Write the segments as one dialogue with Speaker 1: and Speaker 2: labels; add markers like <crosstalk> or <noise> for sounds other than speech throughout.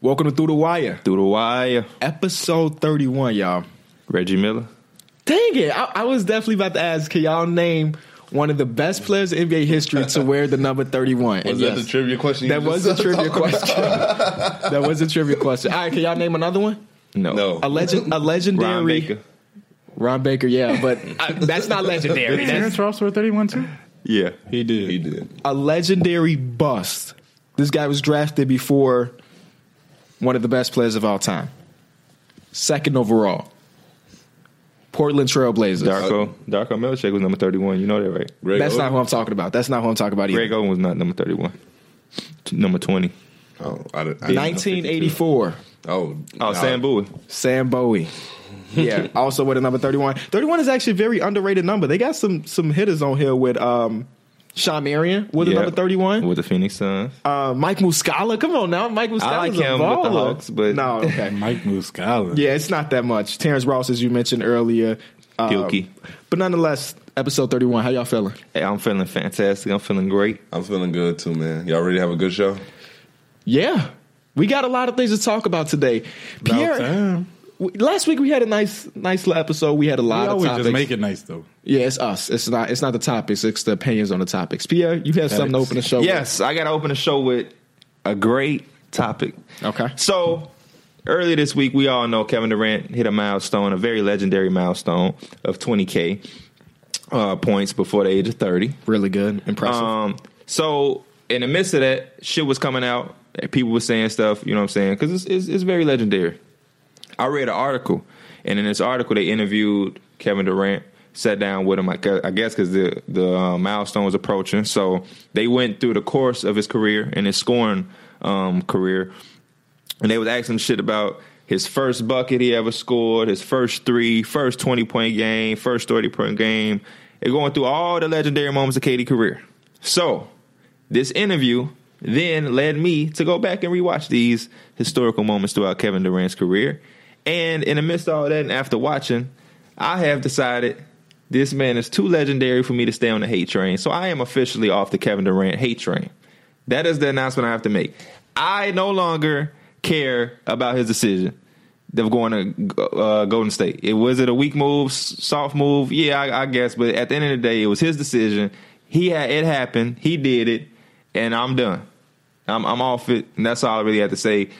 Speaker 1: Welcome to Through the Wire,
Speaker 2: Through the wire,
Speaker 1: episode 31, y'all.
Speaker 2: Reggie Miller.
Speaker 1: Dang it. I, I was definitely about to ask, can y'all name one of the best players in NBA history to wear the number 31?
Speaker 3: Was that the trivia question? you
Speaker 1: That
Speaker 3: just
Speaker 1: was a
Speaker 3: asked?
Speaker 1: trivia question. <laughs> that was a trivia question. All right, can y'all name another one?
Speaker 2: No,
Speaker 3: No.
Speaker 1: A legend, a legendary
Speaker 2: Ron Baker.
Speaker 1: Ron Baker, yeah, but <laughs> I, that's not legendary. <laughs> That's
Speaker 4: Terrence Ross wore 31 too?
Speaker 2: Yeah,
Speaker 1: he did.
Speaker 3: He did.
Speaker 1: A legendary bust. This guy was drafted before one of the best players of all time, second overall. Portland Trailblazers.
Speaker 2: Darko. Darko Milchick was number thirty-one. You know that, right?
Speaker 3: Greg
Speaker 1: That's not
Speaker 3: Oden?
Speaker 1: who I'm talking about. That's not who I'm talking about either.
Speaker 2: Greg Owen was not number thirty-one. T- Number twenty.
Speaker 3: Oh, I, didn't- I didn't know.
Speaker 1: 1984,
Speaker 3: Oh,
Speaker 2: Oh,
Speaker 3: nah.
Speaker 2: Sam Bowie.
Speaker 1: Sam
Speaker 2: <laughs>
Speaker 1: Bowie. Yeah, also with a number 31. 31 is actually a very underrated number. They got some some hitters on here with um, Sean Marion with a
Speaker 2: Yeah.
Speaker 1: number 31.
Speaker 2: with the Phoenix Suns.
Speaker 1: Uh, Mike Muscala. Come on now, Mike Muscala's
Speaker 2: like
Speaker 1: a
Speaker 2: him with the
Speaker 1: baller.
Speaker 2: Hawks, but-
Speaker 1: no,
Speaker 2: <laughs>
Speaker 1: okay,
Speaker 4: Mike Muscala.
Speaker 1: yeah, it's not that much. Terrence Ross, as you mentioned earlier, um,
Speaker 2: Gilkey.
Speaker 1: but nonetheless, episode thirty-one. How y'all feeling?
Speaker 2: Hey, I'm feeling fantastic. I'm feeling great.
Speaker 3: I'm feeling good too, man. Y'all ready to have a good show?
Speaker 1: Yeah, we got a lot of things to talk about today. Pierre,
Speaker 4: time.
Speaker 1: w- last week we had a nice, nice little episode. We had a
Speaker 4: We
Speaker 1: lot of
Speaker 4: always
Speaker 1: topics.
Speaker 4: just make it nice though.
Speaker 1: yeah, it's us. It's not. It's not the topics. It's the opinions on the topics. Pierre, you have something to open the show. with.
Speaker 2: Yes, I got to open the show with a great topic.
Speaker 1: Okay.
Speaker 2: So earlier this week, we all know Kevin Durant hit a milestone, a very legendary milestone of 20k uh, points before the age of 30.
Speaker 1: Really good. Impressive.
Speaker 2: Um, so in the midst of that, shit was coming out. and People were saying stuff. You know what I'm saying? Because it's, it's it's very legendary. I read an article, and in this article, they interviewed Kevin Durant. Sat down with him, I gu- I guess, because the the uh, milestone was approaching. So they went through the course of his career and his scoring um, career, and they was asking shit about his first bucket he ever scored, his first three, first twenty point game, first thirty point game. They're going through all the legendary moments of Katie career. So this interview then led me to go back and rewatch these historical moments throughout Kevin Durant's career. And in the midst of all that, and after watching, I have decided this man is too legendary for me to stay on the hate train. So I am officially off the Kevin Durant hate train. That is the announcement I have to make. I no longer care about his decision of going to uh, Golden State. It was it a weak move, s- soft move? Yeah, I, I guess. But at the end of the day, it was his decision. He had it happened. He did it, and I'm done. I'm I'm off it, and that's all I really have to say.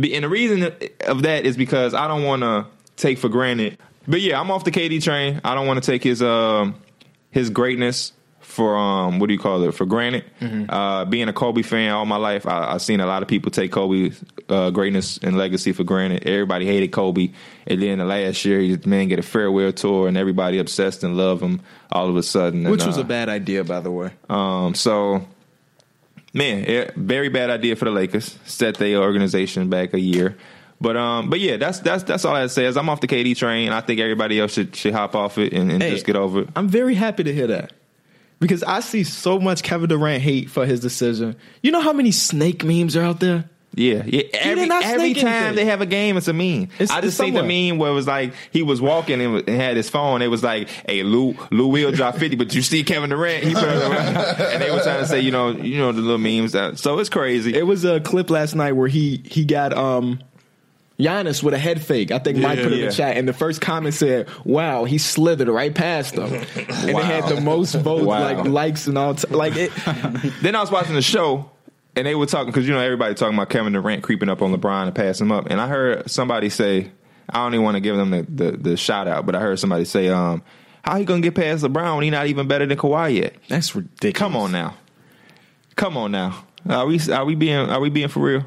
Speaker 2: Be- And the reason of that is because I don't want to take for granted. But yeah, I'm off the KD train. I don't want to take his um his greatness for um what do you call it for granted.
Speaker 1: Mm-hmm.
Speaker 2: Uh, being a Kobe fan all my life, I, I've seen a lot of people take Kobe's uh, greatness and legacy for granted. Everybody hated Kobe, and then the last year, he man get a farewell tour, and everybody obsessed and love him all of a sudden.
Speaker 1: Which
Speaker 2: And,
Speaker 1: was
Speaker 2: uh,
Speaker 1: a bad idea, by the way.
Speaker 2: um, so, man, eh, very bad idea for the Lakers. Set their organization back a year. But um, but yeah, that's that's that's all I says. I'm off the KD train. I think everybody else should should hop off it and, and
Speaker 1: Hey.
Speaker 2: just get over it.
Speaker 1: I'm very happy to hear that because I see so much Kevin Durant hate for his decision. You know how many snake memes are out there?
Speaker 2: Yeah, yeah. Every,
Speaker 1: did not
Speaker 2: every
Speaker 1: snake
Speaker 2: time
Speaker 1: anything.
Speaker 2: they have a game, it's a meme.
Speaker 1: It's-
Speaker 2: I
Speaker 1: it's
Speaker 2: just seen the
Speaker 1: somewhere.
Speaker 2: meme where it was like he was walking and, and had his phone. It was like, "Hey, Lou, Lou will drop fifty, but you see Kevin Durant, he put it around." and they were trying to say, you know, you know the little memes. That, so it's crazy.
Speaker 1: It was a clip last night where he he got um Giannis with a head fake. I think Mike
Speaker 4: Yeah.
Speaker 1: put it in
Speaker 2: Yeah.
Speaker 1: the chat, and the first comment said, "Wow, he slithered right past
Speaker 2: <laughs>
Speaker 1: them," and
Speaker 2: Wow.
Speaker 1: it had the most votes,
Speaker 2: Wow.
Speaker 1: like likes and all. T- like
Speaker 2: <laughs>
Speaker 1: it,
Speaker 2: Then I was watching the show, and they were talking because you know everybody talking about Kevin Durant creeping up on LeBron and passing him up. And I heard somebody say, I don't even want to give them the, the, the shout out, but I heard somebody say, um, "How he gonna get past LeBron when he not even better than Kawhi yet?"
Speaker 1: that's ridiculous.
Speaker 2: Come on now, come on now. Are we are we being are we being for real?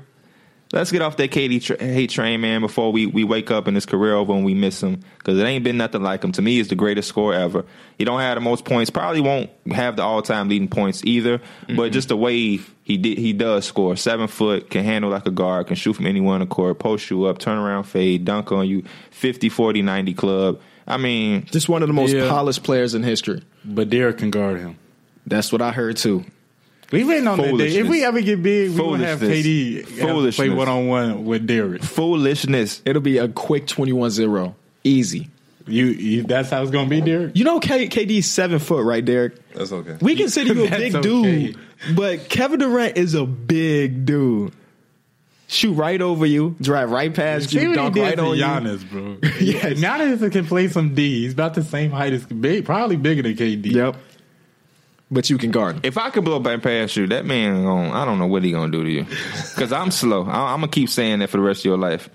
Speaker 2: Let's get off that KD tra- hate train, man. Before we, we wake up and his career over and we miss him because it ain't been nothing like him. To me, he's the greatest scorer ever. He don't have the most points. Probably won't have the all time leading points either. But just the way he did, he does score. Seven foot, can handle like a guard, can shoot from anywhere on the court, post you up, turn around, fade, dunk on you, 50, 40, 90 club. I mean,
Speaker 1: Just one of the most
Speaker 4: Yeah.
Speaker 1: polished players in history.
Speaker 4: Badira can guard him.
Speaker 1: That's what I heard too.
Speaker 4: We waiting on that day. If
Speaker 2: Foolishness.
Speaker 4: we ever get big, we gonna have
Speaker 2: Foolishness.
Speaker 4: KD have to play
Speaker 2: Foolishness.
Speaker 4: one on one with Derek.
Speaker 2: foolishness.
Speaker 1: It'll be a quick 21-0. easy.
Speaker 4: You, you that's how it's gonna be, Derek.
Speaker 1: You know, K- KD is seven foot, right, Derek?
Speaker 3: That's okay.
Speaker 1: We
Speaker 4: <laughs>
Speaker 1: consider you a
Speaker 4: That's
Speaker 1: big
Speaker 4: okay.
Speaker 1: dude, but Kevin Durant is a big dude. shoot right over you, drive right past
Speaker 4: See
Speaker 1: you,
Speaker 4: what he
Speaker 1: dunk
Speaker 4: did
Speaker 1: right
Speaker 4: to
Speaker 1: on <laughs> you.
Speaker 4: Giannis, <laughs> bro. Yeah, Giannis can play some D. He's about the same height as big, probably bigger than KD.
Speaker 1: Yep. But you can guard him.
Speaker 2: If I could blow by and pass you, that man, gon' I don't know what he gonna do to you, because I'm slow. I, I'm gonna keep saying that for the rest of your life.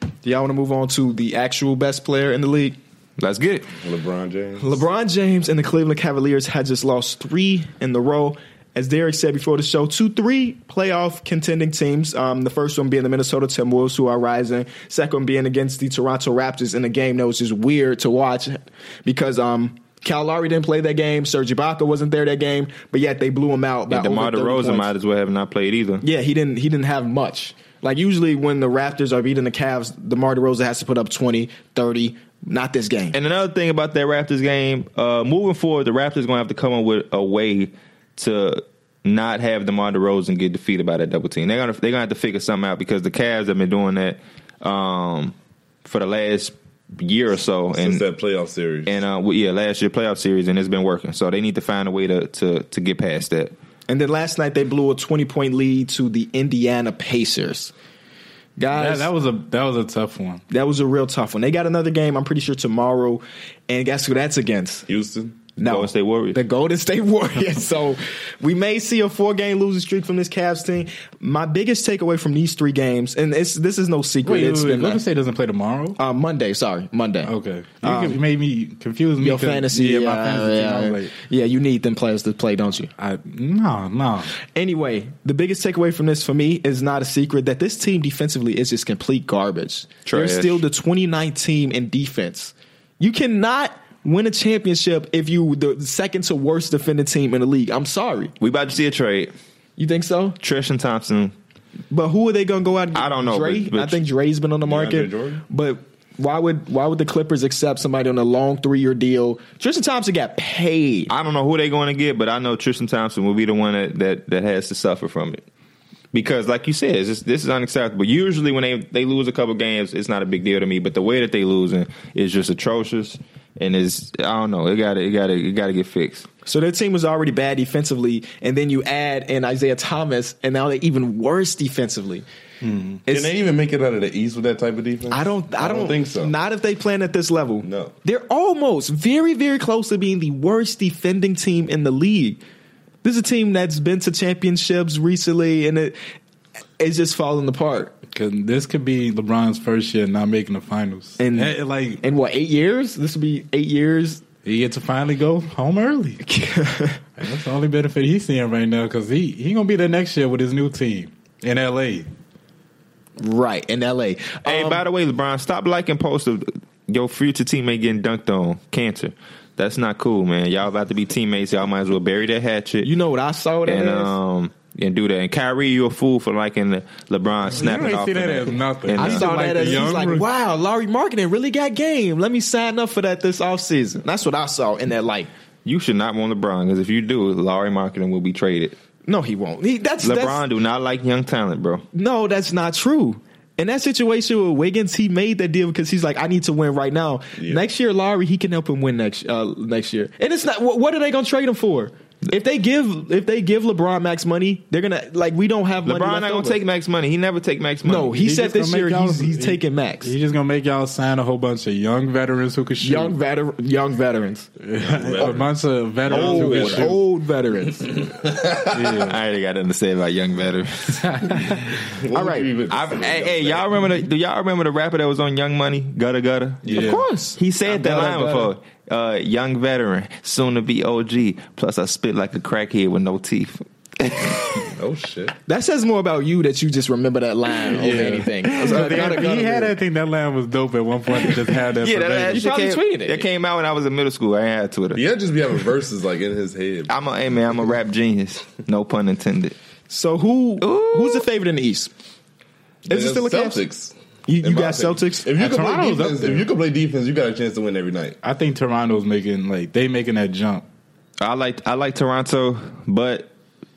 Speaker 1: Do y'all want to move on to the actual best player in the league?
Speaker 2: Let's get it.
Speaker 3: LeBron James.
Speaker 1: LeBron James and the Cleveland Cavaliers had just lost three in the row. As Derek said before the show, two, three playoff contending teams. Um, the first one being the Minnesota Timberwolves, who are rising. Second one being against the Toronto Raptors in a game that was just weird to watch because um, Cal Lowry didn't play that game. Serge Ibaka wasn't there that game, but yet they blew him out. By
Speaker 2: And DeMar
Speaker 1: over 30
Speaker 2: DeRozan
Speaker 1: points.
Speaker 2: might as well have not played either.
Speaker 1: Yeah, he didn't. He didn't have much. Like usually when the Raptors are beating the Cavs, DeMar DeRozan has to put up 20, 30. Not this game.
Speaker 2: And another thing about that Raptors game, uh, moving forward, the Raptors gonna have to come up with a way to not have DeMar DeRozan get defeated by that double team. They're gonna they're gonna have to figure something out because the Cavs have been doing that um, for the last year or so, and
Speaker 3: Since that playoff series.
Speaker 2: and uh, well, yeah, last year playoff series, and it's been working. So they need to find a way to to to get past that.
Speaker 1: And then last night they blew a 20 point lead to the Indiana Pacers.
Speaker 4: That,
Speaker 1: Guys,
Speaker 4: that was a that was a tough one.
Speaker 1: a real tough one. They got another game, I'm pretty sure, tomorrow. And guess who that's against?
Speaker 3: Houston.
Speaker 1: No.
Speaker 2: Golden State Warriors.
Speaker 1: The Golden State <laughs> Warriors. so we may see a four game losing streak from this Cavs team. My biggest takeaway from these three games, and it's, this is no secret,
Speaker 4: Wait,
Speaker 1: it's
Speaker 4: wait, wait.
Speaker 1: been
Speaker 4: Golden
Speaker 1: uh,
Speaker 4: State doesn't play tomorrow.
Speaker 1: uh, um, Monday, sorry, Monday.
Speaker 4: Okay, you could- made me confuse me.
Speaker 1: Your
Speaker 4: 'cause-
Speaker 1: fantasy,
Speaker 4: yeah, my
Speaker 1: uh,
Speaker 4: fantasy. team,
Speaker 1: yeah,
Speaker 4: I was like,
Speaker 1: yeah, you need them players to play, don't you?
Speaker 4: I, no, no.
Speaker 1: Anyway, the biggest takeaway from this for me is not a secret that this team defensively is just complete garbage.
Speaker 2: Trash.
Speaker 1: They're still the 29th team in defense. You cannot win a championship if you the second to worst defending team in the league. I'm sorry.
Speaker 2: We about to see a trade.
Speaker 1: You think so?
Speaker 2: Tristan Thompson.
Speaker 1: But who are they going to go out? And get?
Speaker 2: I don't know,
Speaker 1: Dre?
Speaker 2: but- but-
Speaker 1: I think Dre's been on the market.
Speaker 3: Jordan?
Speaker 1: But why would why would the Clippers accept somebody on a long three year deal? Tristan Thompson got paid.
Speaker 2: I don't know who they're going to get, but I know Tristan Thompson will be the one that, that, that has to suffer from it. Because, like you said, it's just, this is unacceptable. Usually, when they, they lose a couple games, it's not a big deal to me. But the way that they losing is just atrocious, and is I don't know. It got it got it got to get fixed.
Speaker 1: So their team was already bad defensively, and then you add in Isaiah Thomas, and now they're even worse defensively.
Speaker 2: Mm-hmm.
Speaker 3: Can they even make it out of the East with that type of defense?
Speaker 1: I don't, I don't,
Speaker 3: think so.
Speaker 1: Not if they playing at this level.
Speaker 3: No.
Speaker 1: they're almost very, very close to being the worst defending team in the league. This is a team that's been to championships recently, and it it's just falling apart.
Speaker 4: Cause this could be LeBron's first year not making the finals,
Speaker 1: And-
Speaker 4: and, like
Speaker 1: In what eight years? This would be eight years.
Speaker 4: he get to finally go home
Speaker 1: <laughs>
Speaker 4: early. And that's the only benefit he's seeing right now because he he gonna be there next year with his new team in L.A.
Speaker 1: right in L.A.
Speaker 2: hey,
Speaker 1: Um,
Speaker 2: by the way, LeBron, stop liking posts of your future teammate getting dunked on cancer. That's not cool, man. Y'all about to be teammates. Y'all might as well bury that hatchet.
Speaker 1: you know what I saw that
Speaker 2: and
Speaker 1: as?
Speaker 2: um and do that. And Kyrie, you a fool for liking the LeBron snapping
Speaker 4: ain't
Speaker 2: off.
Speaker 4: see
Speaker 2: of
Speaker 4: that as nothing.
Speaker 2: And,
Speaker 1: I
Speaker 2: uh,
Speaker 1: saw
Speaker 4: Like
Speaker 1: that
Speaker 4: the
Speaker 1: as he's
Speaker 4: young
Speaker 1: like,
Speaker 4: rookie.
Speaker 1: wow, Larry Marketing really got game. Let me sign up for that this offseason. That's what I saw in that light.
Speaker 2: you should not want LeBron because if you do, Larry Marketing will be traded.
Speaker 1: No, he won't. He, that's
Speaker 2: LeBron
Speaker 1: LeBron.
Speaker 2: do not like young talent, bro.
Speaker 1: no, that's not true. In that situation with Wiggins, he made that deal because he's like, I need to win right now.
Speaker 3: Yeah.
Speaker 1: Next year, Larry, he can help him win next uh, next year. And it's not. What, what are they going to trade him for? If they give if they give LeBron max money, they're gonna like we don't have money
Speaker 2: LeBron
Speaker 1: left
Speaker 2: not gonna
Speaker 1: over.
Speaker 2: take max money. He never take max money.
Speaker 1: No, he, said
Speaker 4: just gonna
Speaker 1: this
Speaker 4: make
Speaker 1: year
Speaker 4: y'all-
Speaker 1: he's, he's
Speaker 4: he-
Speaker 1: taking max.
Speaker 4: He's just gonna make y'all sign a whole bunch of young veterans who could shoot,
Speaker 1: young veteran, young veterans,
Speaker 4: <laughs> a bunch of veterans who
Speaker 1: old
Speaker 4: could shoot.
Speaker 1: old veterans.
Speaker 4: Yeah.
Speaker 2: I already got nothing to say about young <laughs> veterans.
Speaker 3: What
Speaker 1: all
Speaker 3: would
Speaker 1: right.
Speaker 3: you even
Speaker 2: I,
Speaker 3: say
Speaker 2: hey,
Speaker 3: about
Speaker 2: hey,
Speaker 3: that?
Speaker 2: y'all remember? The, do y'all remember the rapper that was on Young Money? Gutter gutter.
Speaker 4: Yeah.
Speaker 1: Of course.
Speaker 2: He said that
Speaker 1: Gutter,
Speaker 2: line
Speaker 1: gutter.
Speaker 2: before. Uh, young veteran, soon to be OG. Plus, I spit like a crackhead with no teeth.
Speaker 3: Oh shit.
Speaker 1: That says more about you that you just remember that line over anything.
Speaker 3: <laughs>
Speaker 4: I think- I think he had that thing. That line was dope at one point. He just
Speaker 1: <laughs>
Speaker 4: had that.
Speaker 2: Yeah,
Speaker 4: for
Speaker 2: that, that,
Speaker 4: days.
Speaker 1: You probably
Speaker 2: came,
Speaker 1: tweeted it.
Speaker 2: That came out when I was in middle school. I ain't had Twitter.
Speaker 3: Yeah, just be having verses like in his head.
Speaker 2: I'm a hey man, I'm a rap genius. No pun intended.
Speaker 1: So who
Speaker 2: Ooh.
Speaker 1: who's the favorite in the East? Is it
Speaker 3: There's
Speaker 1: still a Cavs?
Speaker 3: Celtics?
Speaker 1: You, you
Speaker 3: in my
Speaker 1: got
Speaker 3: opinion.
Speaker 1: Celtics.
Speaker 3: If you can play
Speaker 4: Toronto's up
Speaker 3: defense,
Speaker 4: there.
Speaker 3: if you can play defense, you got a chance to win every night.
Speaker 4: I think Toronto's making like they making that jump.
Speaker 2: I like I like Toronto, but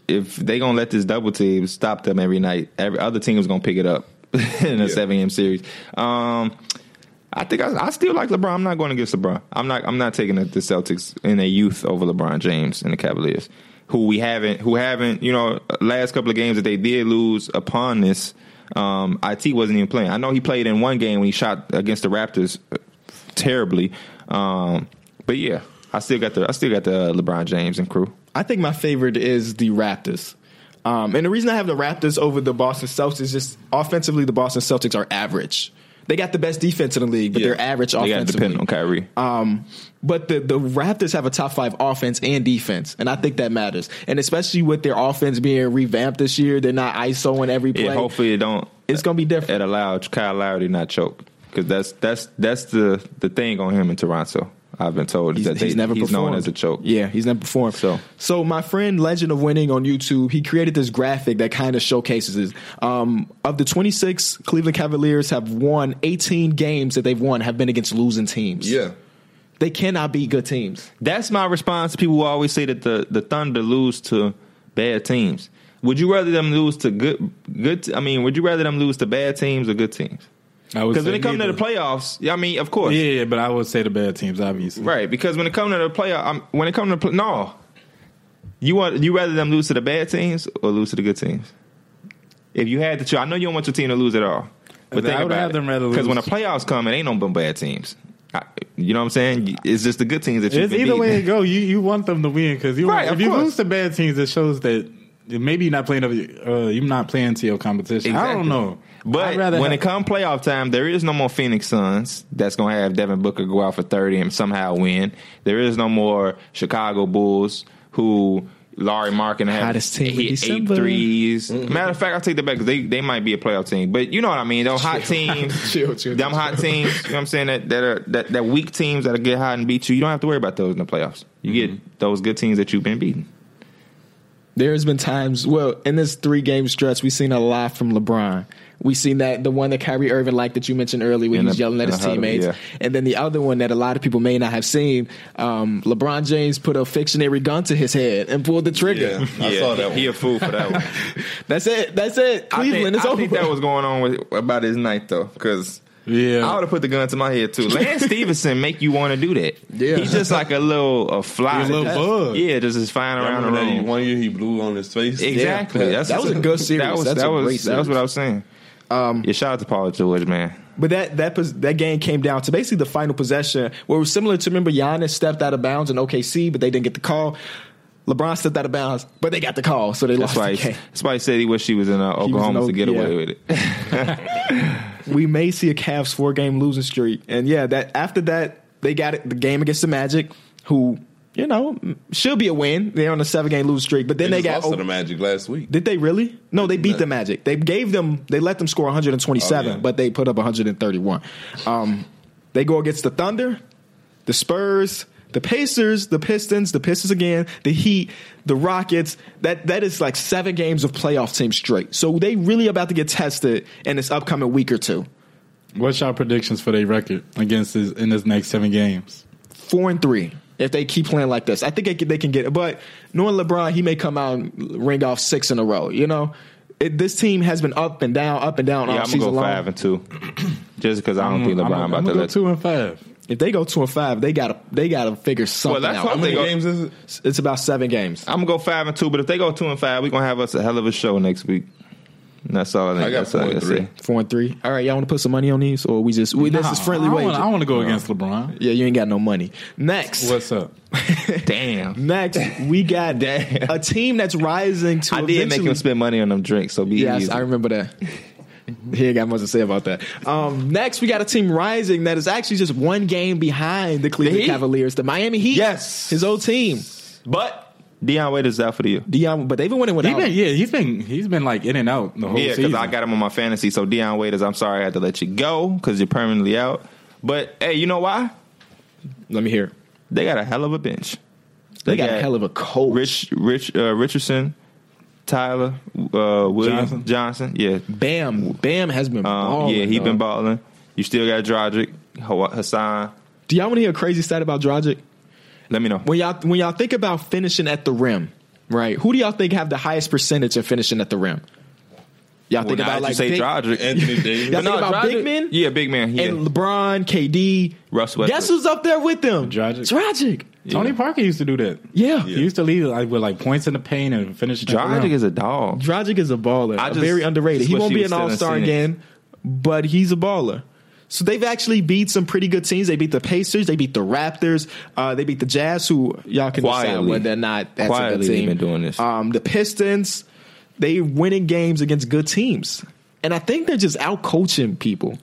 Speaker 2: if they gonna let this double team stop them every night, every other team is gonna pick it up <laughs> in a
Speaker 3: Yeah.
Speaker 2: seven game series. Um, I think I, I still like LeBron. I'm not going to give LeBron. I'm not. I'm not taking the, the Celtics in their youth over LeBron James and the Cavaliers, who we haven't, who haven't. You know, last couple of games that they did lose upon this, Um, it wasn't even playing. I know he played in one game when he shot against the Raptors uh, terribly, um, but yeah, I still got the I still got the uh, LeBron James and crew.
Speaker 1: I think my favorite is the Raptors. Um, and the reason I have the Raptors over the Boston Celtics is just offensively, the Boston Celtics are average. They got the best defense in the league, but
Speaker 3: Yeah.
Speaker 1: they're average
Speaker 2: They got to
Speaker 1: offensively.
Speaker 2: depend on Kyrie.
Speaker 1: Um, but the, the Raptors have a top five offense and defense, and I think that matters. And especially with their offense being revamped this year, they're not ISOing every play.
Speaker 2: yeah, hopefully it don't
Speaker 1: it's going to be different.
Speaker 2: it allowed Kyle Lowry to not choke because that's that's that's the the thing on him in Toronto. I've been told
Speaker 1: He's,
Speaker 2: that they,
Speaker 1: he's never
Speaker 2: he's known
Speaker 1: performed.
Speaker 2: as a choke.
Speaker 1: Yeah, he's never performed.
Speaker 2: So-
Speaker 1: so my friend Legend of Winning on YouTube, he created this graphic that kind of showcases this. Um, of the 26 Cleveland Cavaliers have won 18 games that they've won have been against losing teams.
Speaker 3: Yeah.
Speaker 1: they cannot beat good teams.
Speaker 2: That's my response to people who always say that the, the Thunder lose to bad teams. Would you rather them lose to good good? I mean, would you rather them lose to bad teams or good teams?
Speaker 4: I would
Speaker 2: Because when
Speaker 4: say
Speaker 2: it comes to the
Speaker 4: neither.
Speaker 2: playoffs, yeah, I mean, of course,
Speaker 4: yeah, yeah, but I would say the bad teams, obviously.
Speaker 2: right? Because when it comes to the playoff, I'm, when it comes to the play, no, you want you rather them lose to the bad teams or lose to the good teams? If you had to choose, I know you don't want your team to lose at all, but
Speaker 4: I
Speaker 2: think
Speaker 4: would
Speaker 2: about
Speaker 4: have them rather lose.
Speaker 2: because when the playoffs come, it ain't no but bad teams. I, you know what I'm saying? It's just the good teams that you.
Speaker 4: It's either way it go. You you want them to win because you
Speaker 2: Right,
Speaker 4: if
Speaker 2: of
Speaker 4: you
Speaker 2: course.
Speaker 4: lose to bad teams, it shows that maybe you're not playing up. Uh, you're not playing to your competition. I
Speaker 2: Exactly.
Speaker 4: don't know,
Speaker 2: But
Speaker 4: I'd rather
Speaker 2: when
Speaker 4: have-
Speaker 2: it come playoff time, there is no more Phoenix Suns that's going to have Devin Booker go out for 30 and somehow win. There is no more Chicago Bulls who Larry Mark and have
Speaker 1: Hottest team in
Speaker 2: hit eight
Speaker 1: December.
Speaker 2: threes.
Speaker 1: Mm-hmm.
Speaker 2: Matter of fact, I'll take that back because they, they might be a playoff team. But you know what I mean? Those hot teams,
Speaker 1: Chill, <laughs> chill,
Speaker 2: them hot teams, you know what I'm saying? That, that are that, that weak teams that'll get hot and beat you. You don't have to worry about those in the playoffs. You
Speaker 1: Mm-hmm.
Speaker 2: get those good teams that you've been beating.
Speaker 1: There has been times, well, in this three game stretch, we've seen a lot from LeBron. We've seen that the one that Kyrie Irving liked that you mentioned earlier, when
Speaker 2: In
Speaker 1: he was
Speaker 2: the-
Speaker 1: yelling at
Speaker 2: in
Speaker 1: his
Speaker 2: the huddle,
Speaker 1: teammates,
Speaker 2: yeah.
Speaker 1: and then the other one that a lot of people may not have seen, um, LeBron James put a fictionary gun to his head and pulled the trigger.
Speaker 3: Yeah. I saw that
Speaker 2: He
Speaker 3: one.
Speaker 2: a fool for
Speaker 1: <laughs>
Speaker 2: that one.
Speaker 1: That's it. That's it. Cleveland.
Speaker 2: I think,
Speaker 1: it's
Speaker 2: I
Speaker 1: over.
Speaker 2: think that was going on with about his night though, because
Speaker 4: Yeah.
Speaker 2: I would have put the gun to my head too. Lance Stevenson make you want to do that.
Speaker 1: Yeah.
Speaker 2: he's just like a little a fly,
Speaker 4: He a little bug.
Speaker 2: Yeah, just is flying
Speaker 3: I
Speaker 2: around the
Speaker 3: remember that
Speaker 2: room.
Speaker 3: he- one year he blew on his face.
Speaker 2: exactly.
Speaker 3: Yeah.
Speaker 2: That's
Speaker 1: That was a good series.
Speaker 2: That was
Speaker 1: That's
Speaker 2: that
Speaker 1: a
Speaker 2: was
Speaker 1: great
Speaker 2: that
Speaker 1: series.
Speaker 2: was what I was saying.
Speaker 1: <laughs>
Speaker 2: yeah, shout out to Paul George, man.
Speaker 1: Um, but that that pos- that game came down to basically the final possession, where it was similar to remember Giannis stepped out of bounds in OKC, but they didn't get the call. LeBron stepped out of bounds, but they got the call, so they
Speaker 2: That's
Speaker 1: lost
Speaker 2: why
Speaker 1: the
Speaker 2: he,
Speaker 1: game.
Speaker 2: that's why he said he wished he was in uh,
Speaker 1: in
Speaker 2: Oklahoma
Speaker 1: O-
Speaker 2: to get away
Speaker 1: yeah.
Speaker 2: with it.
Speaker 1: we may see a Cavs four game losing streak. And yeah, that after that they got it, the game against the Magic, who you know m- should be a win. They're on a seven game losing streak, but then
Speaker 3: And
Speaker 1: they,
Speaker 3: they
Speaker 1: got
Speaker 3: lost to
Speaker 1: oh,
Speaker 3: the Magic last week.
Speaker 1: did they really? No, they beat the Magic. They gave them they let them score 127,
Speaker 3: Oh, yeah.
Speaker 1: but they put up 131. Um, they go against the Thunder, the Spurs. The Pacers, the Pistons, the Pistons again, the Heat, the Rockets. That that is like seven games of playoff teams straight. So they really about to get tested in this upcoming week or two.
Speaker 4: what's your predictions for their record against this, in this next seven games?
Speaker 1: four and three if they keep playing like this. I think they can, they can get it. But knowing LeBron, he may come out and ring off six in a row. You know, it, this team has been up and down, up and down
Speaker 2: Yeah,
Speaker 1: all
Speaker 2: I'm gonna
Speaker 1: season
Speaker 2: go
Speaker 1: long.
Speaker 2: five and two, just because I don't think LeBron
Speaker 4: I'm,
Speaker 2: about
Speaker 4: I'm
Speaker 2: to
Speaker 4: gonna go
Speaker 2: let.
Speaker 4: two and five.
Speaker 1: If they go two and five, they gotta they gotta figure something
Speaker 2: Well, that's
Speaker 1: out.
Speaker 2: what-
Speaker 3: How many
Speaker 2: They go-
Speaker 3: games is it?
Speaker 1: it's about seven games.
Speaker 2: I'm gonna go five and two, but if they go two and five, we're gonna have us a hell of a show next week. And That's all I think.
Speaker 3: I got
Speaker 2: that's all
Speaker 3: four and
Speaker 2: gotta
Speaker 3: three.
Speaker 2: say.
Speaker 1: Four and three. All right, y'all want to put some money on these, or we just we, this is
Speaker 4: Nah,
Speaker 1: friendly
Speaker 4: I
Speaker 1: wager.
Speaker 4: wanna- I want to go against LeBron.
Speaker 1: yeah, you ain't got no money. Next,
Speaker 4: What's up?
Speaker 2: Damn.
Speaker 1: next we
Speaker 2: <laughs>
Speaker 1: got
Speaker 2: Damn.
Speaker 1: a team that's rising to.
Speaker 2: I did make
Speaker 1: eventually-
Speaker 2: him spend money on them drinks, so be
Speaker 1: Yes,
Speaker 2: easy.
Speaker 1: I remember
Speaker 2: <laughs>
Speaker 1: that. He ain't got much to say about that. Um, next, we got a team rising that is actually just one game behind the Cleveland
Speaker 2: Heat?
Speaker 1: Cavaliers, the Miami Heat.
Speaker 2: Yes.
Speaker 1: his old team,
Speaker 2: but Deion Waiters out for the year.
Speaker 1: Dion. But they've been winning
Speaker 4: He
Speaker 1: without.
Speaker 4: been
Speaker 1: him.
Speaker 4: yeah, he's been he's been like in and out the whole
Speaker 2: Yeah,
Speaker 4: season.
Speaker 2: because I got him on my fantasy. So Deion Waiters, I'm sorry I had to let you go because you're permanently out. But hey, you know why?
Speaker 1: Let me hear. it.
Speaker 2: They got a hell of a bench.
Speaker 1: They, got, a hell of a coach.
Speaker 2: Rich, Rich uh, Richardson, Tyler uh, Williams,
Speaker 4: Johnson.
Speaker 2: Johnson. Yeah,
Speaker 1: Bam, Bam has been.
Speaker 2: um,
Speaker 1: balling,
Speaker 2: yeah, he
Speaker 1: dog.
Speaker 2: been balling. You still got Drogic, Hawa- Hassan.
Speaker 1: Do y'all want to hear a crazy stat about Dragic?
Speaker 2: Let me know.
Speaker 1: When y'all when y'all think about finishing at the rim, right? Who do y'all think have the highest percentage of finishing at the rim? Y'all
Speaker 2: Well,
Speaker 1: think
Speaker 2: now
Speaker 1: about
Speaker 2: that
Speaker 1: like
Speaker 2: you say
Speaker 1: big-
Speaker 2: Drogic.
Speaker 1: <laughs>
Speaker 3: Anthony
Speaker 1: Y'all
Speaker 3: Davis.
Speaker 1: think about big
Speaker 2: Dragic-
Speaker 1: men?
Speaker 2: Yeah, big man. Yeah.
Speaker 1: and LeBron, KD,
Speaker 2: Russ Westbrook.
Speaker 1: Guess who's up there with them?
Speaker 4: Dragic.
Speaker 1: Dragic.
Speaker 4: Tony Parker used to do that.
Speaker 1: Yeah.
Speaker 4: He used to lead like with like points in the paint and finish. the round.
Speaker 2: Dragic is a dog.
Speaker 1: Dragic is a baller.
Speaker 2: I just-
Speaker 1: very underrated.
Speaker 2: just
Speaker 1: He
Speaker 2: wish
Speaker 1: won't
Speaker 2: he
Speaker 1: be
Speaker 2: was
Speaker 1: an
Speaker 2: still in
Speaker 1: all star
Speaker 2: Phoenix.
Speaker 1: again, but he's a baller. So they've actually beat some pretty good teams. They beat the Pacers. They beat the Raptors. Uh, they beat the Jazz, who y'all can decide
Speaker 2: Quietly.
Speaker 1: whether they're not that's a good
Speaker 2: Quietly
Speaker 1: team.
Speaker 2: they've been doing this.
Speaker 1: Um, the Pistons. They winning games against good teams, and I think they're just out coaching people.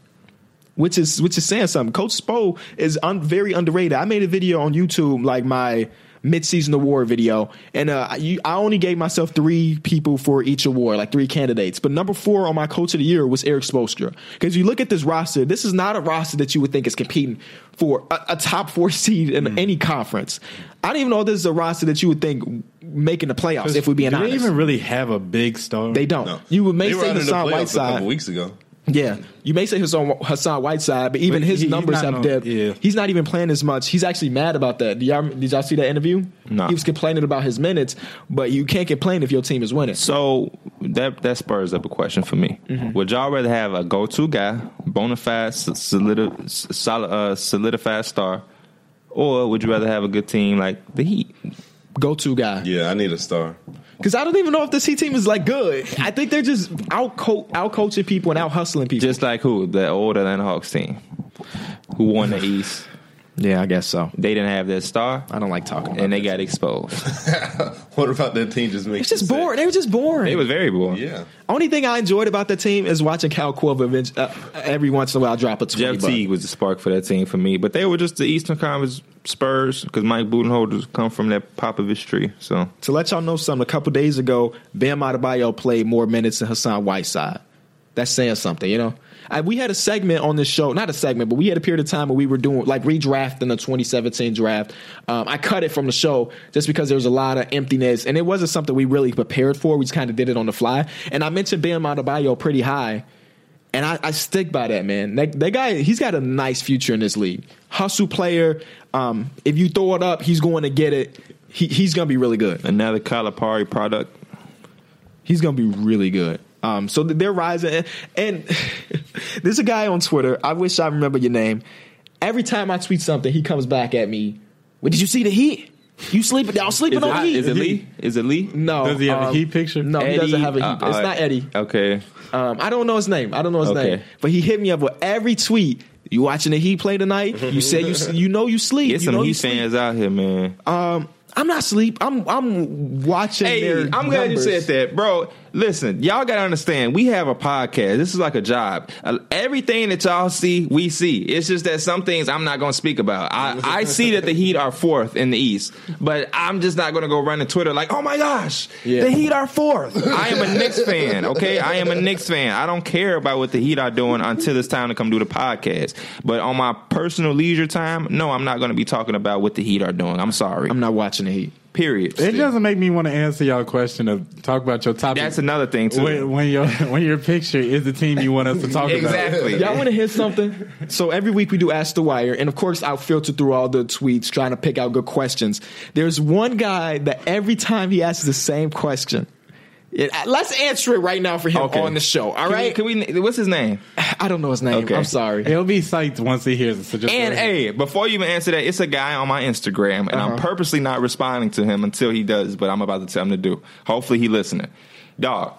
Speaker 1: Which is which is saying something. Coach Spo is un, very underrated. I made a video on YouTube, like my midseason award video, and uh, I- you, I only gave myself three people for each award, like three candidates. But number four on my coach of the year was Eric Spoelstra because you look at this roster. This is not a roster that you would think is competing for a, a top four seed in
Speaker 3: Mm.
Speaker 1: any conference. I don't even know if this is a roster that you would think making the playoffs. If we're being
Speaker 4: do
Speaker 1: honest,
Speaker 4: they even really have a big star?
Speaker 1: they don't. You would may
Speaker 3: They were
Speaker 1: say
Speaker 3: out in the
Speaker 1: Hassan
Speaker 3: playoffs a
Speaker 1: Whiteside.
Speaker 3: couple weeks ago.
Speaker 1: Yeah, you may say Hassan, Hassan Whiteside, but even
Speaker 4: But
Speaker 1: his
Speaker 4: he- he's
Speaker 1: numbers
Speaker 4: not
Speaker 1: have
Speaker 4: no-
Speaker 1: dipped.
Speaker 4: yeah.
Speaker 1: He's not even playing as much. He's actually mad about that. Did y'all, did y'all see that interview?
Speaker 2: Nah.
Speaker 1: He was complaining about his minutes, but you can't complain if your team is winning.
Speaker 2: So that that spurs up a question for me. Would y'all rather have a go-to guy, bona fide, s- solidi- s- solid, uh, solidified star, or would you rather have a good team like the Heat?
Speaker 1: Go to guy.
Speaker 3: Yeah, I need a star. <laughs>
Speaker 1: Because I don't even know if this Heat team is like <laughs> good. I think they're just out out coaching people and out hustling people.
Speaker 2: Just like who the old Atlanta Hawks team, who won the East.
Speaker 1: yeah, I guess so.
Speaker 2: They didn't have their star,
Speaker 1: I don't like talking. About
Speaker 2: and they
Speaker 1: that.
Speaker 2: got exposed.
Speaker 3: What about that team just makes
Speaker 1: It's just
Speaker 3: you sick?
Speaker 1: boring. They were just boring.
Speaker 2: They was very boring.
Speaker 3: Yeah.
Speaker 1: Only thing I enjoyed about the team is watching Cal Corver event- uh, every once in a while drop a twenty.
Speaker 2: Jeff
Speaker 1: buck.
Speaker 2: Teague was the spark for that team for me, but they were just the Eastern Conference Spurs because Mike Budenholzer come from that Popovich tree. So
Speaker 1: To let y'all know something, a couple days ago, Bam Adebayo played more minutes than Hassan Whiteside. That's saying something, you know. I, we had a segment on this show, not a segment, but we had a period of time where we were doing like redrafting the 2017 draft. Um, I cut it from the show just because there was a lot of emptiness, and it wasn't something we really prepared for. We just kind of did it on the fly. And I mentioned Bam Adebayo pretty high, and I, I stick by that man. That, that guy, he's got a nice future in this league. Hustle player. Um, if you throw it up, he's going to get it. He, he's going to be really good
Speaker 2: another Calipari product.
Speaker 1: he's gonna be really good. Um, so th- they're rising, and, <laughs> and there's a guy on Twitter. I wish I remember your name. Every time I tweet something, he comes back at me. Well, did you see the heat? You sleeping? Y'all sleeping
Speaker 2: Is
Speaker 1: on
Speaker 2: it,
Speaker 1: heat?
Speaker 2: is it Lee? Is it Lee?
Speaker 1: No.
Speaker 4: Does he have a
Speaker 1: um,
Speaker 4: heat picture?
Speaker 1: No, he doesn't have a heat.
Speaker 2: uh,
Speaker 1: it's
Speaker 2: uh,
Speaker 1: not Eddie.
Speaker 2: Okay.
Speaker 1: Um, I don't know his name. I don't know his
Speaker 2: Okay.
Speaker 1: name. But he hit me up with every tweet. You watching the Heat play tonight? You said you s- you know you sleep.
Speaker 2: Get
Speaker 1: you
Speaker 2: some
Speaker 1: know you
Speaker 2: Heat
Speaker 1: sleep.
Speaker 2: fans out here, man.
Speaker 1: I'm not sleep. I'm I'm watching. their
Speaker 2: Hey, I'm glad you
Speaker 1: numbers.
Speaker 2: said that, bro. Listen, y'all gotta understand. We have a podcast. This is like a job. Uh, everything that y'all see, we see. It's just that some things I'm not gonna speak about. I, I see
Speaker 1: <laughs>
Speaker 2: that the Heat are fourth in the East, but I'm just not gonna go run to Twitter like, oh my gosh,
Speaker 1: Yeah.
Speaker 2: the Heat are fourth. I am a Knicks fan. Okay, I am a Knicks fan. I don't care about what the Heat are doing until it's time to come do the podcast. But on my personal leisure time, no, I'm not gonna be talking about what the Heat are doing. I'm sorry.
Speaker 1: I'm not watching the Heat.
Speaker 2: Period.
Speaker 4: It doesn't make me want to answer y'all question of talk about your topic.
Speaker 2: That's another thing too.
Speaker 4: when, when your <laughs> when your picture is the team you want us to talk about.
Speaker 2: Exactly.
Speaker 1: Y'all want to hear something? So every week we do Ask the Wire, and of course I'll filter through all the tweets trying to pick out good questions. There's one guy that every time he asks the same question. It- uh, let's answer it right now for him
Speaker 2: <laughs> Okay.
Speaker 1: on the show. All
Speaker 2: Can
Speaker 1: right?
Speaker 2: We, can we? What's
Speaker 1: <laughs>
Speaker 2: his name?
Speaker 1: I don't know his name.
Speaker 2: Okay.
Speaker 1: I'm sorry.
Speaker 4: He'll be psyched once he hears it. So just
Speaker 2: And
Speaker 4: go ahead.
Speaker 2: hey, before you even answer that, it's a guy on my Instagram, and I'm
Speaker 1: Uh-huh.
Speaker 2: purposely not responding to him until he does. But I'm about to tell him to do. Hopefully, he listening. Dog,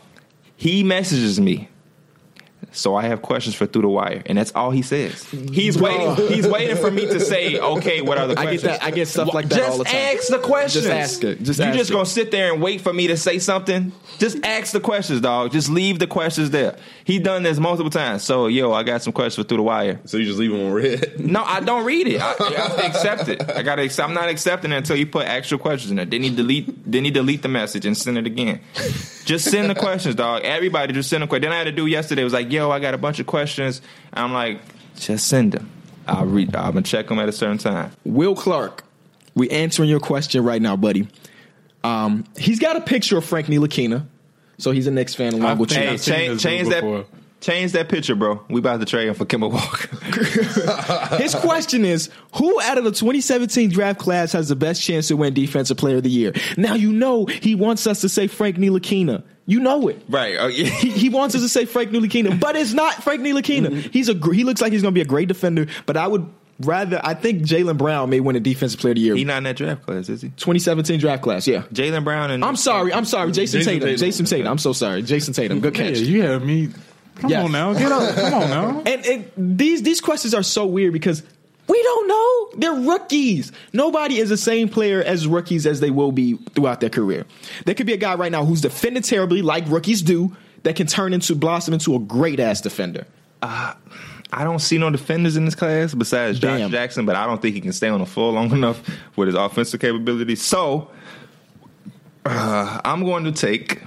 Speaker 2: he messages me. So I have questions for through the wire, and that's all he says. He's waiting. He's waiting for me to say, "Okay, what are the
Speaker 1: I
Speaker 2: questions?"
Speaker 1: get that. I get stuff like that
Speaker 2: just
Speaker 1: all the time.
Speaker 2: ask the questions.
Speaker 1: ask it. Just
Speaker 2: you
Speaker 1: ask
Speaker 2: just
Speaker 1: it.
Speaker 2: gonna sit there and wait for me to say something. Just ask the questions, dog. Just leave the questions there. He done this multiple times. So yo, I got some questions for through the wire.
Speaker 3: So you just leave them on red. <laughs>
Speaker 2: No, I don't read it. I, I have to accept it. I gotta. accept- I'm not accepting it until you put actual questions in there. Then he delete. Then he delete the message and send it again. Just send the questions, dog. Everybody just send a question. Then I had to do yesterday. It was like, yo, I got a bunch of questions. I'm like, just send them. I'll read. I'm gonna check them at a certain time.
Speaker 1: Will Clark, we answering your question right now, buddy. Um, he's got a picture of Frank Ntilikina, so he's a Knicks fan along
Speaker 4: I've
Speaker 1: with
Speaker 4: been-
Speaker 1: you.
Speaker 2: Hey,
Speaker 4: I've seen
Speaker 2: change,
Speaker 4: this
Speaker 2: change
Speaker 4: dude
Speaker 2: that.
Speaker 4: before.
Speaker 2: Change that picture, bro. We about to trade him for Kimber Walker. <laughs>
Speaker 1: His question is Who out of the 2017 draft class has the best chance to win Defensive Player of the Year? Now, you know he wants us to say Frank Ntilikina. You know it.
Speaker 2: right. Oh, yeah.
Speaker 1: He, he wants us to say Frank Ntilikina, but it's not Frank Ntilikina. He's a gr- he looks like he's going to be a great defender, but I would rather, I think Jalen Brown may win a Defensive Player of the Year.
Speaker 2: He not in that draft class, is he?
Speaker 1: 2017 draft class, yeah.
Speaker 2: Jalen Brown and
Speaker 1: I'm sorry, I'm sorry, Jason,
Speaker 3: Jason
Speaker 1: Tatum.
Speaker 3: Tatum.
Speaker 1: Jason Tatum, I'm so sorry, Jason Tatum. Good
Speaker 4: Yeah,
Speaker 1: catch.
Speaker 4: you have me. Come
Speaker 1: Yes.
Speaker 4: on now, get up. Come
Speaker 2: <laughs>
Speaker 4: on now.
Speaker 1: And it, these these questions are so weird because we don't know. They're rookies. Nobody is the same player as rookies as they will be throughout their career. There could be a guy right now who's defending terribly, like rookies do, that can turn into blossom into a great ass defender.
Speaker 2: I don't see no defenders in this class besides Josh
Speaker 1: Damn.
Speaker 2: Jackson, but I don't think he can stay on the floor long <laughs> enough with his offensive capability. So uh, I'm going to take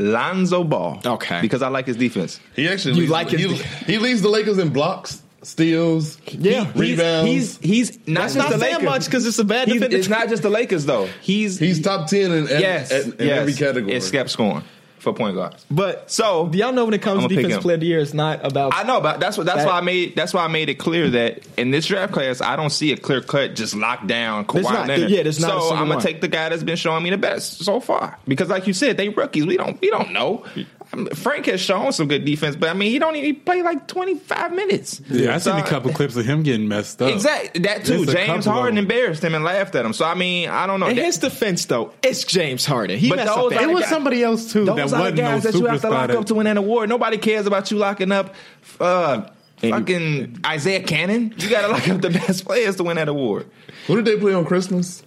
Speaker 2: Lonzo Ball.
Speaker 1: Okay.
Speaker 2: Because I like his defense.
Speaker 3: He actually
Speaker 1: You
Speaker 3: leads,
Speaker 1: like his
Speaker 3: he,
Speaker 1: de-
Speaker 3: he leads the Lakers in blocks, steals,
Speaker 1: Yeah, he's-
Speaker 3: rebounds.
Speaker 2: He's he's not
Speaker 1: That's
Speaker 2: just
Speaker 1: not
Speaker 2: the
Speaker 1: saying
Speaker 2: Lakers.
Speaker 1: much because it's a bad
Speaker 2: He-
Speaker 1: defender.
Speaker 2: it's not just the Lakers though. He's
Speaker 3: He's top ten in, ev-
Speaker 2: yes,
Speaker 3: at- in
Speaker 2: yes.
Speaker 3: every category.
Speaker 2: It's kept scoring for point guards.
Speaker 1: but
Speaker 2: So
Speaker 1: y'all know when it comes
Speaker 2: I'ma
Speaker 1: to
Speaker 2: pick
Speaker 1: defensive
Speaker 2: him.
Speaker 1: player of the year, it's not about.
Speaker 2: I know, but that's what that's
Speaker 1: That-
Speaker 2: why I made that's why I made it clear that in this draft class I don't see a clear cut just locked down Kawhi
Speaker 1: There's not-
Speaker 2: Leonard.
Speaker 1: yeah, there's not a
Speaker 2: so
Speaker 1: single
Speaker 2: I'm gonna
Speaker 1: one.
Speaker 2: take the guy that's been showing me the best so far because, like you said, they rookies. We don't we don't know. I mean, Frank has shown some good defense, but I mean he don't even play like 25 minutes.
Speaker 4: Yeah, I
Speaker 2: So
Speaker 4: seen a couple clips of him getting messed up.
Speaker 2: Exactly that too.
Speaker 4: There's a
Speaker 2: James
Speaker 4: couple of
Speaker 2: Harden
Speaker 4: them.
Speaker 2: embarrassed him and laughed at him. So I mean I don't know.
Speaker 1: in
Speaker 2: That-
Speaker 1: his defense, though, it's James Harden. He
Speaker 2: But
Speaker 1: messed up
Speaker 2: those
Speaker 1: that
Speaker 2: are
Speaker 4: It
Speaker 2: the
Speaker 1: game.
Speaker 4: was somebody else too that
Speaker 2: Those are
Speaker 4: wasn't
Speaker 2: the guys
Speaker 4: no
Speaker 2: that you have to
Speaker 4: superstar.
Speaker 2: lock up
Speaker 4: That,
Speaker 2: to win an award. Nobody cares about you locking up uh, fucking Isaiah Cannon. You got to lock up the <laughs> best players to win that award.
Speaker 3: Who did they play on Christmas?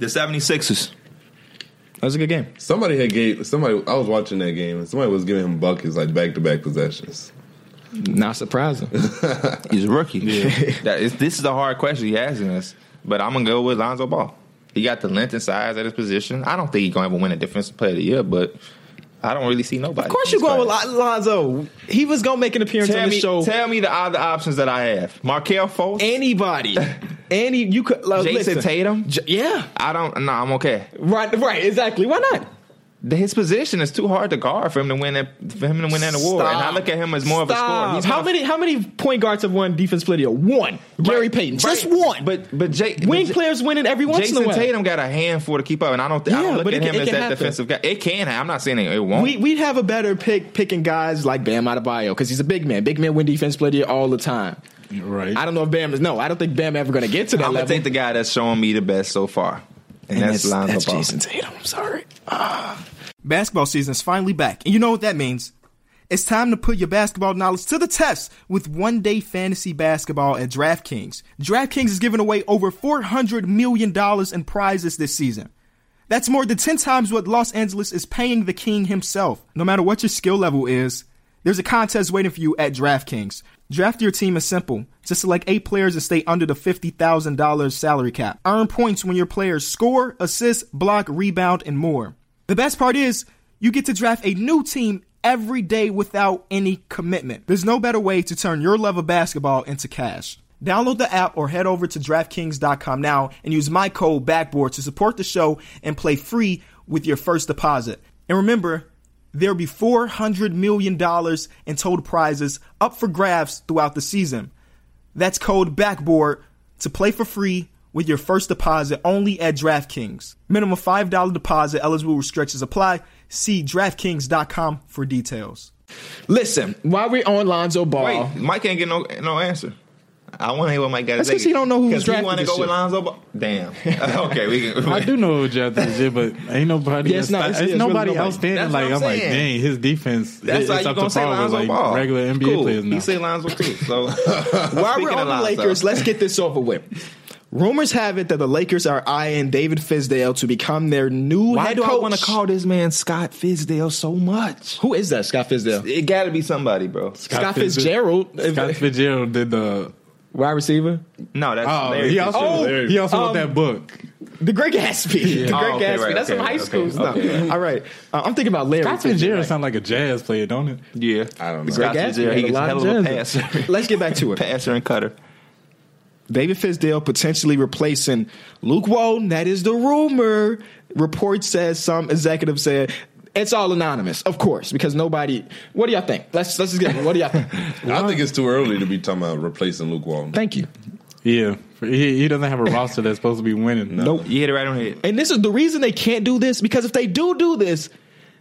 Speaker 2: The 76ers.
Speaker 1: That was a good game.
Speaker 3: Somebody had gave somebody. I was watching that game and somebody was giving him buckets like back to back possessions.
Speaker 1: Not surprising.
Speaker 2: He's a rookie. <laughs> that is, this is a hard question he asking us, but I'm going to go with Lonzo Ball. He got the length and size at his position. I don't think he's going to ever win a defensive player of the year, but I don't really see nobody.
Speaker 1: Of course, you're going with Lon- Lonzo. He was gonna make an appearance
Speaker 2: Tell
Speaker 1: on the
Speaker 2: me,
Speaker 1: show.
Speaker 2: tell me the other options that I have. Markel Fultz,
Speaker 1: Anybody, any you could like,
Speaker 2: Jason
Speaker 1: listen.
Speaker 2: Tatum.
Speaker 1: J- yeah,
Speaker 2: I don't. No, I'm okay.
Speaker 1: right, right, exactly. Why not?
Speaker 2: The- his position is too hard to guard for him to win that for him to win that award. And I
Speaker 1: Stop.
Speaker 2: look at him as more of a scorer.
Speaker 1: Stop.
Speaker 2: He's
Speaker 1: how
Speaker 2: not-
Speaker 1: many how many point guards have won defense player? of the year? One. Gary Payton, just
Speaker 2: Right.
Speaker 1: one. But
Speaker 2: But but Jay,
Speaker 1: wing
Speaker 2: but J-
Speaker 1: players winning every once in a
Speaker 2: Jason
Speaker 1: while.
Speaker 2: Tatum got a handful to keep up, and I don't. Th- I
Speaker 1: Yeah,
Speaker 2: don't look
Speaker 1: but
Speaker 2: at
Speaker 1: it
Speaker 2: him
Speaker 1: can- it
Speaker 2: as
Speaker 1: can
Speaker 2: that
Speaker 1: happen.
Speaker 2: defensive guy. It can. I'm not saying it, it won't.
Speaker 1: We we'd have a better pick picking guys like Bam Adebayo because he's a big man. Big men win defense player of the year all the time.
Speaker 4: right.
Speaker 1: I don't know if Bam is no. I don't think Bam ever going to get to that
Speaker 2: I'm gonna
Speaker 1: level.
Speaker 2: take the guy that's showing me the best so far, and, that's
Speaker 1: that's,
Speaker 2: Lonzo
Speaker 1: that's
Speaker 2: Ball.
Speaker 1: Jason Tatum. I'm sorry. Uh, Basketball season is finally back, and you know what that means. It's time to put your basketball knowledge to the test with one day fantasy basketball at DraftKings. DraftKings is giving away over $400 million in prizes this season. That's more than 10 times what Los Angeles is paying the king himself. No matter what your skill level is, there's a contest waiting for you at DraftKings. Draft your team is simple. Just select eight players and stay under the $50,000 salary cap. Earn points when your players score, assist, block, rebound, and more. The best part is, you get to draft a new team every day without any commitment. There's no better way to turn your love of basketball into cash. Download the app or head over to DraftKings.com now and use my code BACKBOARD to support the show and play free with your first deposit. And remember, there'll be $400 million in total prizes up for grabs throughout the season. That's code BACKBOARD to play for free with your first deposit only at DraftKings. Minimum $5 deposit, eligible restrictions apply. See DraftKings.com for details. Listen, while we're on Lonzo Ball,
Speaker 2: Wait, Mike ain't get no no answer. I want to hear what Mike got to
Speaker 1: That's
Speaker 2: say.
Speaker 1: 'cause he don't know who was
Speaker 2: 'Cause he
Speaker 1: drafted
Speaker 2: want to
Speaker 1: this
Speaker 2: go with
Speaker 1: year.
Speaker 2: Lonzo Ball.
Speaker 1: <laughs>
Speaker 2: Damn. <laughs> okay, we can.
Speaker 4: <laughs> I do know Jonathan Jay, but ain't nobody.
Speaker 1: Yeah, it's
Speaker 4: else-
Speaker 1: not- it's-
Speaker 4: it's
Speaker 1: it's really
Speaker 4: nobody
Speaker 1: nobody.
Speaker 4: outstanding.
Speaker 2: That's
Speaker 4: Like
Speaker 2: what
Speaker 4: I'm,
Speaker 2: I'm
Speaker 4: like,
Speaker 2: saying.
Speaker 4: dang, his
Speaker 2: <laughs>
Speaker 4: defense.
Speaker 2: That's
Speaker 4: is
Speaker 2: how you
Speaker 4: up
Speaker 2: gonna
Speaker 4: to
Speaker 2: say
Speaker 4: par with
Speaker 2: Lonzo
Speaker 4: like
Speaker 2: Ball.
Speaker 4: regular NBA
Speaker 2: Cool.
Speaker 4: players now.
Speaker 2: You say Lonzo too.
Speaker 1: <laughs>
Speaker 2: So <laughs>
Speaker 1: While we're
Speaker 2: Speaking
Speaker 1: on
Speaker 2: of
Speaker 1: the
Speaker 2: Lonzo.
Speaker 1: Lakers, let's get this over with. Rumors have it that the Lakers are eyeing David Fizdale to become their new
Speaker 2: Why
Speaker 1: head
Speaker 2: do
Speaker 1: coach.
Speaker 2: I want to call this man Scott Fizdale so much?
Speaker 1: Who is that? Scott Fizdale,
Speaker 2: It got to be somebody, bro.
Speaker 1: Scott,
Speaker 4: Scott Fitz-
Speaker 1: Fitzgerald,
Speaker 4: Scott Fitzgerald did the.
Speaker 1: wide receiver,
Speaker 2: No, that's
Speaker 4: Oh,
Speaker 2: Larry
Speaker 4: he also,
Speaker 2: Fitzgerald.
Speaker 3: Larry.
Speaker 4: he also
Speaker 1: Um,
Speaker 4: wrote that book.
Speaker 1: the Great Gatsby, <laughs> the Great
Speaker 2: Oh, okay,
Speaker 1: Gatsby.
Speaker 2: right,
Speaker 1: That's
Speaker 2: okay,
Speaker 1: some high
Speaker 2: okay,
Speaker 1: school stuff.
Speaker 2: okay,
Speaker 1: All right, Uh, I'm thinking about Larry.
Speaker 4: Scott
Speaker 1: Fitzgerald.
Speaker 4: Fitzgerald sound like a jazz player, don't it?
Speaker 2: Yeah,
Speaker 3: I don't know.
Speaker 2: Scott
Speaker 1: Great
Speaker 2: Fitzgerald. He
Speaker 1: Gatsby
Speaker 2: gets a
Speaker 1: had a
Speaker 2: hell of a
Speaker 1: lot of
Speaker 2: passer, <laughs>
Speaker 1: <laughs> Let's get back to it.
Speaker 2: passer and cutter.
Speaker 1: David Fizdale potentially replacing Luke Walton. That is the rumor. Report says some executive said it's all anonymous, of course, because nobody. What do y'all think? Let's let's just get. What do y'all think?
Speaker 3: I think it's too early to be talking about replacing Luke Walton.
Speaker 1: Thank you.
Speaker 4: Yeah, he, he doesn't have a roster that's supposed to be winning.
Speaker 1: Nope.
Speaker 2: You hit it right on the head.
Speaker 1: And this is the reason they can't do this because if they do do this,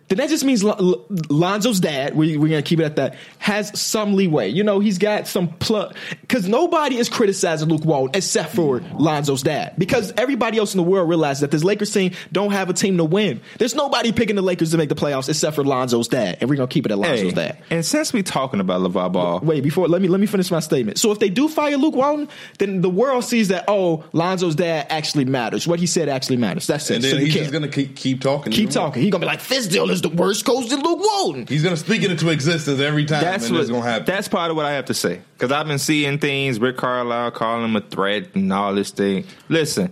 Speaker 1: then that just means Lon- Lon- Lonzo's dad, we, we're going to keep it at that, has some leeway. You know, he's got some plug. Because nobody is criticizing Luke Walton except for Lonzo's dad. Because everybody else in the world realizes that this Lakers team don't have a team to win. There's nobody picking the Lakers to make the playoffs except for Lonzo's dad. And we're going to keep it at Lonzo's dad.
Speaker 2: and since we talking about LeVar Ball,
Speaker 1: Wait, before let me let me finish my statement. So if they do fire Luke Walton, then the world sees that oh, Lonzo's dad actually matters. What he said actually matters. That's it.
Speaker 3: And
Speaker 1: so
Speaker 3: then
Speaker 1: you
Speaker 3: he's
Speaker 1: can't
Speaker 3: just gonna keep keep talking.
Speaker 1: keep talking. He's gonna be like, Fizdale is the worst coach than Luke Walton.
Speaker 3: He's gonna speak it into existence every time.
Speaker 2: that's
Speaker 3: and
Speaker 2: what's
Speaker 3: it's gonna happen.
Speaker 2: That's part of what I have to say because I've been seeing things. Rick Carlisle calling him a threat and all this thing. Listen,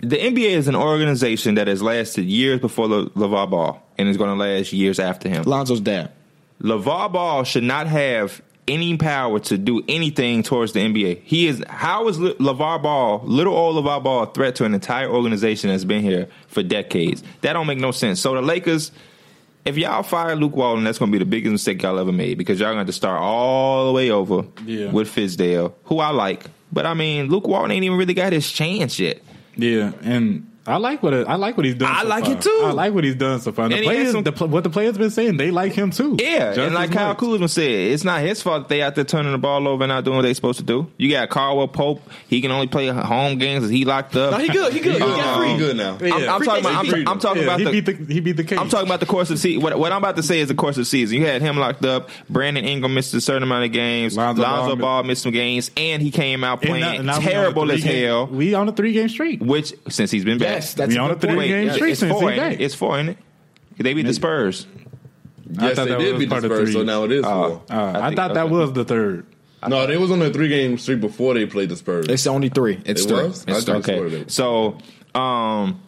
Speaker 2: the NBA is an organization that has lasted years before Le- LeVar Ball and is going to last years after him.
Speaker 1: Lonzo's dad.
Speaker 2: LeVar Ball should not have any power to do anything towards the NBA. He is how is Le- LeVar Ball, little old LeVar Ball, a threat to an entire organization that's been here for decades? That don't make no sense. So the Lakers, if y'all fire Luke Walton, that's going to be the biggest mistake y'all ever made because y'all going to start all the way over
Speaker 4: Yeah.
Speaker 2: with Fizdale, who I like, but I mean Luke Walton ain't even really got his chance yet.
Speaker 4: Yeah, and I like what I like what he's done.
Speaker 2: I
Speaker 4: so
Speaker 2: like
Speaker 4: far.
Speaker 2: it too.
Speaker 4: I like what he's done so far. And the
Speaker 2: And he has
Speaker 4: players,
Speaker 2: some-
Speaker 4: the, pl- what the players been saying, they like him too.
Speaker 2: Yeah,
Speaker 4: Just
Speaker 2: and like
Speaker 4: as
Speaker 2: Kyle
Speaker 4: much.
Speaker 2: Kuzma said, it's not his fault that they out there turning the ball over and not doing what they supposed to do. You got Caldwell Pope; he can only play home games. He locked up.
Speaker 1: No, he good. He good. He got
Speaker 3: Uh,
Speaker 1: free.
Speaker 3: pretty good now.
Speaker 2: I'm, I'm
Speaker 1: Free
Speaker 2: talking
Speaker 1: agent,
Speaker 2: about.
Speaker 1: free
Speaker 2: I'm, I'm talking
Speaker 4: Yeah,
Speaker 2: about
Speaker 4: he
Speaker 2: the.
Speaker 4: beat the he beat the
Speaker 2: <laughs>
Speaker 4: case.
Speaker 2: I'm talking about the course of season. What, what I'm about to say is the course of season. You had him locked up. Brandon Ingram missed a certain amount of games.
Speaker 4: Lonzo
Speaker 2: Lonzo, Ball,
Speaker 4: Ball-
Speaker 2: missed some games, and he came out
Speaker 4: And
Speaker 2: playing
Speaker 4: now- now we on a
Speaker 2: terrible as
Speaker 4: three-game-
Speaker 2: hell.
Speaker 4: We on a three game streak.
Speaker 2: Which since he's been back,
Speaker 1: Yes, that's
Speaker 4: We
Speaker 1: a
Speaker 4: on
Speaker 1: good
Speaker 4: a three
Speaker 1: point.
Speaker 4: game
Speaker 1: Yeah,
Speaker 4: streak
Speaker 2: it's
Speaker 1: it's-
Speaker 4: since
Speaker 2: four.
Speaker 4: he
Speaker 2: Ain't it?
Speaker 4: back.
Speaker 2: It's four, ain't it? They beat the Spurs.
Speaker 4: I
Speaker 3: yes,
Speaker 4: thought
Speaker 3: they
Speaker 4: that
Speaker 3: did
Speaker 4: was
Speaker 3: beat the
Speaker 4: part of
Speaker 3: Spurs,
Speaker 4: three.
Speaker 3: so now it is
Speaker 2: Oh.
Speaker 3: four.
Speaker 4: Uh, I,
Speaker 2: I think-
Speaker 4: thought that
Speaker 2: okay.
Speaker 4: was the third.
Speaker 3: no, they was on a three game streak before they played the Spurs.
Speaker 1: It's only three. It's
Speaker 3: It
Speaker 1: three.
Speaker 3: was?
Speaker 2: It's-
Speaker 3: I thought it was
Speaker 2: okay.
Speaker 3: Florida.
Speaker 2: So, um,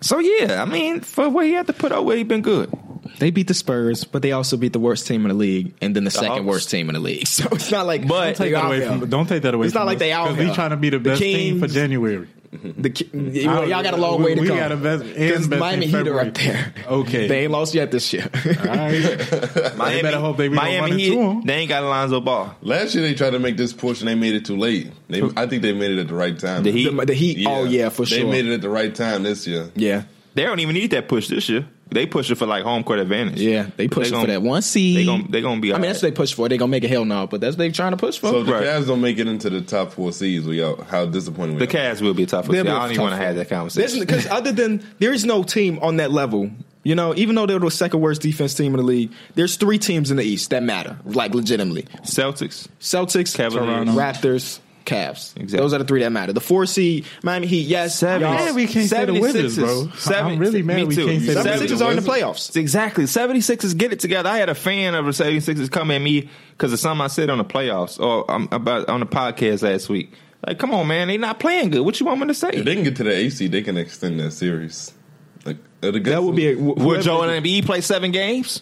Speaker 2: so yeah, I mean, for what he had to put out, where he been good.
Speaker 1: They beat the Spurs, but they also beat the worst team in the league and then the, second
Speaker 2: Hawks.
Speaker 1: worst team in the league. <laughs> So it's not like
Speaker 2: But-
Speaker 1: they
Speaker 4: Take that
Speaker 1: out
Speaker 4: away
Speaker 1: here.
Speaker 4: from, don't take that away.
Speaker 1: It's not
Speaker 4: from
Speaker 1: like
Speaker 4: us,
Speaker 1: they out
Speaker 4: we
Speaker 1: here.
Speaker 4: trying to be the
Speaker 1: The
Speaker 4: best team for
Speaker 1: Kings-
Speaker 4: January.
Speaker 1: The, ki- y'all y'all got a long
Speaker 4: we-
Speaker 1: way to
Speaker 4: we
Speaker 1: go.
Speaker 4: got a best- and best
Speaker 1: Miami
Speaker 4: in
Speaker 1: Heat are
Speaker 4: February.
Speaker 1: up there.
Speaker 4: Okay.
Speaker 1: they ain't lost yet this year.
Speaker 4: All right.
Speaker 2: Miami,
Speaker 4: better hope they- we don't run
Speaker 2: Miami
Speaker 4: into
Speaker 2: Heat,
Speaker 4: him.
Speaker 2: they ain't got Alonzo Ball.
Speaker 3: Last year they tried to make this push and they made it too late. They, I think they made it at the right time.
Speaker 2: The Heat.
Speaker 1: <laughs> the, the Heat. Oh yeah, for
Speaker 3: they
Speaker 1: sure.
Speaker 3: They made it at the right time this year.
Speaker 1: Yeah,
Speaker 2: They don't even need that push this year. They push it for like home court advantage.
Speaker 1: yeah. They pushing
Speaker 2: gon-
Speaker 1: for that one seed.
Speaker 2: They gonna they gonna be.
Speaker 1: I mean, that's what they push for. They gonna make it hell no, but that's what they trying to push for.
Speaker 3: So if the
Speaker 2: Right.
Speaker 3: Cavs don't make it into the top four seeds. We are how disappointed we
Speaker 2: the
Speaker 3: are.
Speaker 2: Cavs will be tough. I
Speaker 1: They'll
Speaker 2: don't
Speaker 1: be a
Speaker 2: even
Speaker 1: tough
Speaker 2: want to have that
Speaker 1: There's
Speaker 2: conversation.
Speaker 1: because other than there is no team on that level. You know, even though they're the second worst defense team in the league, there's three teams in the East that matter, like legitimately:
Speaker 2: Celtics.
Speaker 1: Celtics,
Speaker 2: Cavaliers.
Speaker 1: Toronto, Raptors, Cavs.
Speaker 2: Exactly.
Speaker 1: Those are the three that matter. The four seed, Miami Heat, yes,
Speaker 2: Seven.
Speaker 1: y'all-
Speaker 2: Man,
Speaker 4: Man, we can't say the winners, bro.
Speaker 2: 76ers.
Speaker 4: I'm really mad
Speaker 2: Me
Speaker 4: we
Speaker 2: too.
Speaker 4: can't say the
Speaker 2: 76ers
Speaker 4: winners.
Speaker 1: Celtics are in the playoffs.
Speaker 2: Exactly. 76ers get it together. I had a fan of the 76ers come at me because of something I said on the playoffs or um, about on the podcast last week. Like, come on, man. They not playing good. What you want me to say?
Speaker 3: If they can get to the AC, they can extend that series. Like uh, the
Speaker 1: That would be a,
Speaker 2: Would
Speaker 1: whoever-
Speaker 2: Joel Embiid play seven games?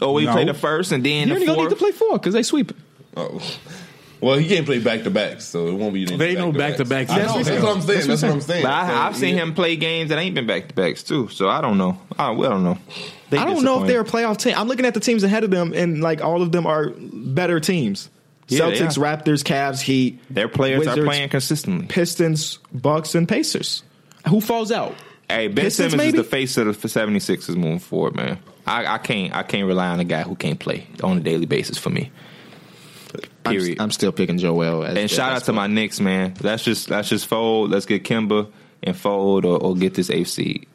Speaker 2: Or will he
Speaker 4: No.
Speaker 2: play the first and then
Speaker 1: You
Speaker 2: the
Speaker 1: only gonna need to
Speaker 2: fourth?
Speaker 1: play four because they sweep. it.
Speaker 3: Oh. Well, he can't play back to backs, so it won't be. any
Speaker 4: They know
Speaker 3: back-to-backs.
Speaker 4: back-to-backs.
Speaker 3: I
Speaker 4: That's
Speaker 3: know,
Speaker 4: what-
Speaker 3: That's what I'm saying. That's what I'm saying.
Speaker 1: <laughs>
Speaker 2: But I,
Speaker 3: So,
Speaker 2: I've seen
Speaker 3: yeah.
Speaker 2: him play games that ain't been back to backs too, so I don't know. I, well, I don't know. They
Speaker 1: I don't know if
Speaker 2: disappointed.
Speaker 1: they're a playoff team. I'm looking at the teams ahead of them, and like all of them are better teams.
Speaker 2: Yeah, they
Speaker 1: Celtics, Raptors, Cavs, Heat.
Speaker 2: their players are
Speaker 1: Wizards,
Speaker 2: playing consistently.
Speaker 1: Pistons, Bucks, and Pacers. Who falls out?
Speaker 2: Hey, Ben
Speaker 1: Pistons,
Speaker 2: Simmons
Speaker 1: maybe?
Speaker 2: is the face of the 76ers moving forward, man. I, I can't I can't rely on a guy who can't play on a daily basis for me. Period.
Speaker 1: I'm, I'm still picking Joel. As
Speaker 2: and shout out to my Knicks, man. Let's just let's just fold. Let's get Kimba and fold or, or get this eighth seed.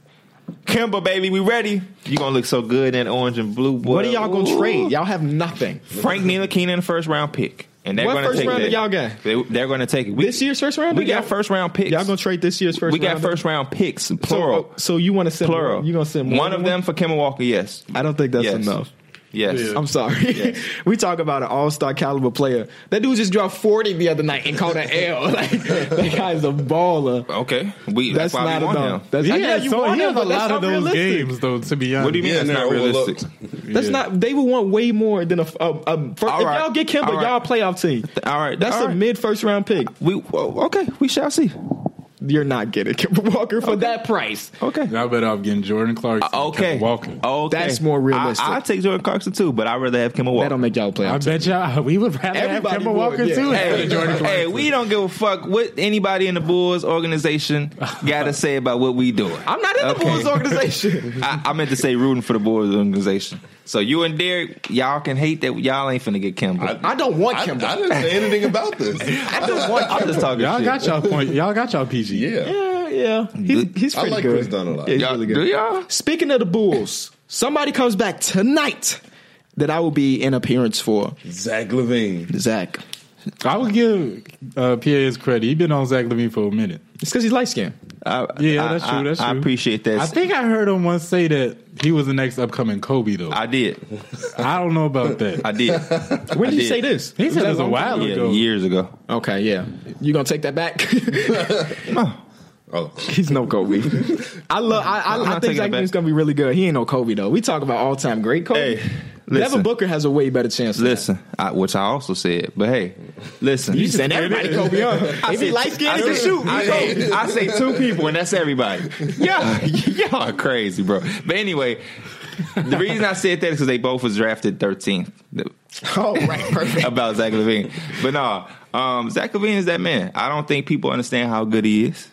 Speaker 2: Kimba, baby, we ready. You gonna look so good in that orange and blue. Boy.
Speaker 1: What are y'all gonna
Speaker 2: Ooh.
Speaker 1: trade? Y'all have nothing.
Speaker 2: Frank Ntilikina in the first round pick, and they're
Speaker 1: What
Speaker 2: gonna
Speaker 1: first
Speaker 2: take
Speaker 1: round
Speaker 2: that.
Speaker 1: did y'all get?
Speaker 2: They, they're gonna take it. We,
Speaker 1: This year's first round.
Speaker 2: we
Speaker 1: Y'all-
Speaker 2: got first round picks.
Speaker 1: Y'all gonna trade this year's first?
Speaker 2: we got
Speaker 1: round?
Speaker 2: first round picks,
Speaker 1: So,
Speaker 2: plural.
Speaker 1: oh, So you want to send
Speaker 2: plural.
Speaker 1: You gonna send more
Speaker 2: one
Speaker 1: than
Speaker 2: of them for Kemba Walker? Yes.
Speaker 1: I don't think that's
Speaker 2: Yes.
Speaker 1: enough.
Speaker 2: Yes.
Speaker 4: Yeah.
Speaker 1: I'm sorry. <laughs> we talk about an all star caliber player. That dude just dropped 40 the other night and caught
Speaker 2: <laughs>
Speaker 1: an L. <laughs> Like that guy's a baller.
Speaker 2: Okay. We.
Speaker 1: That's,
Speaker 2: That's, why
Speaker 1: not
Speaker 2: we want
Speaker 1: enough.
Speaker 2: him.
Speaker 1: That's,
Speaker 4: He
Speaker 1: I-
Speaker 4: has, so he has
Speaker 1: but
Speaker 4: a lot
Speaker 1: that's
Speaker 4: of
Speaker 1: not
Speaker 4: those
Speaker 1: realistic.
Speaker 4: games though. To be honest,
Speaker 2: What do you mean?
Speaker 3: Yeah,
Speaker 2: it's
Speaker 3: and
Speaker 2: not
Speaker 3: they're
Speaker 2: realistic.
Speaker 3: overlooked.
Speaker 1: That's
Speaker 4: Yeah.
Speaker 1: not. They would want way more than a. a, a first,
Speaker 2: All
Speaker 1: if
Speaker 2: right.
Speaker 1: y'all get Kemba,
Speaker 2: All right.
Speaker 1: y'all a playoff team.
Speaker 2: All right.
Speaker 1: That's
Speaker 2: All
Speaker 1: a
Speaker 2: right.
Speaker 1: mid first round pick.
Speaker 2: We well, okay. We shall see.
Speaker 1: you're not getting Kemba Walker for that price.
Speaker 2: Okay.
Speaker 4: Y'all better off getting Jordan Clarkson. and
Speaker 2: Okay. Oh,
Speaker 4: Kemba Walker.
Speaker 2: Okay.
Speaker 1: That's more realistic.
Speaker 2: I, I take Jordan Clarkson too, but I'd rather have Kemba
Speaker 1: That
Speaker 2: Walker.
Speaker 1: don't make y'all play.
Speaker 4: I bet y'all we would rather
Speaker 1: Everybody
Speaker 4: have Kemba
Speaker 1: would,
Speaker 4: Walker
Speaker 1: yeah.
Speaker 4: too.
Speaker 2: Hey,
Speaker 4: instead of Jordan
Speaker 2: hey,
Speaker 4: Clarkson.
Speaker 2: we don't give a fuck what anybody in the Bulls organization got
Speaker 4: <laughs>
Speaker 2: to say about what we doing.
Speaker 1: I'm not in the
Speaker 2: Okay.
Speaker 1: Bulls organization.
Speaker 2: I, I meant to say rooting for the Bulls organization. So you and Derek, y'all can hate that. Y'all ain't finna get Kemba.
Speaker 1: I don't want
Speaker 3: I, I
Speaker 1: Kemba.
Speaker 3: didn't say anything about
Speaker 1: <laughs>
Speaker 3: this.
Speaker 2: I, just want. I'm just talking
Speaker 4: y'all
Speaker 2: shit.
Speaker 4: got y'all point. Y'all got y'all PG.
Speaker 3: Yeah.
Speaker 1: yeah, yeah. He, he's
Speaker 3: I
Speaker 1: pretty
Speaker 3: like
Speaker 1: good.
Speaker 3: Chris Dunn a lot.
Speaker 1: Yeah, he's
Speaker 2: Y'all-
Speaker 1: really
Speaker 2: do
Speaker 1: good.
Speaker 2: y'all?
Speaker 1: Speaking of the Bulls, somebody comes back tonight that I will be in appearance for.
Speaker 3: Zach Levine.
Speaker 1: Zach.
Speaker 4: I would give uh, Pierre his credit. He been on Zach Levine for a minute.
Speaker 1: It's because he's light skinned.
Speaker 2: I,
Speaker 4: Yeah,
Speaker 2: I-
Speaker 4: that's true.
Speaker 2: I-
Speaker 4: That's true.
Speaker 2: I appreciate that.
Speaker 4: I think I heard him once say that he was the next upcoming Kobe though. I,
Speaker 2: I did.
Speaker 4: don't know about that.
Speaker 2: I
Speaker 4: <laughs>
Speaker 2: did.
Speaker 1: When did
Speaker 2: I
Speaker 1: you say this?
Speaker 4: he said it was a
Speaker 1: long
Speaker 4: while
Speaker 1: time?
Speaker 2: yeah,
Speaker 4: ago.
Speaker 2: years ago.
Speaker 1: Okay, yeah. You gonna take that back?
Speaker 3: Oh,
Speaker 1: he's no Kobe. <laughs> I love. I,
Speaker 2: I'm
Speaker 1: I, I think
Speaker 2: not taking it
Speaker 1: Zach
Speaker 2: back.
Speaker 1: Levine's gonna be really good. He ain't no Kobe though. We talk about all time great Kobe.
Speaker 2: Hey,
Speaker 1: Devin
Speaker 2: listen.
Speaker 1: Booker has a way better chance. than that.
Speaker 2: Listen, I, which I also said, but hey, listen.
Speaker 1: You saying everybody Kobe? Huh? If he
Speaker 2: said-
Speaker 1: light skinned,
Speaker 2: I
Speaker 1: he can
Speaker 2: said-
Speaker 1: shoot.
Speaker 2: I,
Speaker 1: He Kobe.
Speaker 2: say- I say two people, and that's everybody. Yeah, <laughs> y'all are crazy, bro. But anyway, the reason I said that is because they both was drafted 13th The-
Speaker 1: All right,
Speaker 3: <laughs>
Speaker 1: perfect.
Speaker 2: about Zach Levine. But no, um, Zach Levine is that man. I don't think people understand how good he is.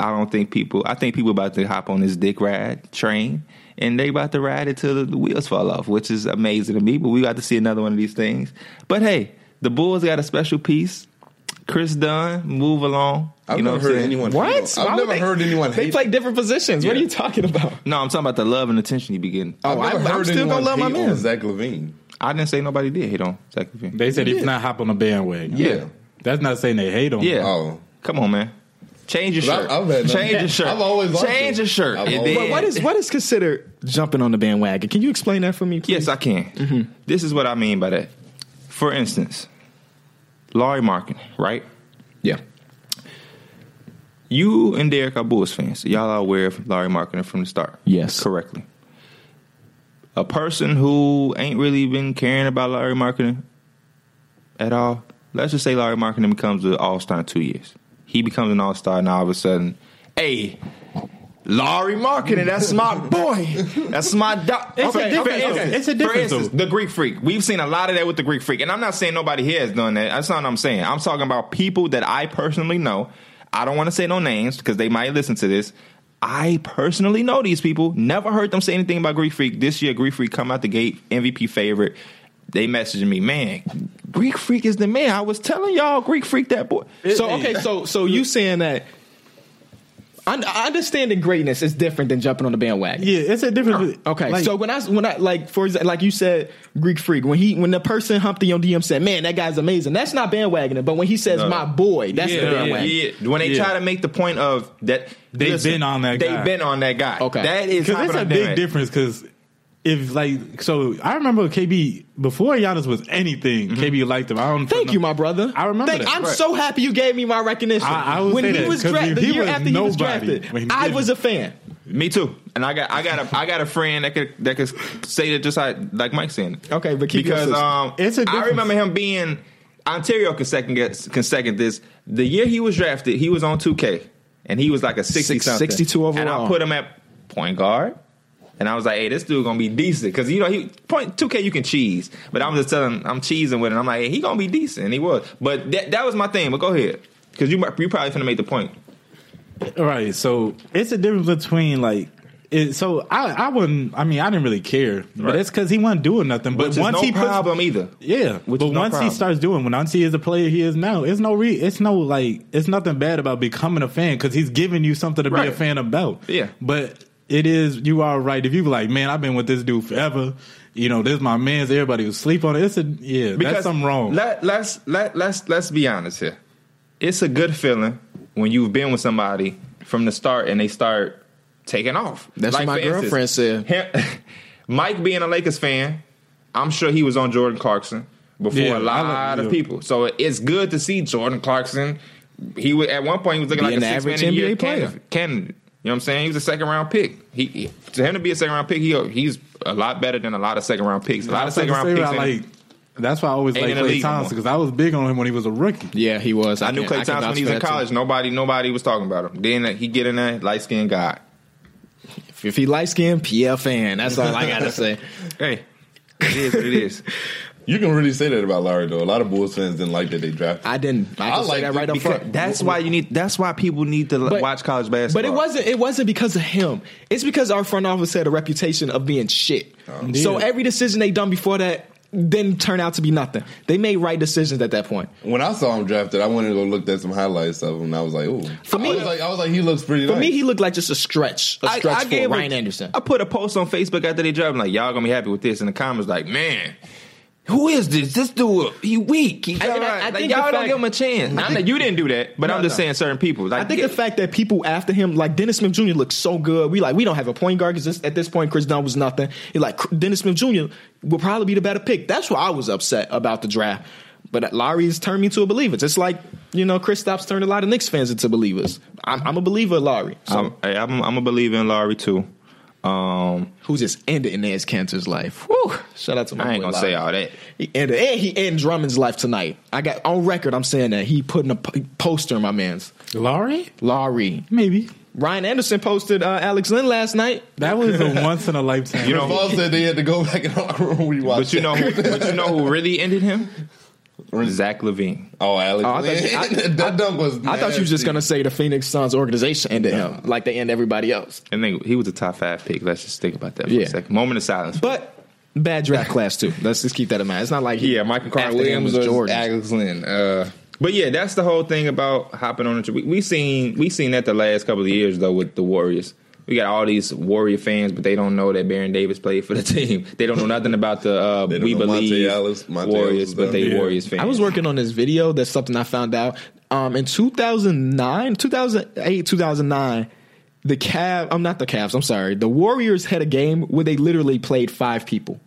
Speaker 2: I don't think people. I think people about to hop on this dick ride train, and they about to ride it till the, the wheels fall off, which is amazing to me. But we got to see another one of these things. But hey, the Bulls got a special piece. Chris Dunn, move along.
Speaker 3: I've
Speaker 2: you know what
Speaker 3: never
Speaker 2: I'm
Speaker 3: heard
Speaker 2: saying?
Speaker 3: anyone.
Speaker 1: <laughs>
Speaker 3: hate
Speaker 1: What? Why
Speaker 3: him. I've
Speaker 1: would
Speaker 3: never
Speaker 1: they-
Speaker 3: heard anyone.
Speaker 1: They
Speaker 3: hate
Speaker 1: play different positions. What are
Speaker 3: Yeah.
Speaker 1: you talking
Speaker 3: <laughs>
Speaker 1: about?
Speaker 2: No, I'm talking about the love and attention he be getting.
Speaker 1: Oh, I,
Speaker 3: I've never
Speaker 1: I'm
Speaker 3: heard
Speaker 1: still gonna
Speaker 3: anyone
Speaker 1: love my
Speaker 3: hate on
Speaker 1: man.
Speaker 3: Zach Levine.
Speaker 2: I didn't say nobody did hit on Zach Levine.
Speaker 4: They said he's not hop on the bandwagon.
Speaker 2: Yeah,
Speaker 4: That's not saying they hate him.
Speaker 2: yeah.
Speaker 3: Oh.
Speaker 2: Come on, man. Change your
Speaker 3: Well,
Speaker 2: shirt.
Speaker 3: I've had none.
Speaker 2: Change your shirt.
Speaker 3: I've always liked
Speaker 2: change
Speaker 3: it.
Speaker 2: your shirt.
Speaker 3: I've
Speaker 2: And
Speaker 3: always-
Speaker 2: then-
Speaker 1: But what is what is considered jumping on the bandwagon? Can you explain that for me? Please?
Speaker 2: Yes, I can.
Speaker 1: Mm-hmm.
Speaker 2: This is what I mean by that. For instance, Laurie Markin, right?
Speaker 1: Yeah.
Speaker 2: You and Derek are Bulls fans. Y'all are aware of Laurie Markin from the start.
Speaker 1: Yes.
Speaker 2: Correctly. A person who ain't really been caring about Larry Marketing at all. Let's just say Larry Marketing becomes an all star in two years. He becomes an all star, and all of a sudden, hey, Larry Marketing, that's my boy. That's my dog.
Speaker 4: It's a difference, though. It's a difference,
Speaker 2: For instance, the Greek Freak. We've seen a lot of that with the Greek Freak. And I'm not saying nobody here has done that. That's not what I'm saying. I'm talking about people that I personally know. I don't want to say no names because they might listen to this. I personally know these people. Never heard them say anything about Greek Freak. This year, Greek Freak come out the gate, MVP favorite. They messaging me, man, Greek Freak is the man. I was telling y'all, Greek Freak that boy.
Speaker 1: So okay, so so you saying that un- understanding greatness is different than jumping on the bandwagon?
Speaker 4: Yeah, it's a different.
Speaker 1: Okay,
Speaker 4: like,
Speaker 1: so when I when I like for example, like you said, Greek freak. When he when the person humped your DM said, "Man, that guy's amazing." That's not bandwagoning, but when he says,
Speaker 2: No.
Speaker 1: "My boy," that's the bandwagon.
Speaker 2: yeah. When they
Speaker 4: Yeah.
Speaker 2: try to make the point of that,
Speaker 4: They've been on that
Speaker 2: They've
Speaker 4: guy.
Speaker 2: been on that guy.
Speaker 1: Okay.
Speaker 2: that is
Speaker 4: Because it's
Speaker 2: hopping
Speaker 4: a
Speaker 2: on
Speaker 4: big
Speaker 2: that.
Speaker 4: difference. Because if like, so I remember KB before Giannis was anything. KB liked him. I don't.
Speaker 1: Mm-hmm. Thank you, my brother.
Speaker 4: I remember
Speaker 1: Thank,
Speaker 4: that.
Speaker 1: I'm
Speaker 4: Right.
Speaker 1: so happy you gave me my recognition.
Speaker 4: I- I would
Speaker 1: when
Speaker 4: say
Speaker 1: he
Speaker 4: that,
Speaker 1: was
Speaker 4: 'cause
Speaker 1: drafted,
Speaker 4: if
Speaker 1: the
Speaker 4: he
Speaker 1: year
Speaker 4: was
Speaker 1: after he was
Speaker 4: nobody
Speaker 1: drafted,
Speaker 4: when he
Speaker 1: I
Speaker 4: didn't.
Speaker 1: was a fan.
Speaker 2: Me too. And I got I got a I got a friend that could that could say that just like like Mike saying. it.
Speaker 1: Okay, but keep your
Speaker 2: because
Speaker 1: system.
Speaker 2: um,
Speaker 4: It's a
Speaker 2: I
Speaker 4: difference.
Speaker 2: remember him being Ontario can second guess, can second this. The year he was drafted, he was on two K, and he was like a sixty
Speaker 1: Six-
Speaker 2: something,
Speaker 1: 62 overall.
Speaker 2: And I put him at point guard. And I was like, "Hey, this dude gonna be decent because you know he point two K you can cheese, but I'm just telling I'm cheesing with it. I'm like, hey, he gonna be decent, and he was. But that that was my thing. But go ahead, because you you probably finna make the point.
Speaker 4: Right. So it's a difference between like. It, so I, I wouldn't. I mean, I didn't really care, but
Speaker 2: Right.
Speaker 4: it's because he wasn't doing nothing. But
Speaker 2: Which is
Speaker 4: once
Speaker 2: no
Speaker 4: he puts,
Speaker 2: problem either.
Speaker 4: yeah,
Speaker 2: Which
Speaker 4: but
Speaker 2: is no
Speaker 4: once he
Speaker 2: problem.
Speaker 4: starts doing, when once he is the player he is now, it's no re, it's no like, it's nothing bad about becoming a fan because he's giving you something to be a
Speaker 2: Right.
Speaker 4: fan about.
Speaker 2: Yeah.
Speaker 4: but it is you are right if you be like, man, I've been with this dude forever. You know, this my man's. Everybody who sleep on it. It's a yeah. that's something wrong.
Speaker 2: Let, let's let let's let's be honest here. It's a good feeling when you've been with somebody from the start and they start taking off.
Speaker 1: That's what my
Speaker 2: for
Speaker 1: girlfriend said.
Speaker 2: him- <laughs> Mike being a Lakers fan, I'm sure he was on Jordan Clarkson before
Speaker 4: Yeah,
Speaker 2: a
Speaker 4: I
Speaker 2: lot
Speaker 4: like-
Speaker 2: of
Speaker 4: yeah.
Speaker 2: people. So it's good to see Jordan Clarkson. He was, at one point he was looking
Speaker 1: Be
Speaker 2: like
Speaker 1: an
Speaker 2: a six
Speaker 1: average
Speaker 2: man a year
Speaker 1: NBA player.
Speaker 2: candidate. candidate. You know what I'm saying? He was a second round pick. He, he to him to be a second round pick, he he's a lot better than a lot of second round picks. A lot
Speaker 4: I
Speaker 2: of
Speaker 4: was about
Speaker 2: second
Speaker 4: to
Speaker 2: round picks.
Speaker 4: say that,
Speaker 2: in-
Speaker 4: like That's why I always
Speaker 2: Ain't
Speaker 4: like
Speaker 2: in the
Speaker 4: Clay
Speaker 2: league no
Speaker 4: Thompson
Speaker 2: more.
Speaker 4: because I was big on him when he was a rookie.
Speaker 1: Yeah, he was.
Speaker 2: I knew
Speaker 1: can-
Speaker 2: Clay
Speaker 1: can
Speaker 2: Thompson
Speaker 1: vouch
Speaker 2: when he was
Speaker 1: for
Speaker 2: in
Speaker 1: that, too.
Speaker 2: college. Nobody, nobody was talking about him. Then uh, he get in that light skinned guy.
Speaker 1: If- If he light skinned, PF fan. That's all I gotta say.
Speaker 2: Hey, it is what it <laughs> is.
Speaker 3: You can really say that about Larry though. A lot of Bulls fans didn't like that they drafted.
Speaker 1: I
Speaker 3: him.
Speaker 1: didn't. I,
Speaker 3: I
Speaker 1: can say
Speaker 3: liked
Speaker 1: that
Speaker 3: it
Speaker 1: right up
Speaker 3: because-
Speaker 1: front.
Speaker 2: That's why you need. That's why people need to
Speaker 1: But-
Speaker 2: watch college basketball.
Speaker 1: But it wasn't. It wasn't because of him. It's because our front office had a reputation of being shit. So
Speaker 4: Yeah.
Speaker 1: every decision they done before that didn't turn out to be nothing. They made right decisions at that point.
Speaker 3: When I saw him drafted, I wanted to go looked at some highlights of him. and I was like, ooh.
Speaker 1: For
Speaker 3: I
Speaker 1: me-
Speaker 3: was like, I was like, he looks pretty.
Speaker 1: For
Speaker 3: nice.
Speaker 1: me, he looked like just a stretch. A stretch for
Speaker 2: a-
Speaker 1: Ryan Anderson.
Speaker 2: I put a post on Facebook after they dropped. I'm like, y'all gonna be happy with this. And the comments like, man, who is this? This dude, he weak. He
Speaker 1: I- I- I
Speaker 2: like,
Speaker 1: think
Speaker 2: y'all
Speaker 1: the
Speaker 2: don't
Speaker 1: fact-
Speaker 2: give him a chance. Now, you didn't do that, but I'm just
Speaker 1: no.
Speaker 2: saying certain people. Like,
Speaker 5: I think
Speaker 2: yeah,
Speaker 5: the fact that people after him, like Dennis Smith Jr., looks so good. We like we don't have a point guard because at this point Chris Dunn was nothing. And like Dennis Smith Jr. will probably be the better pick. That's why I was upset about the draft. But Larry's turned me to a believer. Just like you know, Chris Stops turned a lot of Knicks fans into believers. I'm, I'm a believer of Larry, so,
Speaker 2: I'm, hey, I'm, I'm a believer in Larry too. Um,
Speaker 1: who just ended Inez Cantor's life. Whew. Shout out to my
Speaker 2: I ain't
Speaker 1: boy
Speaker 2: gonna
Speaker 1: Lowry.
Speaker 2: say all that.
Speaker 1: He ended, and he ended Drummond's life tonight. I got on record. I'm saying that he putting a p- poster in my man's
Speaker 4: Laurie?
Speaker 1: Laurie.
Speaker 4: Maybe.
Speaker 1: Ryan Anderson posted uh, Alex Lynn last night.
Speaker 4: That was <laughs> a once in a lifetime.
Speaker 2: You
Speaker 3: You know,
Speaker 2: know,
Speaker 3: Paul said they had to go <laughs> back in the locker room when you watched.
Speaker 2: but you know, who, but you know who really ended him? Zach Levine.
Speaker 3: oh, Alex,
Speaker 1: Oh, I thought you- I-
Speaker 3: Lynn. <laughs> that dunk was.
Speaker 1: I thought you were just gonna say the Phoenix Suns organization ended him, like they end everybody else.
Speaker 2: And then he was a top five pick. Let's just think about that for
Speaker 1: Yeah.
Speaker 2: a second. Moment of silence.
Speaker 1: But bad draft class too. Let's just keep that in mind. It's not like he-
Speaker 2: Yeah, Michael Carter
Speaker 1: after him
Speaker 2: Williams
Speaker 1: was
Speaker 2: was
Speaker 1: Jordan.
Speaker 2: Alex Lynn. Uh, but yeah, that's the whole thing about hopping on the trip. We, we seen we seen that the last couple of years though with the Warriors. We got all these Warrior fans, but they don't know that Baron Davis played for the <laughs> team. They don't know nothing about the uh,
Speaker 3: don't
Speaker 2: we
Speaker 3: know Monte
Speaker 2: believe
Speaker 3: Ellis- Monte Ellis
Speaker 2: Warriors,
Speaker 3: is
Speaker 2: but they
Speaker 3: down there.
Speaker 2: Warriors fans.
Speaker 1: I was working on this video. That's something I found out. Um, in 2009, 2008, 2009, the Cav, I'm not the Cavs, I'm sorry. The Warriors had a game where they literally played five people.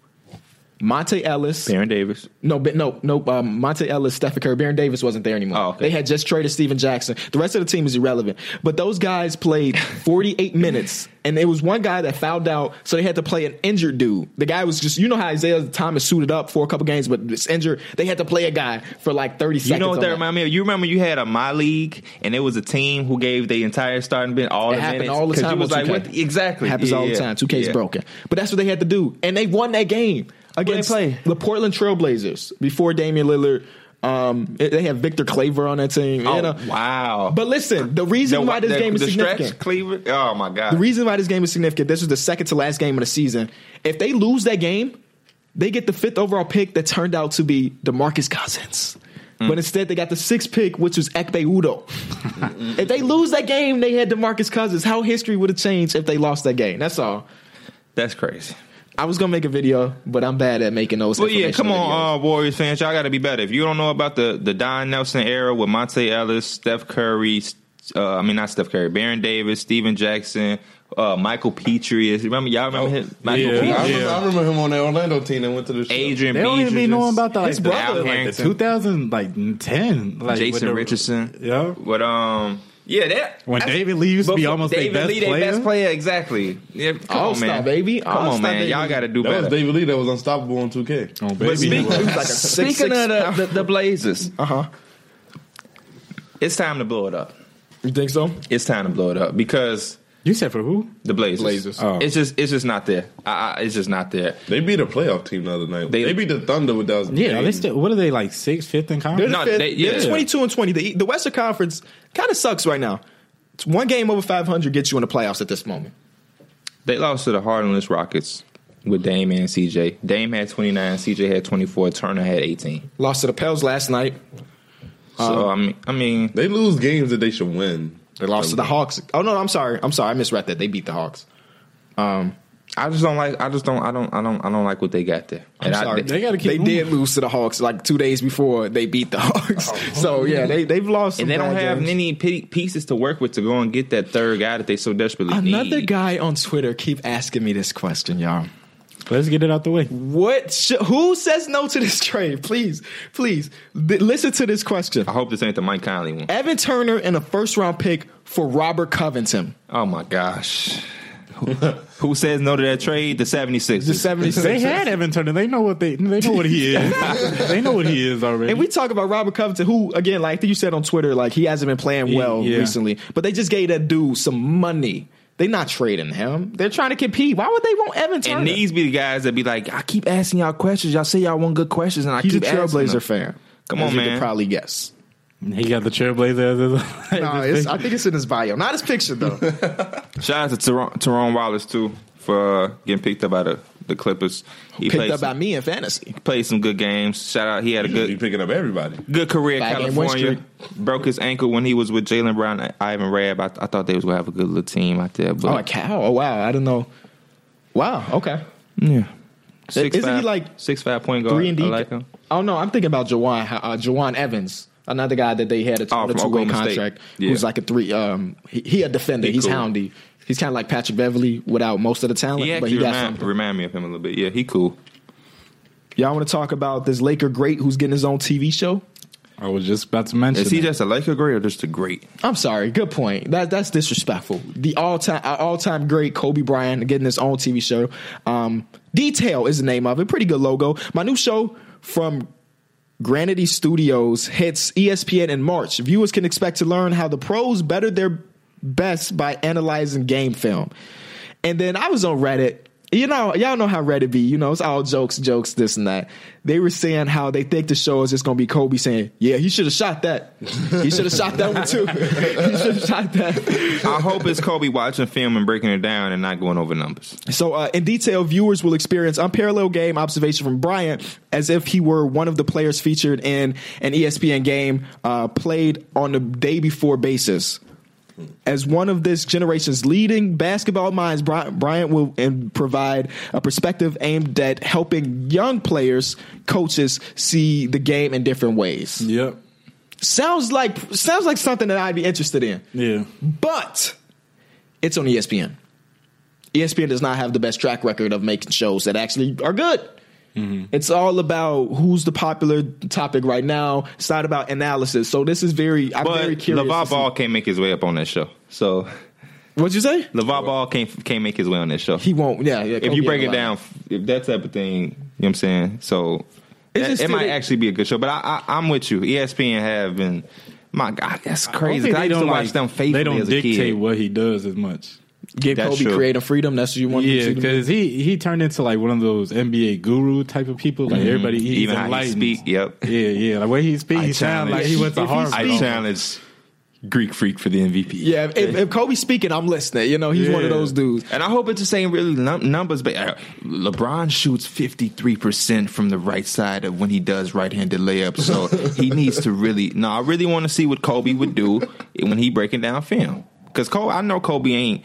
Speaker 1: Monte Ellis.
Speaker 2: Baron Davis.
Speaker 1: No, but no, no. Um, Monte Ellis, Stephen Curry, Baron Davis wasn't there anymore.
Speaker 2: Oh, okay.
Speaker 1: They had just traded Steven Jackson. The rest of the team is irrelevant. But those guys
Speaker 2: <laughs>
Speaker 1: played 48 minutes, and it was one guy that fouled out, so they had to play an injured dude. The guy was just, you know how Isaiah Thomas suited up for a couple games, but it's injured. They had to play a guy for like 30 seconds.
Speaker 2: You know what
Speaker 1: on
Speaker 2: that remind me of? You remember you had a my league, and it was a team who gave the entire starting bench all
Speaker 1: It
Speaker 2: the
Speaker 1: happened
Speaker 2: minutes.
Speaker 1: all the
Speaker 2: 'Cause
Speaker 1: time.
Speaker 2: You was
Speaker 1: on
Speaker 2: like,
Speaker 1: 2K.
Speaker 2: what? exactly
Speaker 1: Happens
Speaker 2: Yeah,
Speaker 1: all the
Speaker 2: yeah.
Speaker 1: time. 2K's
Speaker 2: Yeah.
Speaker 1: broken, but that's what they had to do, and they won that game against
Speaker 2: play?
Speaker 1: the Portland Trailblazers before Damian Lillard. Um, they had Victor Claver on that team.
Speaker 2: Oh,
Speaker 1: you know?
Speaker 2: wow!
Speaker 1: But listen, the reason
Speaker 2: The-
Speaker 1: why this
Speaker 2: the-
Speaker 1: game is
Speaker 2: the
Speaker 1: significant.
Speaker 2: stretch, Cleveland. Oh my god!
Speaker 1: The reason why this game is significant. This was the second to last game of the season. If they lose that game, they get the fifth overall pick that turned out to be DeMarcus Cousins.
Speaker 2: Hmm.
Speaker 1: But instead, they got the sixth pick, which was Ekpe
Speaker 2: <laughs>
Speaker 1: Udo. if they lose that game, they had DeMarcus Cousins. How history would have changed if they lost that game? That's all.
Speaker 2: That's crazy.
Speaker 1: I was gonna make a video, but I'm bad at making those.
Speaker 2: Well, yeah, come
Speaker 1: informational videos.
Speaker 2: on, uh, Warriors fans, y'all got to be better. If you don't know about the the Don Nelson era with Monte Ellis, Steph Curry, uh, I mean not Steph Curry, Baron Davis, Steven Jackson, uh, Michael Petrius. Remember y'all remember him? Michael
Speaker 4: yeah.
Speaker 3: I
Speaker 2: Petrie?
Speaker 3: remember,
Speaker 4: Yeah.
Speaker 3: I remember him on that Orlando team that went to the show.
Speaker 2: Adrian.
Speaker 4: They don't even be
Speaker 2: Beatrice,
Speaker 4: knowing about the like,
Speaker 1: His
Speaker 4: the-
Speaker 1: brother,
Speaker 4: like, the
Speaker 2: Harrington.
Speaker 4: 2000 like 10 like with
Speaker 2: Jason
Speaker 4: the-
Speaker 2: Richardson.
Speaker 4: Yeah.
Speaker 2: But um, yeah, that
Speaker 4: When
Speaker 2: that's-
Speaker 4: David Lee used to be
Speaker 2: before-
Speaker 4: almost their
Speaker 2: David
Speaker 4: best
Speaker 2: Lee, they
Speaker 4: player.
Speaker 2: best player, exactly. Yeah, come on,
Speaker 1: All-star,
Speaker 2: man,
Speaker 1: baby.
Speaker 2: Come on,
Speaker 1: All-star
Speaker 2: man,
Speaker 1: David
Speaker 2: y'all
Speaker 1: Lee.
Speaker 2: got to do
Speaker 3: That was
Speaker 2: better.
Speaker 3: David Lee that was unstoppable on 2K.
Speaker 4: Oh,
Speaker 2: But
Speaker 4: baby.
Speaker 2: speak-
Speaker 1: Like a six,
Speaker 2: speaking
Speaker 1: six
Speaker 2: of the, the, the Blazers,
Speaker 1: Uh huh.
Speaker 2: Uh-huh. it's time to blow it up.
Speaker 1: You think so?
Speaker 2: It's time to blow it up because
Speaker 4: You said for who?
Speaker 2: The Blazers.
Speaker 1: Blazers.
Speaker 4: Oh.
Speaker 2: It's just it's just not there. I, I, it's just not there.
Speaker 3: They beat a playoff team the other night.
Speaker 2: They-
Speaker 3: They, beat the Thunder with that.
Speaker 4: Yeah, they still, what are they like sixth, fifth in
Speaker 5: they're,
Speaker 4: conference?
Speaker 5: the
Speaker 2: No,
Speaker 5: fifth.
Speaker 2: they- yeah.
Speaker 5: they're 22 and 20.
Speaker 1: E,
Speaker 5: The, the Western Conference kind of sucks right now. It's one game over 500 gets you in the playoffs at this moment.
Speaker 2: They lost to the Hardenless Rockets with Dame and CJ. Dame had 29, CJ had 24, Turner had 18.
Speaker 1: Lost to the Pels last night.
Speaker 2: So I mean, I mean,
Speaker 3: They lose games that they should win.
Speaker 1: They lost to the Hawks. Oh no, I'm sorry. I'm sorry. I misread that. They beat the Hawks.
Speaker 2: I just don't like. I just don't. I don't. I don't. I don't like what they got there.
Speaker 1: I'm
Speaker 2: And I-
Speaker 1: sorry.
Speaker 2: they-
Speaker 4: they gotta keep
Speaker 1: They
Speaker 4: moving. Oh.
Speaker 1: did lose to the Hawks like two days before they beat the Hawks. so yeah, they they've lost. Some
Speaker 2: and they don't
Speaker 1: bad
Speaker 2: have
Speaker 1: games.
Speaker 2: any p- pieces to work with to go and get that third guy that they so desperately need.
Speaker 1: Another guy on Twitter keep asking me this question, y'all.
Speaker 4: Let's get it out the way.
Speaker 1: What? Sh- who says no to this <laughs> trade? Please, please th- listen to this question.
Speaker 2: I hope this ain't the Mike Conley one.
Speaker 1: Evan Turner and a first round pick for Robert Covington.
Speaker 2: Oh my gosh. Who says no to that trade? The 76ers.
Speaker 1: The 76ers.
Speaker 4: They had Evan Turner. They know what they they know what he is. <laughs> they know what he is already.
Speaker 1: And we talk about Robert Covington, who again, like you said on Twitter, like he hasn't been playing well
Speaker 4: yeah.
Speaker 1: recently. But they just gave that dude some money. They're not trading him. They're trying to compete. Why would they want Evan Turner?
Speaker 2: and these be the guys that be like, I keep asking y'all questions. Y'all say y'all want good questions, and I
Speaker 1: He's a
Speaker 2: keep asking them.
Speaker 1: Trailblazer fan.
Speaker 2: Come
Speaker 1: as
Speaker 2: on,
Speaker 1: you
Speaker 2: man.
Speaker 1: Could probably guess.
Speaker 4: he got the trailblazer as
Speaker 2: <laughs>
Speaker 4: his. <laughs>
Speaker 1: No, it's, I think it's in his bio, not his picture though.
Speaker 2: Shout out to Teron, Teron Wallace too for uh, getting picked up by the, the Clippers. He
Speaker 1: <laughs> Picked
Speaker 2: played
Speaker 1: up by
Speaker 2: some,
Speaker 1: me in fantasy.
Speaker 2: played some good games. Shout out, he had a
Speaker 3: He
Speaker 2: good
Speaker 3: picking up everybody.
Speaker 2: good career in
Speaker 1: Five game win
Speaker 2: California. Broke his ankle when he was with Jalen Brown, and Ivan Rab. I, I thought they was gonna have a good little team out there,
Speaker 1: Oh,
Speaker 2: but
Speaker 1: a cow! Oh, wow! I don't know. Wow. Okay.
Speaker 2: yeah, six,
Speaker 1: Isn't he
Speaker 2: five-
Speaker 1: like
Speaker 2: six five point guard?
Speaker 1: Three and D.
Speaker 2: I like him.
Speaker 1: Oh no, I'm thinking about Jawan uh, Jawan Evans, another guy that they had a,
Speaker 2: Oh,
Speaker 1: on a
Speaker 2: from
Speaker 1: two way
Speaker 2: Oklahoma State.
Speaker 1: contract,
Speaker 2: Yeah.
Speaker 1: who's like a three. Um, he, he a defender.
Speaker 2: He
Speaker 1: he's
Speaker 2: cool.
Speaker 1: houndy. He's kind of like Patrick Beverly without most of the talent,
Speaker 2: He
Speaker 1: but
Speaker 2: actually
Speaker 1: he got
Speaker 2: remind,
Speaker 1: something.
Speaker 2: remind me of him a little bit. Yeah, he cool.
Speaker 1: Y'all want to talk about this Laker great who's getting his own TV show?
Speaker 4: I was just about to mention.
Speaker 2: Is he
Speaker 4: that.
Speaker 2: just a Laker great or just a great?
Speaker 1: I'm sorry. Good point. That that's disrespectful. The all time all time great Kobe Bryant getting his own TV show. Um, Detail is the name of it. Pretty good logo. My new show from Granity Studios hits E ESPN in March. Viewers can expect to learn how the pros better their best by analyzing game film. And then I was on Reddit. You know, y'all know how Reddit be. You know, it's all jokes, jokes, this and that. They were saying how they think the show is just going to be Kobe saying, "Yeah, he should have shot that. He should have shot that one too. <laughs> he should have shot that."
Speaker 2: I hope it's Kobe watching film and breaking it down and not going over numbers.
Speaker 1: So, uh, in detail, viewers will experience unparalleled game observation from Bryant as if he were one of the players featured in an E ESPN game uh, played on the day before basis. As one of this generation's leading basketball minds, Bry- Bryant will and provide a perspective aimed at helping young players, coaches see the game in different ways.
Speaker 4: Yep.
Speaker 1: Sounds like sounds like something that I'd be interested in
Speaker 4: Yeah.
Speaker 1: but it's on E ESPN. ESPN does not have the best track record of making shows that actually are good.
Speaker 2: Mm-hmm.
Speaker 1: It's all about who's the popular topic right now. It's not about analysis. So this is very. I'm
Speaker 2: But
Speaker 1: very curious. to
Speaker 2: LeVar
Speaker 1: see-
Speaker 2: Ball can't make his way up on that show. So
Speaker 1: What'd you say?
Speaker 2: LeVar Ball can't can't make his way on that show.
Speaker 1: He won't. Yeah. yeah
Speaker 4: Oh,
Speaker 2: if
Speaker 1: Kobe
Speaker 2: you break it
Speaker 1: Bryant.
Speaker 2: down, if that type of thing, you know what I'm saying? So
Speaker 1: It's
Speaker 2: that-
Speaker 1: just
Speaker 2: it might
Speaker 1: that it-
Speaker 2: actually be a good show. But I, I, I'm with you. E ESPN have been, my God, that's
Speaker 4: I
Speaker 2: crazy.
Speaker 4: think
Speaker 2: 'Cause I, used to watch
Speaker 4: like-
Speaker 2: them faithfully
Speaker 4: They don't
Speaker 2: as a
Speaker 4: dictate
Speaker 2: kid.
Speaker 4: what he does as much.
Speaker 1: give
Speaker 2: that's
Speaker 1: Kobe
Speaker 2: true.
Speaker 1: creative freedom. That's what you want.
Speaker 4: Yeah,
Speaker 1: to do.
Speaker 4: because he he turned into like one of those NBA guru type of people.
Speaker 1: Mm-hmm.
Speaker 4: Like everybody, he's
Speaker 2: Even how he
Speaker 4: enlightened.
Speaker 2: speak. Yep.
Speaker 4: Yeah, yeah. Like way he speaks, he sounds like he
Speaker 2: <laughs>
Speaker 4: went to
Speaker 1: if he
Speaker 4: Harvard.
Speaker 1: speaks-
Speaker 2: challenge Greek Freak for the MVP.
Speaker 1: yeah. If, if Kobe's speaking, I'm listening. You know, he's one of
Speaker 4: Yeah.
Speaker 1: those dudes.
Speaker 2: And I hope it's the same really num- numbers, but uh, LeBron shoots 53% from the right side of when he does right handed layups.
Speaker 4: <laughs>
Speaker 2: So he needs to really. No, I really want to see what Kobe would do when he breaking down film. Because Kobe, I know Kobe ain't.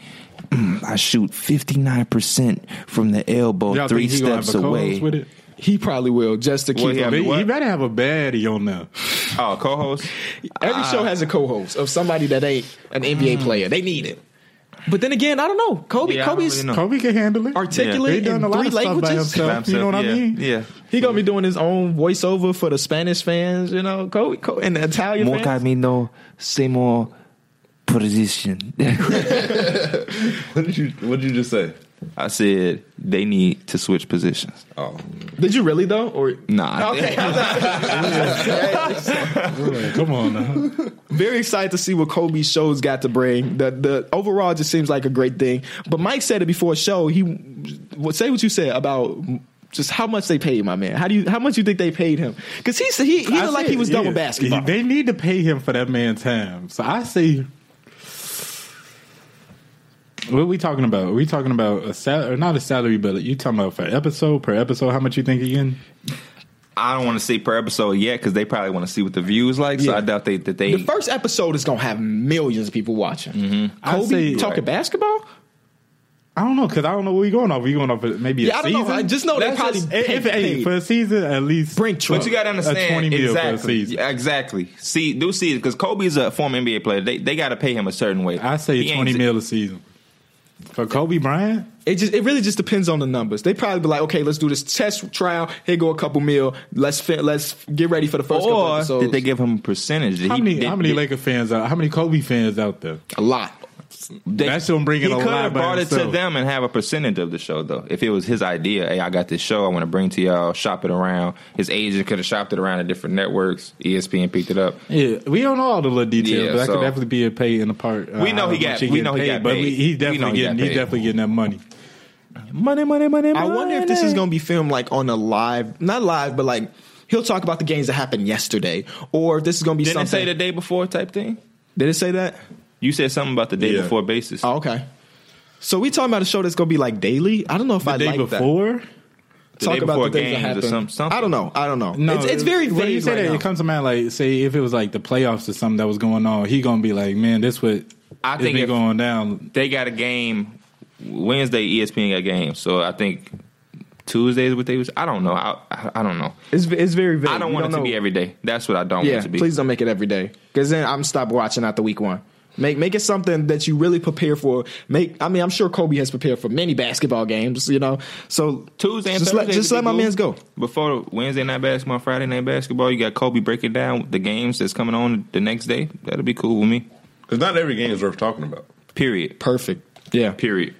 Speaker 2: "Mm, I shoot 59% from the elbow,
Speaker 4: Y'all
Speaker 2: three
Speaker 4: think he gonna have
Speaker 2: steps
Speaker 4: a co-host
Speaker 2: away.
Speaker 4: With it?
Speaker 1: He probably will just to keep.
Speaker 2: Well, yeah,
Speaker 1: up.
Speaker 2: I mean,
Speaker 4: He,
Speaker 2: what?
Speaker 4: he better have a baddie on there.
Speaker 2: Oh, co host?
Speaker 1: Every
Speaker 2: Ah.
Speaker 1: show has a co-host of somebody that ain't an NBA player. They need it. But then again, I don't know. Kobe,
Speaker 2: Mm. Yeah, I don't
Speaker 1: Kobe's
Speaker 2: really know.
Speaker 4: Kobe can handle it.
Speaker 1: articulate
Speaker 4: Yeah. He done a
Speaker 1: in
Speaker 4: lot
Speaker 1: three
Speaker 4: of stuff by
Speaker 1: languages.
Speaker 4: himself. You know what I
Speaker 2: yeah,
Speaker 4: mean?
Speaker 2: Yeah.
Speaker 1: He gonna be doing his own voiceover for the Spanish fans, you know, Kobe, Kobe and the Italian
Speaker 2: More
Speaker 1: fans.
Speaker 2: camino, say more position. <laughs>
Speaker 3: What did you What did you just say?
Speaker 2: I said they need to switch positions.
Speaker 3: Oh,
Speaker 1: Did you really though? Or
Speaker 2: Nah.
Speaker 1: okay,
Speaker 4: Like, come on now.
Speaker 1: very excited to see what Kobe's show's got to bring. The the overall just seems like a great thing. But Mike said it before show. He well, say what you said about just how much they paid my man. How do you how much you think they paid him? Because he said- he he
Speaker 4: I
Speaker 1: looked like he
Speaker 4: said,
Speaker 1: was done with
Speaker 4: yeah,
Speaker 1: basketball.
Speaker 4: They need to pay him for that man's time. So I say, what are we talking about? Are we talking about a salary, not a salary, but you talking about for episode per episode? How much you think again?
Speaker 2: I don't want to see per episode yet because they probably want to see what the views like. So
Speaker 4: Yeah.
Speaker 2: I doubt they that they.
Speaker 1: The first episode is gonna have millions of people watching.
Speaker 4: I
Speaker 1: Kobe
Speaker 4: say-
Speaker 1: talking basketball?
Speaker 4: I don't know because I don't know where we going off. We going off of maybe
Speaker 1: Yeah,
Speaker 4: a
Speaker 1: I don't
Speaker 4: season.
Speaker 1: know. I just know they
Speaker 4: That's
Speaker 1: probably
Speaker 4: just-
Speaker 1: paid-
Speaker 4: if, if- hey,
Speaker 1: paid.
Speaker 4: for a season at least.
Speaker 1: Bring Trump.
Speaker 2: but you got to understand
Speaker 4: A 20 mil for a
Speaker 2: exactly,
Speaker 4: season.
Speaker 2: exactly. See, do see because Kobe's a former NBA player. They they got to pay him a certain way.
Speaker 4: I say
Speaker 2: He ain't-
Speaker 4: twenty mil a season for Kobe Bryant.
Speaker 1: It just it really just depends on the numbers. They probably be like, okay, let's do this test trial. Here go a couple mil. Let's fit, let's get ready for the first couple
Speaker 2: Or
Speaker 1: episodes.
Speaker 2: did they give him a percentage? Did
Speaker 4: How many
Speaker 2: did-
Speaker 4: how many
Speaker 2: did-
Speaker 4: Laker fans out? How many Kobe fans out there?
Speaker 1: a lot?
Speaker 2: They-
Speaker 4: That's him bringing
Speaker 2: he
Speaker 4: a
Speaker 2: could
Speaker 4: lot
Speaker 2: have
Speaker 4: by
Speaker 2: brought it to
Speaker 4: himself.
Speaker 2: them and have a percentage of the show though. If it was his idea, hey, I got this show, I want to bring to y'all, shop it around. His agent could have shopped it around at different networks. E ESPN picked it up.
Speaker 4: Yeah, we don't know all the little details,
Speaker 2: Yeah,
Speaker 4: but that
Speaker 2: so-
Speaker 4: could definitely be a pay in the part. uh,
Speaker 2: We know he
Speaker 4: how
Speaker 2: got-
Speaker 4: much
Speaker 2: we
Speaker 4: getting
Speaker 2: know he
Speaker 4: paid,
Speaker 2: got
Speaker 4: but
Speaker 2: paid.
Speaker 4: we- he
Speaker 2: We know
Speaker 4: definitely
Speaker 2: he got
Speaker 4: getting he
Speaker 2: paid.
Speaker 4: definitely getting that money.
Speaker 2: Money, money, money, money.
Speaker 1: I wonder if this is going to be filmed like on a live, not live, but like he'll talk about the games that happened yesterday, or if this is going to be
Speaker 2: Didn't it
Speaker 1: something.
Speaker 2: say the day before type thing?
Speaker 1: Did it say that?
Speaker 2: You said something about the day
Speaker 3: Yeah.
Speaker 2: before basis.
Speaker 1: Oh, okay. So we talking about a show that's going to be like daily. I don't know if
Speaker 4: The
Speaker 1: I
Speaker 4: day
Speaker 1: like that.
Speaker 4: before,
Speaker 2: The
Speaker 1: Talk
Speaker 2: day
Speaker 1: about
Speaker 2: before
Speaker 1: the things that
Speaker 2: games or
Speaker 1: happened.
Speaker 2: some- something.
Speaker 1: I don't know. I don't know.
Speaker 4: no,
Speaker 1: it's, it's very
Speaker 4: When you
Speaker 1: vague
Speaker 4: say
Speaker 1: right
Speaker 4: that,
Speaker 1: now.
Speaker 4: it comes to mind like say if it was like the playoffs or something that was going on, he gonna be like, man, this what
Speaker 2: I
Speaker 4: it's
Speaker 2: think
Speaker 4: been
Speaker 2: if-
Speaker 4: going down.
Speaker 2: They got a game Wednesday. E ESPN got a game, so I think Tuesdays what they was. I don't know. I I, I don't know.
Speaker 1: it's, it's very vague.
Speaker 2: I don't
Speaker 1: We
Speaker 2: want it to
Speaker 1: know.
Speaker 2: be every day. That's what I don't want
Speaker 1: Yeah,
Speaker 2: it to be.
Speaker 1: please don't make it every day because then I'm stop watching after week one. Make make it something that you really prepare for. Make I mean I'm sure Kobe has prepared for many basketball games, you know. So
Speaker 2: Tuesday and
Speaker 1: just let
Speaker 2: Thursdays
Speaker 1: just
Speaker 2: would
Speaker 1: let
Speaker 2: be
Speaker 1: my
Speaker 2: cool.
Speaker 1: man's go.
Speaker 2: Before Wednesday night basketball, Friday night basketball, you got Kobe breaking down the games that's coming on the next day. That'll be cool with me.
Speaker 3: Because not every game is worth talking about.
Speaker 2: Period.
Speaker 1: Perfect. Yeah,
Speaker 2: Period.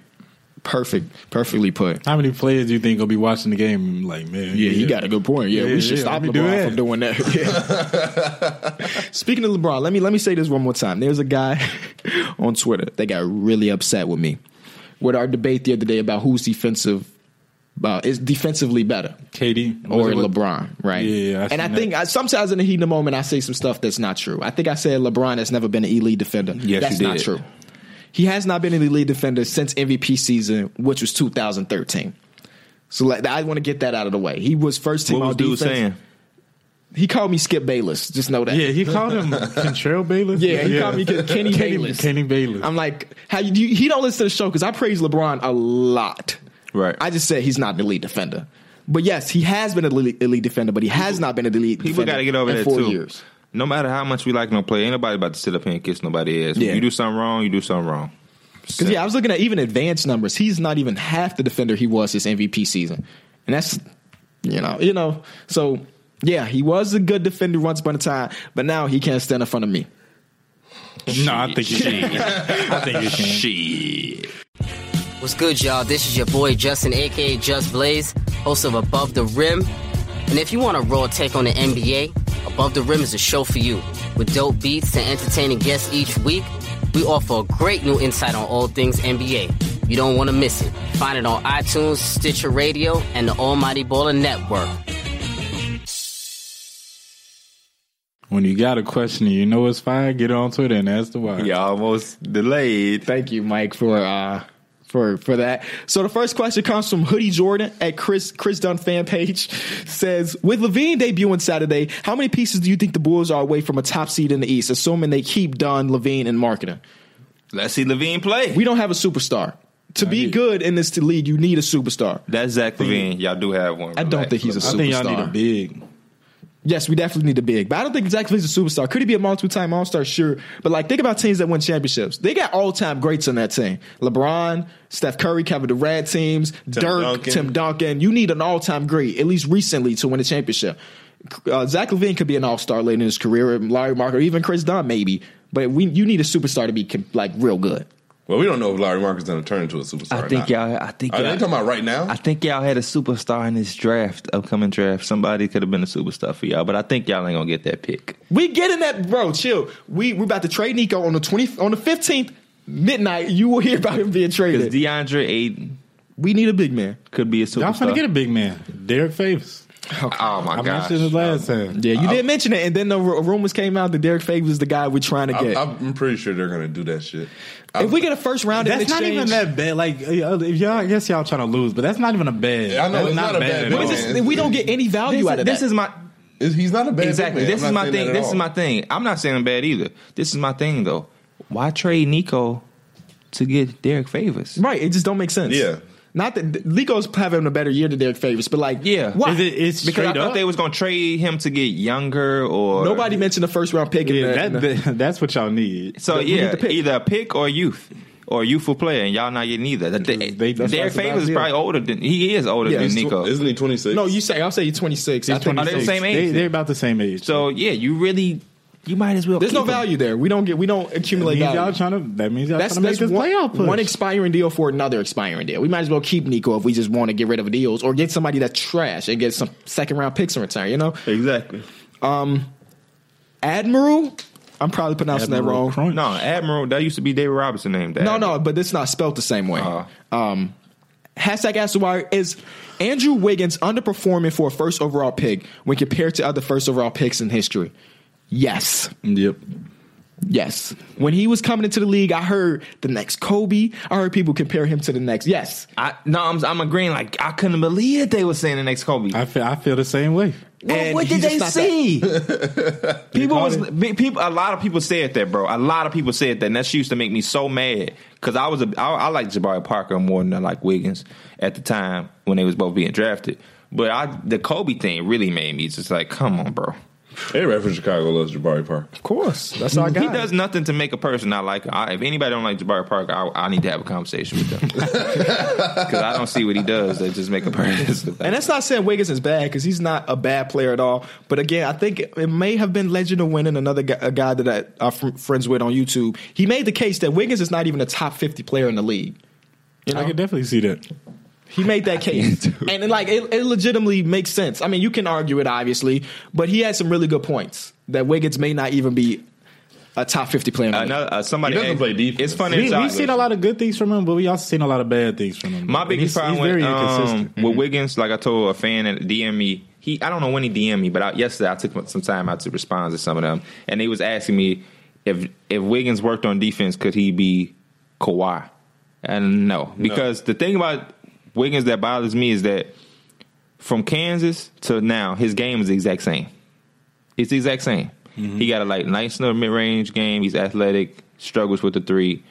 Speaker 1: perfect. Perfectly put.
Speaker 4: How many players do you think gonna be watching the game? Like, man,
Speaker 1: Yeah, he got a good point. Yeah,
Speaker 4: Yeah,
Speaker 1: we should
Speaker 4: yeah,
Speaker 1: stop
Speaker 4: let me do
Speaker 1: LeBron
Speaker 4: that.
Speaker 1: from doing that. <laughs>
Speaker 4: <laughs>
Speaker 1: Yeah. Speaking of LeBron, let me let me say this one more time. There's a guy <laughs> on Twitter that got really upset with me with our debate the other day about who's defensive, uh, is defensively better.
Speaker 4: KD
Speaker 1: or
Speaker 4: Was it what-
Speaker 1: LeBron, right?
Speaker 4: Yeah, I
Speaker 1: and
Speaker 4: seen
Speaker 1: I
Speaker 4: that.
Speaker 1: think I, sometimes in the heat of the moment, I say some stuff that's not true. I think I said LeBron has never been an elite defender.
Speaker 2: Yes,
Speaker 1: that's
Speaker 2: you
Speaker 1: not
Speaker 2: did.
Speaker 1: true. He has not been an elite defender since MVP season, which was 2013. So like, I want to get that out of the way. He was first team
Speaker 2: What was
Speaker 1: all
Speaker 2: dude
Speaker 1: defense.
Speaker 2: saying?
Speaker 1: He called me Skip Bayless. Just know that.
Speaker 4: Yeah, he
Speaker 1: <laughs>
Speaker 4: called him Contrell Bayless.
Speaker 1: Yeah, he called me Ken- Kenny Bayless.
Speaker 4: <laughs> Kenny Bayless.
Speaker 1: I'm like, how you, do you, he don't listen to the show because I praise LeBron a lot.
Speaker 2: Right.
Speaker 1: I just said he's not an elite defender. But yes, he has been an elite, elite defender, but he has not been an elite
Speaker 2: People
Speaker 1: defender
Speaker 2: got to get over
Speaker 1: in
Speaker 2: that
Speaker 1: four
Speaker 2: too.
Speaker 1: years.
Speaker 2: No matter how much we like no play, ain't nobody about to sit up here and kiss nobody ass.
Speaker 1: Yeah.
Speaker 2: If you do something wrong, you do something wrong.
Speaker 1: Because yeah, I was looking at even advanced numbers. He's not even half the defender he was his MVP season, and that's you know you know. So yeah, he was a good defender once upon a time, but now he can't stand in front of me.
Speaker 4: no, I think you can. I think you can.
Speaker 2: Shit.
Speaker 6: What's good, y'all? This is your boy Justin, aka Just Blaze, host of Above the Rim. And if you want a raw take on the NBA, Above the Rim is a show for you. With dope beats and entertaining guests each week, we offer a great new insight on all things NBA. You don't want to miss it. Find it on iTunes, Stitcher Radio, and the Almighty Baller Network.
Speaker 4: When you got a question and you know it's fine, get on Twitter and ask the why.
Speaker 2: You almost delayed.
Speaker 1: Thank you, Mike, for uh for for that. So the first question comes from Hoodie Jordan at Chris Chris Dunn fan page <laughs> says, with Levine debuting Saturday, how many pieces do you think the Bulls are away from a top seed in the East, assuming they keep Dunn, Levine, and marketing?
Speaker 2: Let's see Levine play.
Speaker 1: We don't have a superstar. To be
Speaker 4: need-
Speaker 1: good in this league, you need a superstar.
Speaker 2: That's Zach Levine. Y'all do have one.
Speaker 1: I don't think he's a
Speaker 4: I
Speaker 1: superstar.
Speaker 4: think y'all need a big.
Speaker 1: yes, we definitely need a big. But I don't think Zach Levine's a superstar. Could he be a multiple-time All-Star? Sure. But like, think about teams that win championships. They got all-time greats on that team: LeBron, Steph Curry, Kevin Durant teams, Dirk,
Speaker 3: Duncan.
Speaker 1: Tim Duncan. You need an all-time great, at least recently, to win a championship. Uh, Zach Levine could be an All-Star later in his career, Larry Marker, even Chris Dunn, maybe. But we, you need a superstar to be com- like real good.
Speaker 3: Well, we don't know if Larry Mark is going to turn into a superstar. or not.
Speaker 2: I think
Speaker 3: Are they talking about right now?
Speaker 2: I think y'all had a superstar in this draft, upcoming draft. Somebody could have been a superstar for y'all, but I think y'all ain't gonna get that pick.
Speaker 1: We getting that, bro. Chill. We we about to trade Nico on the twenty on the fifteenth midnight. You will hear about him being
Speaker 2: Because
Speaker 1: traded.
Speaker 2: DeAndre Ayton
Speaker 1: we need a big man.
Speaker 2: could be a
Speaker 4: Y'all
Speaker 2: superstar.
Speaker 4: finna get a big man, Derek Favors.
Speaker 2: oh my
Speaker 4: I
Speaker 2: gosh.
Speaker 4: mentioned it last time.
Speaker 1: Yeah, you did mention it, and then the ru- rumors came out that Derek Favors is the guy we're trying to
Speaker 3: I,
Speaker 1: get.
Speaker 3: I'm pretty sure they're going to do that shit.
Speaker 1: if we get a first round, in
Speaker 4: That's not
Speaker 1: exchange-
Speaker 4: even that bad. Like uh, if y'all, I guess y'all trying to lose, but that's not even a bad.
Speaker 3: Yeah, I know,
Speaker 4: that's
Speaker 3: it's not a bad
Speaker 4: at
Speaker 3: bet.
Speaker 1: What
Speaker 4: all.
Speaker 1: is this? We don't get any value
Speaker 2: This,
Speaker 1: out
Speaker 2: is,
Speaker 1: of
Speaker 2: this
Speaker 1: that.
Speaker 2: is my
Speaker 3: Is- He's not a bad
Speaker 2: exactly.
Speaker 3: big man.
Speaker 2: This
Speaker 3: I'm
Speaker 2: is
Speaker 3: not
Speaker 2: my
Speaker 3: saying that
Speaker 2: thing.
Speaker 3: at
Speaker 2: This
Speaker 3: all.
Speaker 2: is my thing. I'm not saying I'm bad either. This is my thing though. Why trade Nico to get Derek Favors?
Speaker 1: right. It just don't make sense.
Speaker 3: Yeah.
Speaker 1: Not that Nico's having a better year than Derek Favors, but like,
Speaker 2: Yeah.
Speaker 1: why?
Speaker 4: Is it- it's
Speaker 2: Because I
Speaker 4: straight
Speaker 2: thought
Speaker 4: up?
Speaker 2: they was gonna trade him to get younger or
Speaker 1: Nobody mentioned the first round pick. in the-
Speaker 4: Yeah,
Speaker 1: in the-
Speaker 4: that, that- that's what y'all need.
Speaker 2: So
Speaker 1: But we
Speaker 2: yeah,
Speaker 1: need the pick.
Speaker 2: either a pick or youth or youthful player, and y'all not getting either. That- They,
Speaker 4: they- that's
Speaker 2: Derek
Speaker 4: what's about
Speaker 2: Favors is
Speaker 4: it.
Speaker 2: probably older than he is older
Speaker 1: Yeah,
Speaker 2: than
Speaker 1: he's tw-
Speaker 2: Nico.
Speaker 3: Isn't he 26?
Speaker 1: no, you say I'll say you're 26. I
Speaker 4: He's
Speaker 1: think-
Speaker 2: Are they the
Speaker 4: 26.
Speaker 2: same age?
Speaker 4: They, are about the same age.
Speaker 2: so yeah, you really you might as well.
Speaker 1: There's
Speaker 2: keep
Speaker 1: no
Speaker 2: him.
Speaker 1: value there. We don't get. We don't
Speaker 4: That means
Speaker 1: accumulate
Speaker 4: y'all
Speaker 1: value.
Speaker 4: trying to. That means y'all
Speaker 1: uh, That's
Speaker 4: trying to make
Speaker 1: that's
Speaker 4: this
Speaker 1: one,
Speaker 4: playoff push.
Speaker 1: one expiring deal for another expiring deal. We might as well keep Nico if we just want to get rid of deals or get somebody that's trash and get some second round picks in return. You know,
Speaker 7: Exactly.
Speaker 1: Admiral. I'm probably pronouncing
Speaker 4: Admiral
Speaker 1: that wrong.
Speaker 4: Crunch.
Speaker 2: No, Admiral. That used to be David Robinson named.
Speaker 1: No,
Speaker 2: Admiral.
Speaker 1: no, but it's not spelled the same way.
Speaker 2: Uh-huh.
Speaker 1: Um, hashtag Ask the Wire is Andrew Wiggins underperforming for a first overall pick when compared to other first overall picks in history? Yes.
Speaker 4: Yep.
Speaker 1: Yes. When he was coming into the league, I heard the next Kobe. I heard people compare him to the next. Yes.
Speaker 2: I, no, I'm, I'm agreeing. Like I couldn't believe that they were saying the next Kobe.
Speaker 4: I feel. I feel the same way.
Speaker 2: Well,
Speaker 1: And
Speaker 2: what did
Speaker 1: he's just
Speaker 2: they
Speaker 1: not
Speaker 2: see? people
Speaker 4: caught
Speaker 2: was
Speaker 4: it.
Speaker 2: be- people. A lot of people said that, bro. A lot of people said that, and that shit used to make me so mad because I was a, I, I like Jabari Parker more than I like Wiggins at the time when they was both being drafted. But I the Kobe thing really made me just like, come on, bro.
Speaker 3: Everybody from Chicago loves Jabari Park.
Speaker 1: Of course. That's our guy.
Speaker 2: He does nothing to make a person not like. I, if anybody don't like Jabari Parker, I, I need to have a conversation with them
Speaker 4: <laughs>
Speaker 2: because I don't see what he does that just make a person.
Speaker 1: And that's not saying Wiggins is bad because he's not a bad player at all. But again, I think it, it may have been Legend of Winning, another guy, a guy that I, I'm fr- friends with on YouTube. He made the case that Wiggins is not even a top 50 player in the league. You know?
Speaker 4: I can definitely see that.
Speaker 1: He made
Speaker 2: <laughs>
Speaker 1: that case, and then, like it, it legitimately makes sense. I mean, you can argue it obviously, but he had some really good points that Wiggins may not even be a top fifty player. in the league.
Speaker 2: Another, uh, somebody
Speaker 3: He doesn't
Speaker 2: asked-
Speaker 3: play defense.
Speaker 2: It's funny.
Speaker 4: We,
Speaker 2: as I-
Speaker 4: we've seen a lot of good things from him, but we also seen a lot of bad things from him.
Speaker 2: My
Speaker 4: Mm-hmm. And
Speaker 2: biggest
Speaker 4: he's-
Speaker 2: problem
Speaker 4: he's
Speaker 2: with,
Speaker 4: very
Speaker 2: um,
Speaker 4: inconsistent. Mm-hmm.
Speaker 2: with Wiggins, like I told a fan at DM me, he I don't know when he DM me, but I, yesterday I took some time out to respond to some of them, and they was asking me if if Wiggins worked on defense, could he be Kawhi? And no, because the thing about Wiggins that bothers me is that from Kansas to now, his game is the exact same. It's the exact same.
Speaker 4: Mm-hmm.
Speaker 2: He got a like nice little mid range game. He's athletic, struggles with the three.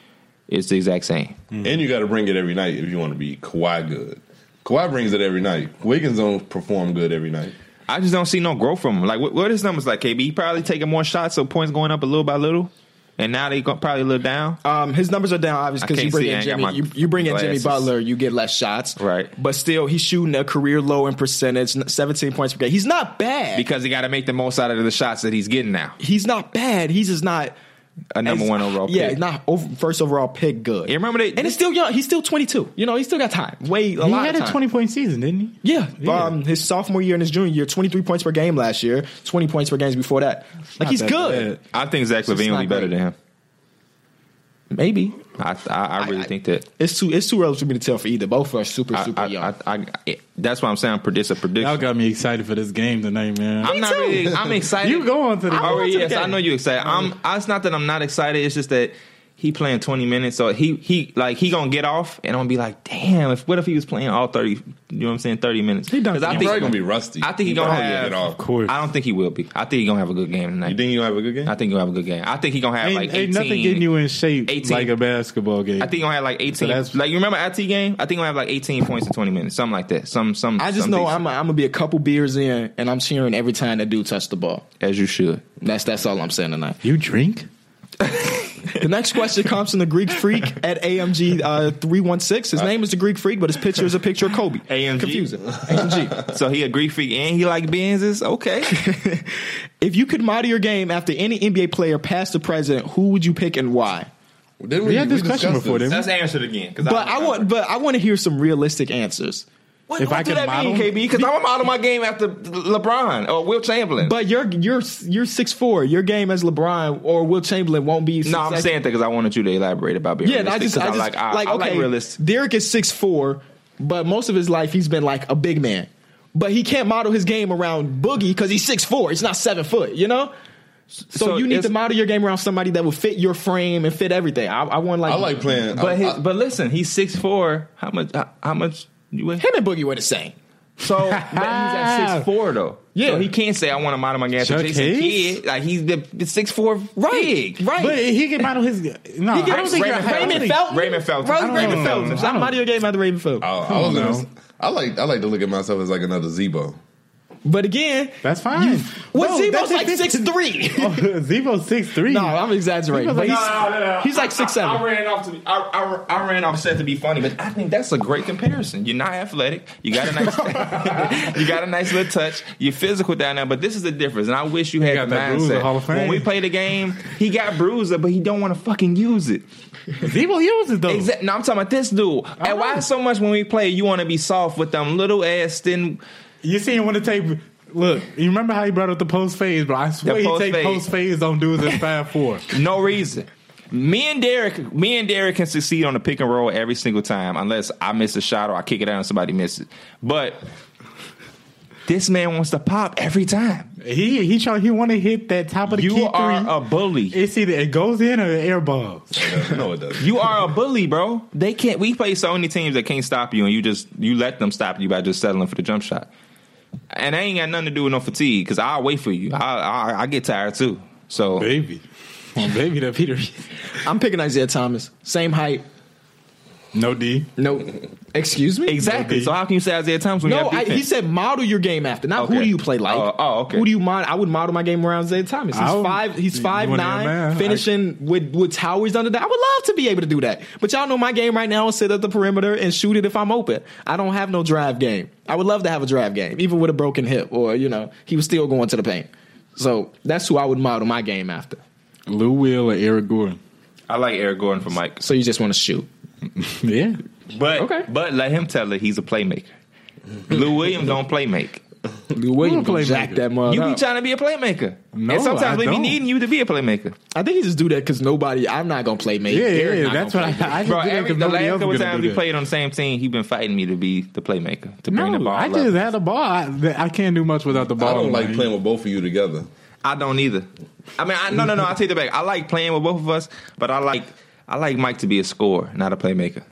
Speaker 2: It's the exact same.
Speaker 4: Mm.
Speaker 3: And you got to bring it every night if you want to be Kawhi good. Kawhi brings it every night. Wiggins don't perform good every night.
Speaker 2: I just don't see no growth from him. Like, what, what his numbers like, KB? He probably taking more shots, so points going up a little by little, and now they go, probably a little down.
Speaker 1: Um, his numbers are down obviously
Speaker 2: I
Speaker 1: because you
Speaker 2: can't
Speaker 1: bring
Speaker 2: see, I
Speaker 1: in
Speaker 2: ain't got
Speaker 1: Jimmy.
Speaker 2: my
Speaker 1: You, you bring in Jimmy
Speaker 2: glasses.
Speaker 1: Butler, you get less shots,
Speaker 2: Right.
Speaker 1: But still, he's shooting a career low in percentage, seventeen points per game. He's not bad.
Speaker 2: Because he got to make the most out of the shots that he's getting now.
Speaker 1: he's not bad. He's just not
Speaker 2: A number
Speaker 1: as-
Speaker 2: one overall
Speaker 1: Yeah,
Speaker 2: pick.
Speaker 1: not over, first overall pick. Good.
Speaker 2: Yeah, remember they-
Speaker 1: and it's still young. He's still twenty two. You know, he's still got time. Way a
Speaker 4: he
Speaker 1: lot
Speaker 4: had
Speaker 1: of
Speaker 4: a
Speaker 1: time.
Speaker 4: twenty point season, didn't he?
Speaker 1: Yeah,
Speaker 4: Yeah.
Speaker 1: Um, his sophomore year and his junior year, 23 points per game last year, 20 points per games before that. Like,
Speaker 4: Not
Speaker 1: he's
Speaker 4: that
Speaker 1: good.
Speaker 2: I think Zach
Speaker 1: just
Speaker 2: Levine will
Speaker 1: not
Speaker 2: be better
Speaker 1: great.
Speaker 2: than him.
Speaker 1: Maybe.
Speaker 2: I I, I really
Speaker 1: I-
Speaker 2: think that.
Speaker 1: It's too it's too early for me to tell for either. Both are super,
Speaker 2: I,
Speaker 1: super
Speaker 2: I,
Speaker 1: young.
Speaker 2: I, I, I- that's why I'm saying predict a prediction.
Speaker 4: Y'all got me excited for this game tonight, man.
Speaker 2: I'm not really. <laughs> I'm excited.
Speaker 4: You go on to the- I'm
Speaker 2: Oh
Speaker 4: going to
Speaker 2: yes,
Speaker 4: the
Speaker 2: I
Speaker 4: game.
Speaker 2: know you excited. I'm. I, it's not that I'm not excited. It's just that he playing 20 minutes, so he he like he gonna get off, and I'm gonna be like, damn. If what if he was playing all 30? You know what I'm saying? 30 minutes.
Speaker 4: He done-
Speaker 2: I
Speaker 4: he
Speaker 2: think
Speaker 3: probably gonna be rusty.
Speaker 2: I think he
Speaker 3: He
Speaker 2: gonna
Speaker 3: probably
Speaker 2: have.
Speaker 3: get off. Of
Speaker 4: course.
Speaker 2: I don't think he will be. I think he gonna have a good game tonight.
Speaker 3: You think you have a good game?
Speaker 2: I think he'll have a good game. I think he gonna have
Speaker 4: ain't,
Speaker 2: like 18.
Speaker 4: ain't nothing getting you in shape
Speaker 2: 18.
Speaker 4: like a basketball game.
Speaker 2: I think he'll have like 18.
Speaker 4: that's-
Speaker 2: like you remember IT game? I think he'll have like 18 points in 20 minutes, something like that. Some some.
Speaker 1: I just
Speaker 2: some
Speaker 1: know
Speaker 2: decent-
Speaker 1: I'm a, I'm gonna be a couple beers in, and I'm cheering every time that dude touched the ball.
Speaker 2: as you should.
Speaker 1: That's that's all I'm saying tonight.
Speaker 4: you drink.
Speaker 1: The next question comes from the Greek Freak at AMG uh, three one six. His name is the Greek Freak, but his picture is a picture of Kobe.
Speaker 2: AMG?
Speaker 1: confusing. AMG.
Speaker 2: So he a Greek freak and he like Benzes. Okay.
Speaker 1: <laughs> If you could model your game after any NBA player, past or present, who would you pick and why?
Speaker 3: Didn't
Speaker 4: We had this question
Speaker 3: discussed
Speaker 4: before,
Speaker 3: this?
Speaker 4: didn't we?
Speaker 2: Let's answer it again. Cause
Speaker 1: But I want, but I want to hear some realistic answers.
Speaker 2: What,
Speaker 4: If
Speaker 2: what
Speaker 4: I
Speaker 2: do
Speaker 4: could
Speaker 2: that mean,
Speaker 4: model-
Speaker 2: KB? Because I'm gonna model my game after LeBron or Will Chamberlain.
Speaker 1: But you're you're you're six four. Your game as LeBron or Will Chamberlain won't be.
Speaker 2: no, I'm
Speaker 1: success-
Speaker 2: saying that because I wanted you to elaborate about being
Speaker 1: yeah. and I
Speaker 2: realistic,
Speaker 1: just
Speaker 2: 'cause
Speaker 1: I
Speaker 2: I'm
Speaker 1: just
Speaker 2: like,
Speaker 1: like,
Speaker 2: I, I
Speaker 1: okay.
Speaker 2: like realistic.
Speaker 1: Derek is six four, but most of his life he's been like a big man. But he can't model his game around Boogie because he's six four. He's not seven foot. You know. So,
Speaker 2: So
Speaker 1: you need
Speaker 2: it's-
Speaker 1: to model your game around somebody that will fit your frame and fit everything. I, I want like
Speaker 3: I like playing. I-
Speaker 2: But his,
Speaker 3: I-
Speaker 2: but listen, he's six four. How much? How, how much? You weigh?
Speaker 1: him and Boogie were the same.
Speaker 2: <laughs> So but he's at six four though.
Speaker 1: Yeah.
Speaker 2: So he can't say I want to model my game after
Speaker 4: Chuck
Speaker 2: Jason
Speaker 4: Hayes?
Speaker 2: Kidd. Like he's the six four big.
Speaker 1: right.
Speaker 4: But he can model his. No, I
Speaker 1: can-
Speaker 4: don't think you're.
Speaker 1: Raymond
Speaker 4: I don't
Speaker 1: Felton.
Speaker 4: think-
Speaker 1: Felton?
Speaker 2: Raymond Felton.
Speaker 1: Rose
Speaker 2: I don't
Speaker 1: Raymond
Speaker 2: know.
Speaker 1: Felton.
Speaker 4: I
Speaker 1: Stop
Speaker 4: don't-
Speaker 1: model your game after Raymond Felton.
Speaker 3: Oh, I, I was
Speaker 4: on
Speaker 3: gonna,
Speaker 4: now.
Speaker 3: s- I like I like to look at myself as like another Zebo. <laughs>
Speaker 1: But again,
Speaker 4: That's fine.
Speaker 1: what
Speaker 4: No,
Speaker 1: Zebo's
Speaker 4: that's
Speaker 1: like
Speaker 4: just-
Speaker 1: six three.
Speaker 4: <laughs> Oh, Zebo's six
Speaker 1: <laughs>
Speaker 4: three.
Speaker 1: No, I'm exaggerating.
Speaker 4: Zebo's
Speaker 1: But
Speaker 4: like-
Speaker 1: he's,
Speaker 2: No, no, no.
Speaker 1: he's like six
Speaker 2: I,
Speaker 1: seven.
Speaker 2: I ran off to be, I, I, I ran off set to be funny, but I think that's a great comparison. You're not athletic. You got a nice <laughs> you got a nice little touch. You're physical down there, but this is the difference. And I wish you had
Speaker 4: got
Speaker 2: the
Speaker 4: that bruiser,
Speaker 2: mindset.
Speaker 4: Hall of Fame.
Speaker 2: When we play the game, he got bruiser, but he don't want to fucking use it.
Speaker 4: Zebo uses those.
Speaker 2: Exactly. No, I'm talking about this dude. And why
Speaker 4: right.
Speaker 2: so much when we play, you want to be soft with them little ass thin
Speaker 4: You see him when the tape. Look, you remember how he brought up the post phase, bro? I swear
Speaker 2: The
Speaker 4: he
Speaker 2: post
Speaker 4: take
Speaker 2: phase.
Speaker 4: post phase on dudes in five
Speaker 1: <laughs>
Speaker 4: four.
Speaker 2: No reason. Me and Derek, me and Derek can succeed on the pick and roll every single time, unless I miss a shot or I kick it out and somebody misses. But this man wants to pop every time.
Speaker 4: He he try he want to hit that top of the key
Speaker 2: You are
Speaker 4: three.
Speaker 2: a bully.
Speaker 4: it's either it goes in or it airballs.
Speaker 3: no, it doesn't.
Speaker 2: You are a bully, bro. They can't. We play so many teams that can't stop you, and you just you let them stop you by just settling for the jump shot. And I ain't got nothing to do with no fatigue because I'll wait for you. I, I I get tired too. So
Speaker 4: Baby, well, baby, that Peter.
Speaker 1: I'm picking Isaiah Thomas. Same height.
Speaker 4: No D.
Speaker 1: No, excuse me.
Speaker 2: exactly. So how can you say Isaiah Thomas when you
Speaker 1: No,
Speaker 2: have
Speaker 1: I,
Speaker 2: defense?
Speaker 1: he said model your game after. Not who
Speaker 2: Okay.
Speaker 1: do you play like.
Speaker 2: Oh, oh, okay.
Speaker 1: Who do you model? I would model my game around Zay Thomas. He's
Speaker 4: I would-
Speaker 1: five. He's
Speaker 4: you
Speaker 1: five
Speaker 4: wanna be a
Speaker 1: nine,
Speaker 4: man.
Speaker 1: finishing with with towers under that. I would love to be able to do that. But y'all know my game right now is sit at the perimeter and shoot it if I'm open. I don't have no drive game. I would love to have a drive game, even with a broken hip or you know he was still going to the paint. So that's who I would model my game after.
Speaker 4: Lou Will or Eric Gordon.
Speaker 2: I like Eric Gordon for Mike.
Speaker 1: So you just want to shoot.
Speaker 4: <laughs> Yeah,
Speaker 2: But
Speaker 1: Okay.
Speaker 2: but let him tell it he's a playmaker.
Speaker 4: Mm-hmm.
Speaker 2: Lou Williams don't play make.
Speaker 1: Lou Williams
Speaker 4: play
Speaker 1: gonna jack
Speaker 4: maker.
Speaker 1: that mug
Speaker 2: You be
Speaker 1: up.
Speaker 2: trying to be a playmaker.
Speaker 4: No,
Speaker 2: and sometimes
Speaker 4: I
Speaker 2: we be
Speaker 4: don't.
Speaker 2: needing you to be a playmaker.
Speaker 1: I think he just do that because nobody. I'm not gonna play me.
Speaker 4: yeah, yeah. that's what I. I just
Speaker 2: Bro,
Speaker 4: did it
Speaker 2: every,
Speaker 4: 'cause
Speaker 2: the
Speaker 4: nobody
Speaker 2: last
Speaker 4: else
Speaker 2: couple
Speaker 4: was gonna
Speaker 2: times
Speaker 4: do
Speaker 2: we
Speaker 4: that.
Speaker 2: played on the same team, he been fighting me to be the playmaker, to bring the
Speaker 4: No,
Speaker 2: ball
Speaker 4: I
Speaker 2: up.
Speaker 4: just had the ball. I, that- I can't do much without the ball.
Speaker 3: I don't like
Speaker 4: man.
Speaker 3: playing with both of you together.
Speaker 2: I don't either. I mean, I, no, no, no. I take that back. I like playing with both of us, but I like I like Mike to be a scorer, not a playmaker.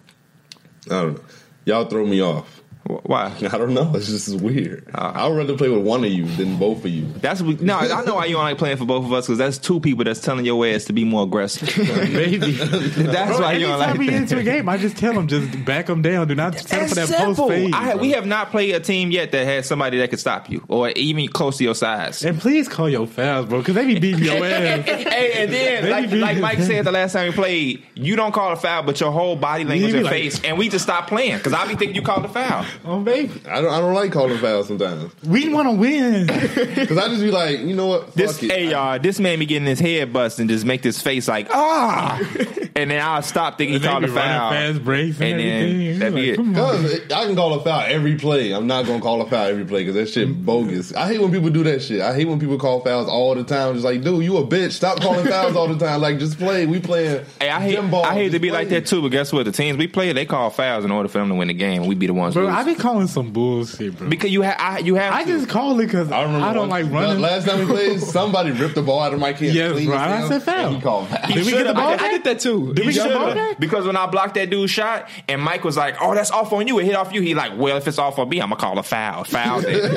Speaker 3: I don't know. Y'all throw me off.
Speaker 2: Wh- Why?
Speaker 3: I don't know. It's just weird.
Speaker 4: Ah.
Speaker 3: I'd rather play with one of you than both of you.
Speaker 2: That's what- no. I know why you don't like playing for both of us because that's two people that's telling your ass to be more aggressive. <laughs>
Speaker 4: <laughs> Baby.
Speaker 2: That's
Speaker 4: Bro,
Speaker 2: why you don't like
Speaker 4: anytime we
Speaker 2: that.
Speaker 4: get into a game, I just tell them just back them down. Do not settle for that post fade.
Speaker 2: I, we have not played a team yet that has somebody that could stop you or even close to your size.
Speaker 4: and please call your fouls, bro, because they be beating your ass.
Speaker 2: hey, and then like,
Speaker 4: Maybe.
Speaker 2: like Mike said the last time we played, you don't call a foul, but your whole body language
Speaker 4: be
Speaker 2: and
Speaker 4: like-
Speaker 2: face, and we just stop playing because I be thinking you called a foul.
Speaker 4: Oh, baby.
Speaker 3: I don't. I don't like calling fouls sometimes
Speaker 4: We want to win.
Speaker 3: because I just be like, you know what? Fuck
Speaker 2: This
Speaker 3: it.
Speaker 2: hey y'all, this made me get in his head bust and just make this face like
Speaker 4: <laughs>
Speaker 2: ah, and then I'll stop thinking he
Speaker 4: And they
Speaker 2: called a
Speaker 4: be running
Speaker 2: foul.
Speaker 4: fast breaks
Speaker 2: And
Speaker 4: and,
Speaker 2: then
Speaker 4: everything.
Speaker 2: that'd be
Speaker 4: Like,
Speaker 2: it.
Speaker 4: come on.
Speaker 3: Cause it- I can call a foul every play. I'm not gonna call a foul every play because that shit bogus. I hate when people do that shit. I hate when people call fouls all the time. Just like, dude, you a bitch. Stop calling fouls all the time. Like, just play. We playing.
Speaker 2: Hey, I hate
Speaker 3: gym ball.
Speaker 2: I hate to
Speaker 3: Just
Speaker 2: be like
Speaker 3: play.
Speaker 2: that too, but guess what? The teams we play, they call fouls in order for them to win the game, and we be the ones.
Speaker 4: Bro,
Speaker 2: losing.
Speaker 4: I be calling some bullshit, bro.
Speaker 2: because you have I, you have
Speaker 4: I
Speaker 2: to.
Speaker 4: just call it because I,
Speaker 3: remember one-
Speaker 4: don't like running.
Speaker 3: Last time we played, somebody ripped the ball out of my kid.
Speaker 4: Yes, bro, I said foul.
Speaker 3: He called foul.
Speaker 4: Did we get the
Speaker 2: should've-
Speaker 4: ball
Speaker 1: I
Speaker 4: back?
Speaker 1: did that too.
Speaker 4: Did we
Speaker 2: He
Speaker 4: get the ball
Speaker 2: should've,
Speaker 4: back?
Speaker 2: Because when I blocked that dude's shot, and Mike was like, "Oh, that's off on you. It hit off you." He like, "Well, if it's off on me, I'm gonna call a foul.
Speaker 1: <laughs>
Speaker 2: Foul then."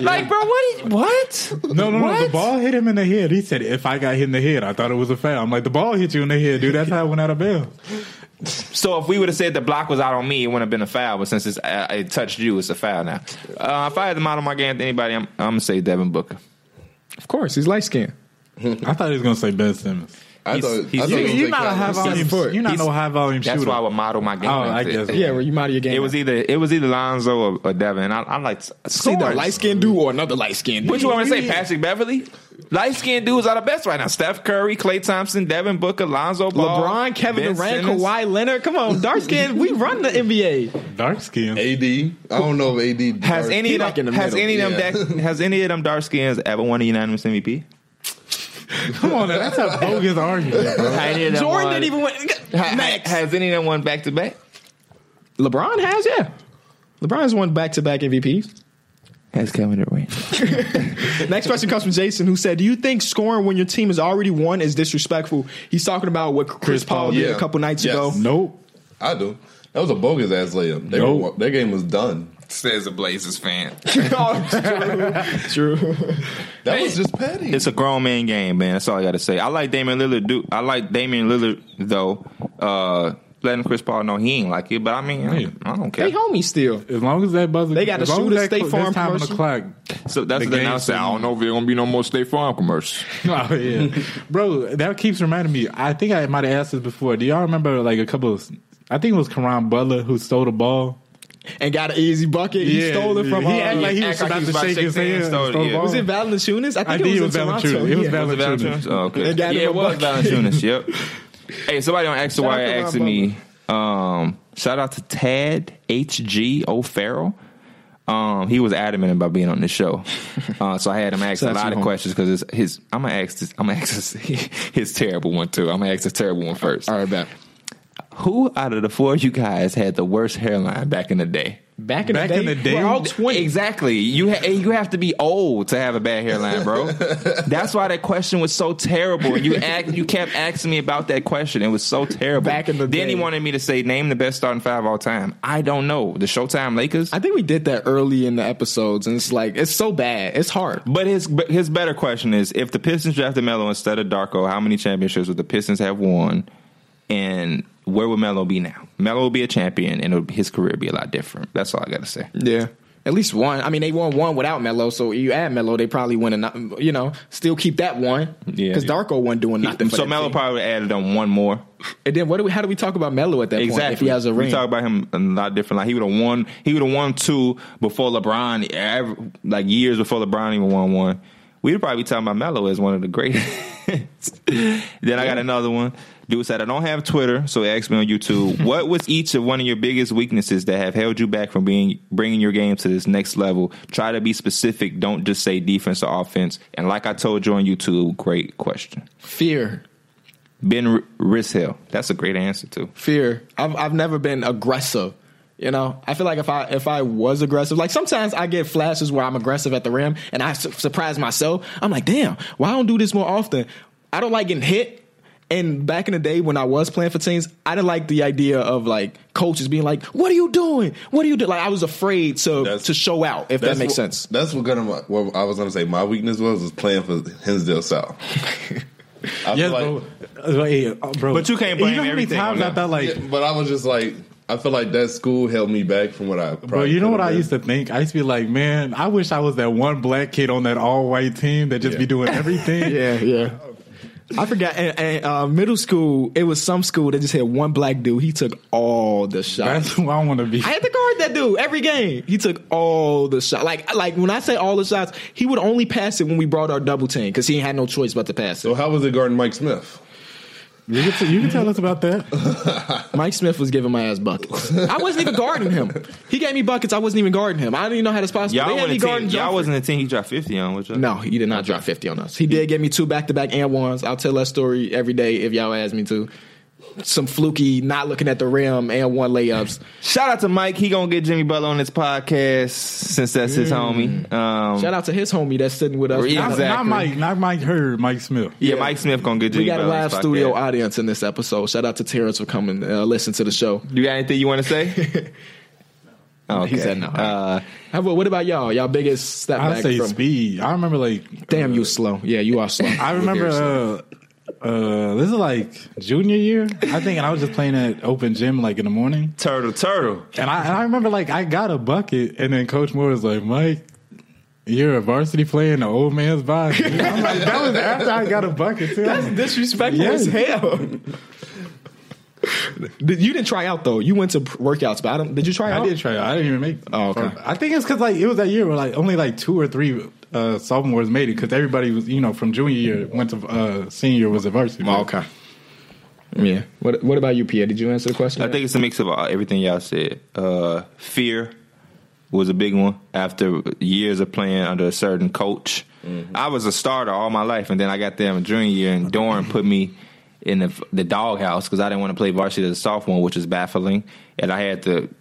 Speaker 2: Like, bro, what? Is, what?
Speaker 4: No, no, no.
Speaker 2: What?
Speaker 4: The ball hit him in the head. He said, if I got hit in the head, I thought it was a foul. I'm like, the ball hit you in the head, dude. That's how I went out of bounds.
Speaker 2: So if we would have said the block was out on me, it wouldn't have been a foul. But since it's, uh, it touched you, it's a foul now. Uh, if I had to model my game to anybody, I'm, I'm gonna say Devin Booker.
Speaker 1: Of course, he's light skinned.
Speaker 4: I thought he was going to say Ben Simmons.
Speaker 3: I
Speaker 2: He's-
Speaker 3: thought,
Speaker 2: he's-
Speaker 3: I thought
Speaker 2: you-
Speaker 3: it was
Speaker 4: You're
Speaker 3: like
Speaker 4: not
Speaker 3: that.
Speaker 4: a high
Speaker 1: Seven foot.
Speaker 4: volume. You're not
Speaker 2: He's-
Speaker 4: no high volume
Speaker 2: That's
Speaker 4: shooter.
Speaker 2: why I would model my game.
Speaker 4: Oh,
Speaker 2: like
Speaker 4: I
Speaker 2: that.
Speaker 4: guess.
Speaker 1: Yeah, where you model your game.
Speaker 2: It was e-
Speaker 1: after.
Speaker 2: either it was either Lonzo or, or Devin. And I, I like
Speaker 1: see the light skinned dude or another light skinned.
Speaker 2: What you want me to say? Patrick Beverly? Light skinned dudes are the best right now. Steph Curry, Klay Thompson, Devin Booker, Lonzo Ball.
Speaker 1: LeBron, Kevin
Speaker 2: Ben
Speaker 1: Durant,
Speaker 2: Simmons.
Speaker 1: Kawhi Leonard. Come on, dark skin. we run the NBA.
Speaker 4: dark skin.
Speaker 3: AD. I don't know if AD
Speaker 2: Has any,
Speaker 1: He
Speaker 2: of them,
Speaker 1: like in the
Speaker 2: has,
Speaker 1: middle,
Speaker 2: any of <laughs>
Speaker 3: yeah.
Speaker 2: them, da- has any of them dark skins ever won a unanimous MVP?
Speaker 4: Come on, now, that's a bogus argument, bro.
Speaker 1: Jordan didn't even win.
Speaker 2: Ha-
Speaker 1: Max.
Speaker 2: Has any of them won back to back?
Speaker 1: LeBron has, yeah. LeBron's won back to back MVPs.
Speaker 2: Has Kevin Durant?
Speaker 1: Next question comes from Jason, who said, "Do you think scoring when your team has already won is disrespectful?" He's talking about what Chris, Paul did
Speaker 3: yeah.
Speaker 1: a couple nights
Speaker 3: Yes.
Speaker 1: ago.
Speaker 4: Nope.
Speaker 3: <laughs> I do. That was a bogus ass layup. They
Speaker 4: Nope.
Speaker 3: were, that game was done.
Speaker 2: Says a Blazers fan.
Speaker 1: True.
Speaker 3: That was just petty.
Speaker 2: It's a grown man game, man. That's all I got to say. I like Damian Lillard. Do I like Damian Lillard though? Uh, letting Chris Paul know he ain't like it, but I mean, I,
Speaker 4: Yeah.
Speaker 2: I don't care.
Speaker 1: They homies still.
Speaker 4: As long as that buzzer,
Speaker 1: They got
Speaker 4: as
Speaker 1: to
Speaker 4: long
Speaker 1: shoot
Speaker 4: as
Speaker 1: a
Speaker 4: that
Speaker 1: State
Speaker 4: cl-
Speaker 1: Farm
Speaker 4: this time on the
Speaker 1: commercial.
Speaker 4: clock.
Speaker 2: So that's the,
Speaker 4: The
Speaker 2: the
Speaker 4: game
Speaker 2: announcement. I
Speaker 4: said-
Speaker 2: don't know if there's gonna be no more State Farm commercials.
Speaker 4: <laughs> Oh yeah, bro, that keeps reminding me. I think I might have asked this before. Do y'all remember like a couple of? I think it was Karan Butler who stole the ball.
Speaker 1: And got an easy bucket. he stole it from.
Speaker 4: He
Speaker 1: uh,
Speaker 4: acted like he
Speaker 2: act
Speaker 4: was
Speaker 2: like
Speaker 4: about
Speaker 2: he was
Speaker 4: to
Speaker 2: about to
Speaker 4: shake
Speaker 2: shake
Speaker 4: his
Speaker 2: hands,
Speaker 4: hand. and
Speaker 2: stole it,
Speaker 4: stole the
Speaker 2: yeah.
Speaker 4: ball.
Speaker 1: was it Valanciunas? I think
Speaker 4: I
Speaker 1: it was,
Speaker 4: think it
Speaker 1: in
Speaker 4: was
Speaker 1: Toronto.
Speaker 4: Valanciunas. It was
Speaker 1: yeah.
Speaker 4: Valanciunas.
Speaker 2: Was it Valanciunas? Oh, okay.
Speaker 1: They got him
Speaker 2: yeah,
Speaker 1: a
Speaker 2: it
Speaker 1: <laughs>
Speaker 2: was Valanciunas. Yep. Hey, somebody on Ask the
Speaker 1: Shout out
Speaker 2: Wire
Speaker 1: to my
Speaker 2: asking me. Um, shout out to Tad HG O'Farrell. Um, he was adamant about being on this show,
Speaker 1: <laughs>
Speaker 2: uh, so I had him ask
Speaker 1: Shout
Speaker 2: a
Speaker 1: out to
Speaker 2: lot of
Speaker 1: him.
Speaker 2: questions because his, his I'm gonna ask this, I'm gonna ask this, <laughs> his terrible one too. I'm gonna ask the terrible one first.
Speaker 1: All right, back.
Speaker 2: Who out of the four of you guys had the worst hairline back in the day?
Speaker 1: Back in
Speaker 4: Back
Speaker 1: the day,
Speaker 4: in the day?
Speaker 1: we're all twenty.
Speaker 2: Exactly. You ha- and you have to be old to have a bad hairline, bro. That's why that question was so terrible. You act, you kept asking me about that question. It was so terrible.
Speaker 1: Back in the
Speaker 2: then he
Speaker 1: day.
Speaker 2: wanted me to say name the best starting five all time. I don't know the Showtime Lakers.
Speaker 1: I think we did that early in the episodes, and it's like it's so bad. It's hard.
Speaker 2: but his but his better question is if the Pistons drafted Melo instead of Darko, how many championships would the Pistons have won? And where would Melo be now? Melo would be a champion, and it would- his career would be a lot different. That's all I got to say.
Speaker 1: Yeah. At least one. I mean, they won one without Melo, so you add Melo, they probably win and you know still keep that one.
Speaker 2: Yeah.
Speaker 1: because Darko wasn't doing nothing. For
Speaker 2: So
Speaker 1: that
Speaker 2: Melo
Speaker 1: team.
Speaker 2: probably added on one more.
Speaker 1: And then what do we? How do we talk about Melo at that point? If he has a
Speaker 2: We
Speaker 1: ring,
Speaker 2: talk about him a lot different. Like he would have won. He would have won two before LeBron. ever- Like years before LeBron even won one. We'd probably be talking about Melo as one of the greatest. <laughs> then I got another one. Dude said, "I don't have Twitter, so ask me
Speaker 1: <laughs>
Speaker 2: on YouTube. what was each of one of your biggest weaknesses that have held you back from being bringing your game to this next level? Try to be specific. Don't just say defense or offense. And like I told you on YouTube, great question.
Speaker 1: fear,
Speaker 2: Ben R- Rishill. That's a great answer too.
Speaker 1: fear. I've I've never been aggressive. You know, I feel like if I if I was aggressive, like sometimes I get flashes where I'm aggressive at the rim, and I su- surprise myself. I'm like, damn, why I don't do this more often? I don't like getting hit. And back in the day when I was playing for teams, I didn't like the idea of like coaches being like, "What are you doing? What are you doing?" Like I was afraid to
Speaker 3: That's-
Speaker 1: to show out. If that
Speaker 3: That's
Speaker 1: makes
Speaker 3: what-
Speaker 1: sense,
Speaker 3: That's what gonna my, what I was gonna say. My weakness was was playing for Hinsdale South. I
Speaker 4: Yes,
Speaker 3: feel like-
Speaker 4: bro. Uh, yeah, uh, bro.
Speaker 2: But you can't blame
Speaker 4: know how many
Speaker 2: everything
Speaker 4: times
Speaker 2: on
Speaker 4: I felt like,
Speaker 3: Yeah, but I was just like, I feel like that school held me back from what I. Probably
Speaker 4: bro, you know what I
Speaker 3: could've
Speaker 4: used
Speaker 3: been.
Speaker 4: to think? I used to be like, man, I wish I was that one black kid on that all white team that just be doing everything.
Speaker 1: <laughs> Yeah, yeah. I forgot. And, and uh, middle school, it was some school that just had one black dude. He took all the shots.
Speaker 4: That's who I want to be.
Speaker 1: I had to guard that dude every game. He took all the shots. Like, like when I say all the shots, he would only pass it when we brought our double team because he ain't had no choice but to pass
Speaker 2: <laughs>
Speaker 1: it.
Speaker 3: So how was it guarding Mike Smith?
Speaker 4: You can, t- you can tell us about that.
Speaker 1: Mike Smith was giving my ass buckets. I wasn't even guarding him. He gave me buckets. I wasn't even guarding him. I didn't even know how that's possible.
Speaker 2: Y'all
Speaker 1: They had
Speaker 2: wasn't
Speaker 1: me
Speaker 2: a team.
Speaker 1: guarding
Speaker 2: Y'all
Speaker 1: Joffrey.
Speaker 2: wasn't a team. He dropped fifty on. Which
Speaker 1: No, he did not drop 50 on us. He did give me two back to back and ones. I'll tell that story every day if y'all ask me to. Some fluky, not looking at the rim and one layups.
Speaker 2: Shout out to Mike. He gonna get Jimmy Butler on this podcast since that's his homie. Um,
Speaker 1: Mm. Shout out to his homie that's sitting with us.
Speaker 2: Yeah,
Speaker 4: Not- Not
Speaker 2: Exactly.
Speaker 4: Mike, not Mike Hurd, Mike Smith.
Speaker 2: yeah, Mike Smith gonna get Jimmy
Speaker 1: We got a
Speaker 2: Butler. on
Speaker 1: live
Speaker 2: this podcast.
Speaker 1: studio audience in this episode. Shout out to Terrence for coming uh, listen to the show.
Speaker 2: You got anything you want to
Speaker 1: <laughs>
Speaker 2: say? okay.
Speaker 1: He said no.
Speaker 2: Uh,
Speaker 1: How about- what about y'all? Y'all biggest step
Speaker 4: I
Speaker 1: back
Speaker 4: say
Speaker 1: from?
Speaker 4: speed. I remember like
Speaker 1: Damn, you slow. Yeah, you are
Speaker 2: <laughs>
Speaker 1: slow.
Speaker 4: I remember uh, uh, this is like junior year, I think, and I was just playing at open gym like in the morning,
Speaker 2: turtle, turtle.
Speaker 4: and I and I remember like I got a bucket, and then Coach Moore was like, Mike. You're a varsity player in the old man's body. I'm like, that was after I got a bucket too. I'm like,
Speaker 1: disrespectful
Speaker 4: Yeah.
Speaker 1: as hell. <laughs> Did- you didn't try out though. You went to pr- workouts, but I don't. Did you try
Speaker 4: <laughs> I
Speaker 1: out?
Speaker 4: did try. it. I didn't even make.
Speaker 1: Oh, okay.
Speaker 4: I think it's because like it was that year where like only like two or three uh, sophomores made it because everybody was you know from junior year went to uh, senior was a varsity.
Speaker 1: Oh, okay. Yeah. What What about you, Pierre? Did you answer the question?
Speaker 2: I think it's a mix of uh, everything y'all said. Uh, fear was a big one after years of playing under a certain coach. I was a starter all my life, and then I got there in junior year, and Doran put me in the, the doghouse because I didn't want to play varsity as a sophomore, which is baffling. And I had to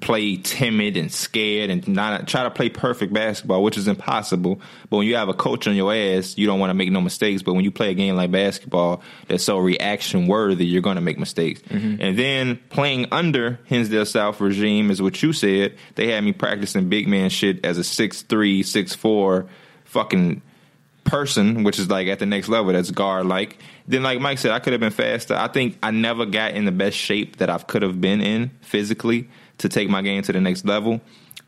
Speaker 2: play timid and scared and not try to play perfect basketball, which is impossible. But when you have a coach on your ass, you don't want to make no mistakes. But when you play a game like basketball that's so reaction worthy, you're going to make mistakes. And then playing under Hinsdale South regime is what you said. They had me practicing big man shit as a six three, six four, fucking person, which is like at the next level, that's guard like. Then, like Mike said, I could have been faster. I think I never got in the best shape that I could have been in physically to take my game to the next level.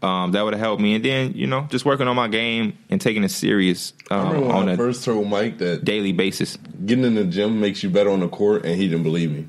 Speaker 2: Um, that would have helped me. And then, you know, just working on my game and taking it serious
Speaker 3: I
Speaker 2: um,
Speaker 3: remember when
Speaker 2: on
Speaker 3: I
Speaker 2: a
Speaker 3: first told Mike that
Speaker 2: daily basis.
Speaker 3: getting in the gym makes you better on the court, and he didn't believe me.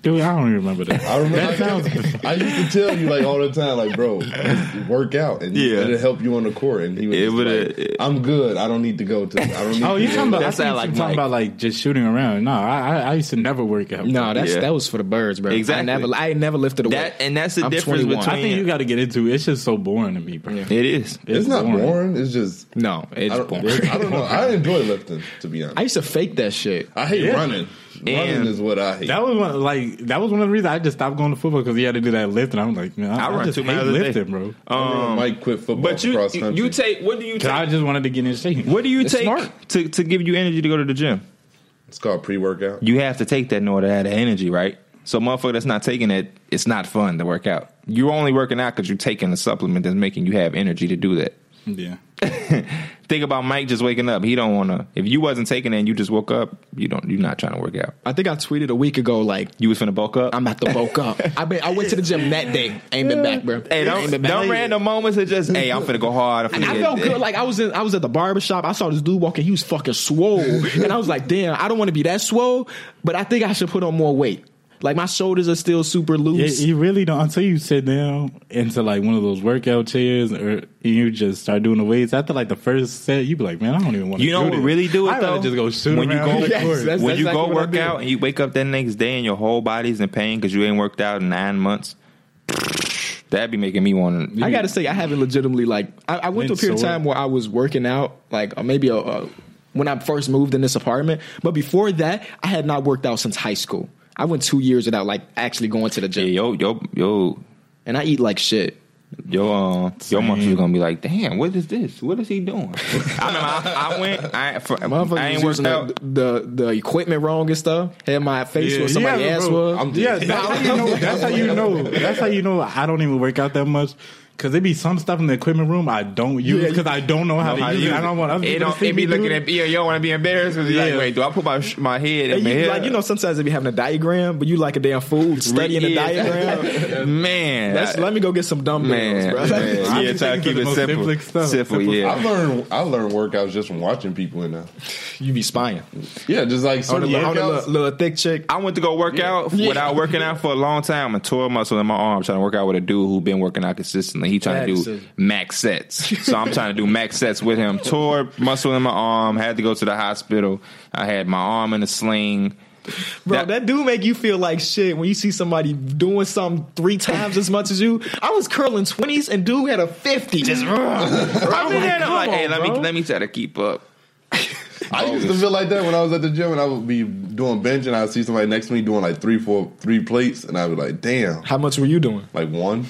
Speaker 4: Dude, I don't even remember that.
Speaker 3: I remember <laughs> I used to tell you like all the time, like bro, just work out and
Speaker 2: Yeah.
Speaker 3: it'll help you on the court. And he was
Speaker 2: It
Speaker 3: just
Speaker 2: would've-
Speaker 3: like, I'm good. I don't need to go to. I don't need
Speaker 4: <laughs> <laughs> Oh,
Speaker 3: to
Speaker 4: you
Speaker 3: go
Speaker 4: talking about?
Speaker 2: That's
Speaker 4: I think
Speaker 2: not like
Speaker 4: you talking
Speaker 2: Mike.
Speaker 4: about like just shooting around. No, I I, I used to never work out.
Speaker 1: No, that's
Speaker 2: Yeah.
Speaker 1: that was for the birds, bro.
Speaker 2: Exactly.
Speaker 1: I never, I ain't never lifted a
Speaker 2: That-
Speaker 1: weight.
Speaker 2: and that's the
Speaker 1: I'm
Speaker 2: difference
Speaker 1: 21.
Speaker 2: between-
Speaker 4: I think you got to get into it. It's just so boring to me, bro.
Speaker 2: It is.
Speaker 3: It's, not boring.
Speaker 4: boring.
Speaker 3: It's just
Speaker 1: No, it's
Speaker 3: I don't,
Speaker 1: boring.
Speaker 2: <laughs>
Speaker 3: I don't know. I enjoy lifting to be honest.
Speaker 1: I used to fake that shit.
Speaker 3: I hate running. running
Speaker 2: And-
Speaker 3: is what I hate.
Speaker 4: That was one like that was one of the reasons I just stopped going to football because he had to do that lift, and I'm like, man, I,
Speaker 2: I
Speaker 4: I,
Speaker 2: run
Speaker 4: just
Speaker 2: two
Speaker 4: hate
Speaker 2: miles a day.
Speaker 4: lifting, bro.
Speaker 3: I remember Mike quit football
Speaker 2: But you,
Speaker 3: cross
Speaker 2: you
Speaker 3: country.
Speaker 2: you take what do you
Speaker 4: Because I
Speaker 2: take?
Speaker 4: just wanted to get in shape.
Speaker 2: What do you
Speaker 1: It's
Speaker 2: take
Speaker 1: smart.
Speaker 2: to to give you energy to go to the gym?
Speaker 3: it's called pre workout.
Speaker 2: you have to take that in order to have the energy, right? So, motherfucker, that's not taking it. It's not fun to work out. You're only working out because you're taking a supplement that's making you have energy to do that. <laughs>
Speaker 4: Yeah,
Speaker 2: Think about Mike just waking up. He don't want to. If you wasn't taking it and you just woke up, you don't. You're not trying to work out.
Speaker 1: I think I tweeted a week ago, like
Speaker 2: You was finna bulk up.
Speaker 1: I'm at the bulk up. I been, I went to the gym that day. Ain't been back, bro.
Speaker 2: hey,
Speaker 1: Ain't
Speaker 2: don't,
Speaker 1: been back.
Speaker 2: don't random moments are just. Hey, I'm finna go hard. I'm
Speaker 1: And <laughs>
Speaker 2: finna
Speaker 1: I
Speaker 2: get-
Speaker 1: felt good. Like I was in, I was at the barber shop. I saw this dude walking. He was fucking swole, and I was like, "Damn, I don't want to be that swole, but I think I should put on more weight. Like my shoulders are still super
Speaker 4: yeah.
Speaker 1: loose.
Speaker 4: You really don't until you sit down into like one of those workout chairs, or and you just start doing the weights. After like the first set, you be like, man, I don't even want to.
Speaker 2: You know
Speaker 4: do
Speaker 2: what
Speaker 4: this.
Speaker 2: really
Speaker 4: <laughs>
Speaker 2: do it
Speaker 4: I'd rather
Speaker 2: though?
Speaker 4: Just go shoot
Speaker 2: when you
Speaker 4: around
Speaker 2: go
Speaker 4: on the
Speaker 1: Yes,
Speaker 4: court.
Speaker 1: that's-
Speaker 2: when you
Speaker 1: exactly
Speaker 2: go
Speaker 1: what I
Speaker 2: work
Speaker 1: do.
Speaker 2: out and you wake up that next day and your whole body's in pain because you ain't worked out in nine months. That'd be making me want to.
Speaker 1: I gotta say, I haven't legitimately like. I, I went to a
Speaker 4: Been
Speaker 1: period of
Speaker 4: sore.
Speaker 1: time where I was working out, like uh, maybe a, a, when I first moved in this apartment. But before that, I had not worked out since high school. I went two years without like actually going to the
Speaker 2: Yeah,
Speaker 1: gym,
Speaker 2: yo, yo, yo.
Speaker 1: and I eat like shit.
Speaker 2: Yo, uh, your
Speaker 4: Same.
Speaker 2: muscles gonna be like, damn, what is this? What is he doing? <laughs> I remember I, I went, I, for,
Speaker 1: Motherfuckers
Speaker 2: I ain't
Speaker 1: was using
Speaker 2: worked out.
Speaker 1: the, the the equipment wrong and stuff. Had my face where somebody's
Speaker 4: yeah,
Speaker 1: ass
Speaker 4: bro.
Speaker 1: was.
Speaker 3: I'm
Speaker 4: Yeah,
Speaker 3: dead.
Speaker 2: <laughs>
Speaker 4: that's how you know. That's how you know. That's how you know. I don't even work out that much because there be some stuff in the equipment room I don't use because I don't know how to use it. I don't want other
Speaker 2: it.
Speaker 4: people to
Speaker 2: Don't,
Speaker 4: see
Speaker 2: it
Speaker 4: me
Speaker 2: be
Speaker 4: do
Speaker 2: looking
Speaker 4: it.
Speaker 2: at me. Yo, yo, want to be embarrassed? Cause yeah. like,
Speaker 4: Yeah.
Speaker 2: wait, do I put my sh- my head in
Speaker 1: And
Speaker 2: my
Speaker 1: you,
Speaker 2: head?
Speaker 1: like you
Speaker 2: <laughs>
Speaker 1: know, sometimes they be having a diagram, but you like a damn fool studying a
Speaker 2: Yeah.
Speaker 1: diagram.
Speaker 2: <laughs> man,
Speaker 1: Let's,
Speaker 2: I-
Speaker 1: let me go get some dumbbells,
Speaker 2: man,
Speaker 1: bro.
Speaker 4: <laughs>
Speaker 1: <laughs>
Speaker 2: man.
Speaker 4: I'm
Speaker 2: yeah,
Speaker 4: just
Speaker 2: try to
Speaker 4: thinking for
Speaker 2: keep
Speaker 4: the
Speaker 2: it
Speaker 4: most
Speaker 2: simple,
Speaker 4: simple stuff.
Speaker 2: simple,
Speaker 4: Simple
Speaker 2: yeah.
Speaker 3: I learned I learned workouts just from watching people in there.
Speaker 1: you be spying
Speaker 3: Yeah, just like
Speaker 1: on a
Speaker 3: certain
Speaker 1: little,
Speaker 3: workouts.
Speaker 1: little, little thick chick.
Speaker 2: I went to go work out without working out for a long time and tore a muscle in my arm trying to work out with a dude who been working out consistently. He trying to do
Speaker 1: Madison.
Speaker 2: max sets. So I'm trying to do max sets with him. Tore muscle in my arm, had to go to the hospital. I had my arm in a sling.
Speaker 1: Bro,
Speaker 2: That-
Speaker 1: that, do make you feel like shit when you see somebody doing something three times as much as you. I was curling twenties and dude had a fifty. <laughs> Just
Speaker 2: I'm in there and I'm like,
Speaker 1: come
Speaker 2: hey,
Speaker 1: on,
Speaker 2: let me
Speaker 1: bro."
Speaker 2: let me try to keep up.
Speaker 3: I used to feel like that when I was at the gym and I would be doing bench and I'd see somebody next to me doing like three, four, three plates and I'd be like, damn,
Speaker 1: how much were you doing?
Speaker 3: like one.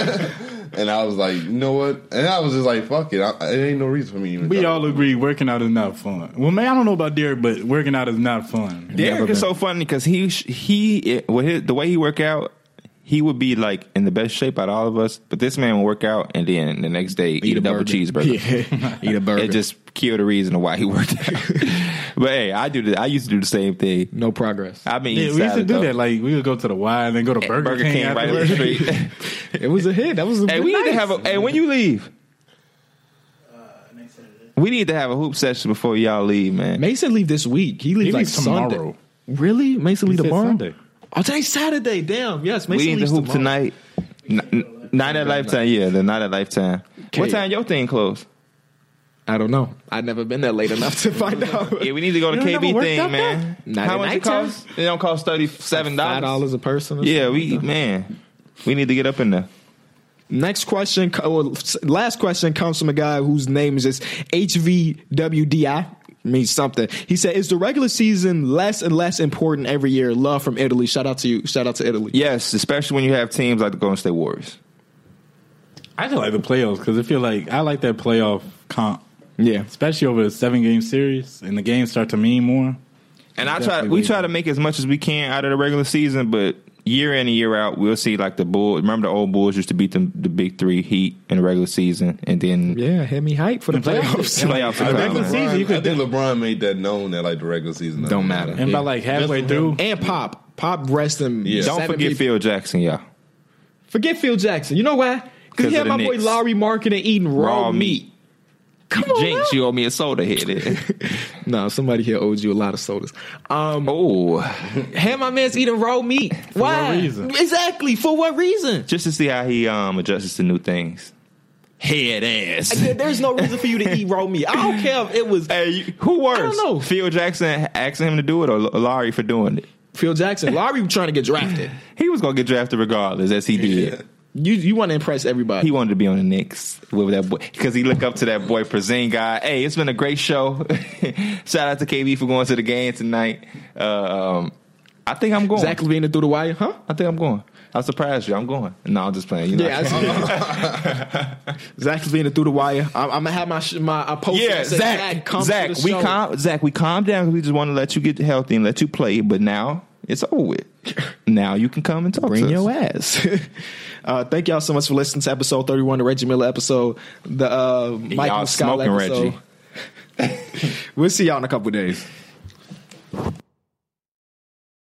Speaker 3: and I was like, you know what? And I was just like, fuck it. I, it ain't no reason for me. to Even
Speaker 4: We
Speaker 3: try.
Speaker 4: all agree working out is not fun. Well, man, I don't know about Derek, but working out is not fun.
Speaker 2: Derek
Speaker 4: Never
Speaker 2: is so
Speaker 4: been.
Speaker 2: funny because he sh- he it, with his, the way he work out, he would be like in the best shape out of all of us. But this man would work out and then the next day eat, a, double <laughs> cheeseburger.
Speaker 1: Yeah, eat a burger.
Speaker 2: It just killed the reason why he worked
Speaker 4: <laughs>
Speaker 2: out. but hey, I do. The, I used to do the same thing.
Speaker 1: no progress.
Speaker 2: I've been
Speaker 4: Yeah,
Speaker 2: eating
Speaker 4: we used to
Speaker 2: salad,
Speaker 4: do
Speaker 2: though.
Speaker 4: that. Like we would go to the Y and then go to
Speaker 2: At
Speaker 4: Burger, King,
Speaker 2: right up the
Speaker 4: afterwards.
Speaker 2: street.
Speaker 1: It was a hit. That was a
Speaker 2: hey,
Speaker 1: good
Speaker 2: we need to
Speaker 1: night.
Speaker 2: have a. Hey, when you leave, we need to have a hoop session before y'all leave, man.
Speaker 1: Mason leave this week. He leaves
Speaker 4: He
Speaker 1: like
Speaker 4: leaves tomorrow.
Speaker 1: Sunday. Really, Mason leave
Speaker 4: said
Speaker 1: tomorrow?
Speaker 4: Sunday.
Speaker 1: Oh, today's Saturday. Damn. Yes, Mason
Speaker 2: we need to
Speaker 1: leaves
Speaker 2: hoop
Speaker 1: tomorrow.
Speaker 2: tonight. N- n- Not at lifetime, yeah. The not at lifetime. What
Speaker 1: Okay.
Speaker 2: time your thing close?
Speaker 1: I don't know. I've never been there late enough to
Speaker 2: <laughs>
Speaker 1: find out.
Speaker 2: Yeah, we need to go to
Speaker 4: You don't
Speaker 2: KB
Speaker 4: never worked
Speaker 2: thing,
Speaker 4: out
Speaker 2: man.
Speaker 1: there? Not
Speaker 2: How
Speaker 1: at
Speaker 2: much it
Speaker 1: nighttime.
Speaker 2: cost? It don't cost thirty seven
Speaker 1: Five
Speaker 2: dollars.
Speaker 1: dollars a person. Or
Speaker 2: Yeah,
Speaker 1: something
Speaker 2: we
Speaker 1: like that.
Speaker 2: man, we need to get up in there.
Speaker 1: Next question, co- well, s- last question comes from a guy whose name is just HVWDI. Means something. He said, "Is the regular season less and less important every year?" Love from Italy. Shout out to you. Shout out to Italy.
Speaker 2: Yes, especially when you have teams like the Golden State Warriors.
Speaker 4: <laughs> I just like the playoffs because I feel like I like that playoff comp,
Speaker 1: Yeah.
Speaker 4: especially over a seven game series, and the games start to mean more.
Speaker 2: And I try
Speaker 4: Definitely
Speaker 2: we
Speaker 4: waiting.
Speaker 2: try to make as much as we can out of the regular season, but year in and year out, we'll see like the Bulls. Remember the old Bulls used to beat them the big three Heat in the regular season, and then
Speaker 1: Yeah, had me hype
Speaker 2: <laughs>
Speaker 1: for the playoffs.
Speaker 2: playoffs.
Speaker 3: I
Speaker 2: are
Speaker 3: think,
Speaker 2: coming.
Speaker 4: regular season,
Speaker 3: LeBron,
Speaker 4: you could-
Speaker 3: I think LeBron made that known that like the regular season
Speaker 2: Don't matter.
Speaker 4: And by like halfway
Speaker 3: Just-
Speaker 4: through,
Speaker 1: and Pop. Pop rest him.
Speaker 3: Yeah.
Speaker 2: Don't
Speaker 1: seven
Speaker 2: forget
Speaker 1: people.
Speaker 2: Phil Jackson, y'all.
Speaker 1: Forget Phil Jackson. You know why?
Speaker 2: 'Cause
Speaker 1: Because he
Speaker 2: of
Speaker 1: had
Speaker 2: the
Speaker 1: my
Speaker 2: Knicks.
Speaker 1: boy Lowry marketing eating raw,
Speaker 2: Raw
Speaker 1: meat.
Speaker 2: meat. You Jinx, you owe me a soda <laughs> head.
Speaker 1: No, somebody here owes you a lot of sodas. Um,
Speaker 2: oh,
Speaker 1: had my man's eating raw meat. Why?
Speaker 4: reason?
Speaker 1: Exactly. For what reason?
Speaker 2: just to see how he um adjusts to new things. Head ass.
Speaker 1: There- There's no reason for you to eat raw meat. I don't care if it was
Speaker 2: <laughs> Hey, you- who worse?
Speaker 1: don't know.
Speaker 2: Phil Jackson asking him to do it or L- Larry for doing it?
Speaker 1: Phil Jackson. Lowry was trying to get drafted.
Speaker 2: He was gonna get drafted regardless, as he did.
Speaker 1: You you want to impress everybody.
Speaker 2: He wanted to be on the Knicks with that boy because he looked up to that boy Przing guy. Hey, it's been a great show. <laughs> Shout out to KB for going to the game tonight. Um, I think I'm going.
Speaker 1: Zach Levine through the wire, huh?
Speaker 2: I think I'm going. I surprised you. I'm going. No, I'm just playing. You know.
Speaker 1: Yeah, I see. <laughs> Zach Levine through the wire. I'm, I'm gonna have my sh- my I post.
Speaker 2: Yeah,
Speaker 1: that says,
Speaker 2: Zach.
Speaker 1: come to
Speaker 2: Zach,
Speaker 1: the
Speaker 2: we
Speaker 1: show."
Speaker 2: calm. Zach, we calm down. 'cause We just want to let you get healthy and let you play. But now it's
Speaker 1: <laughs>
Speaker 2: over with. Now you can come and talk
Speaker 1: Bring
Speaker 2: to
Speaker 1: your
Speaker 2: us.
Speaker 1: ass. <laughs> uh, thank y'all so much for listening to episode 31, the Reggie Miller episode, the uh, Michael
Speaker 2: Y'all
Speaker 1: Scott
Speaker 2: smoking
Speaker 1: episode. <laughs>
Speaker 2: Reggie.
Speaker 1: We'll see y'all in a couple days.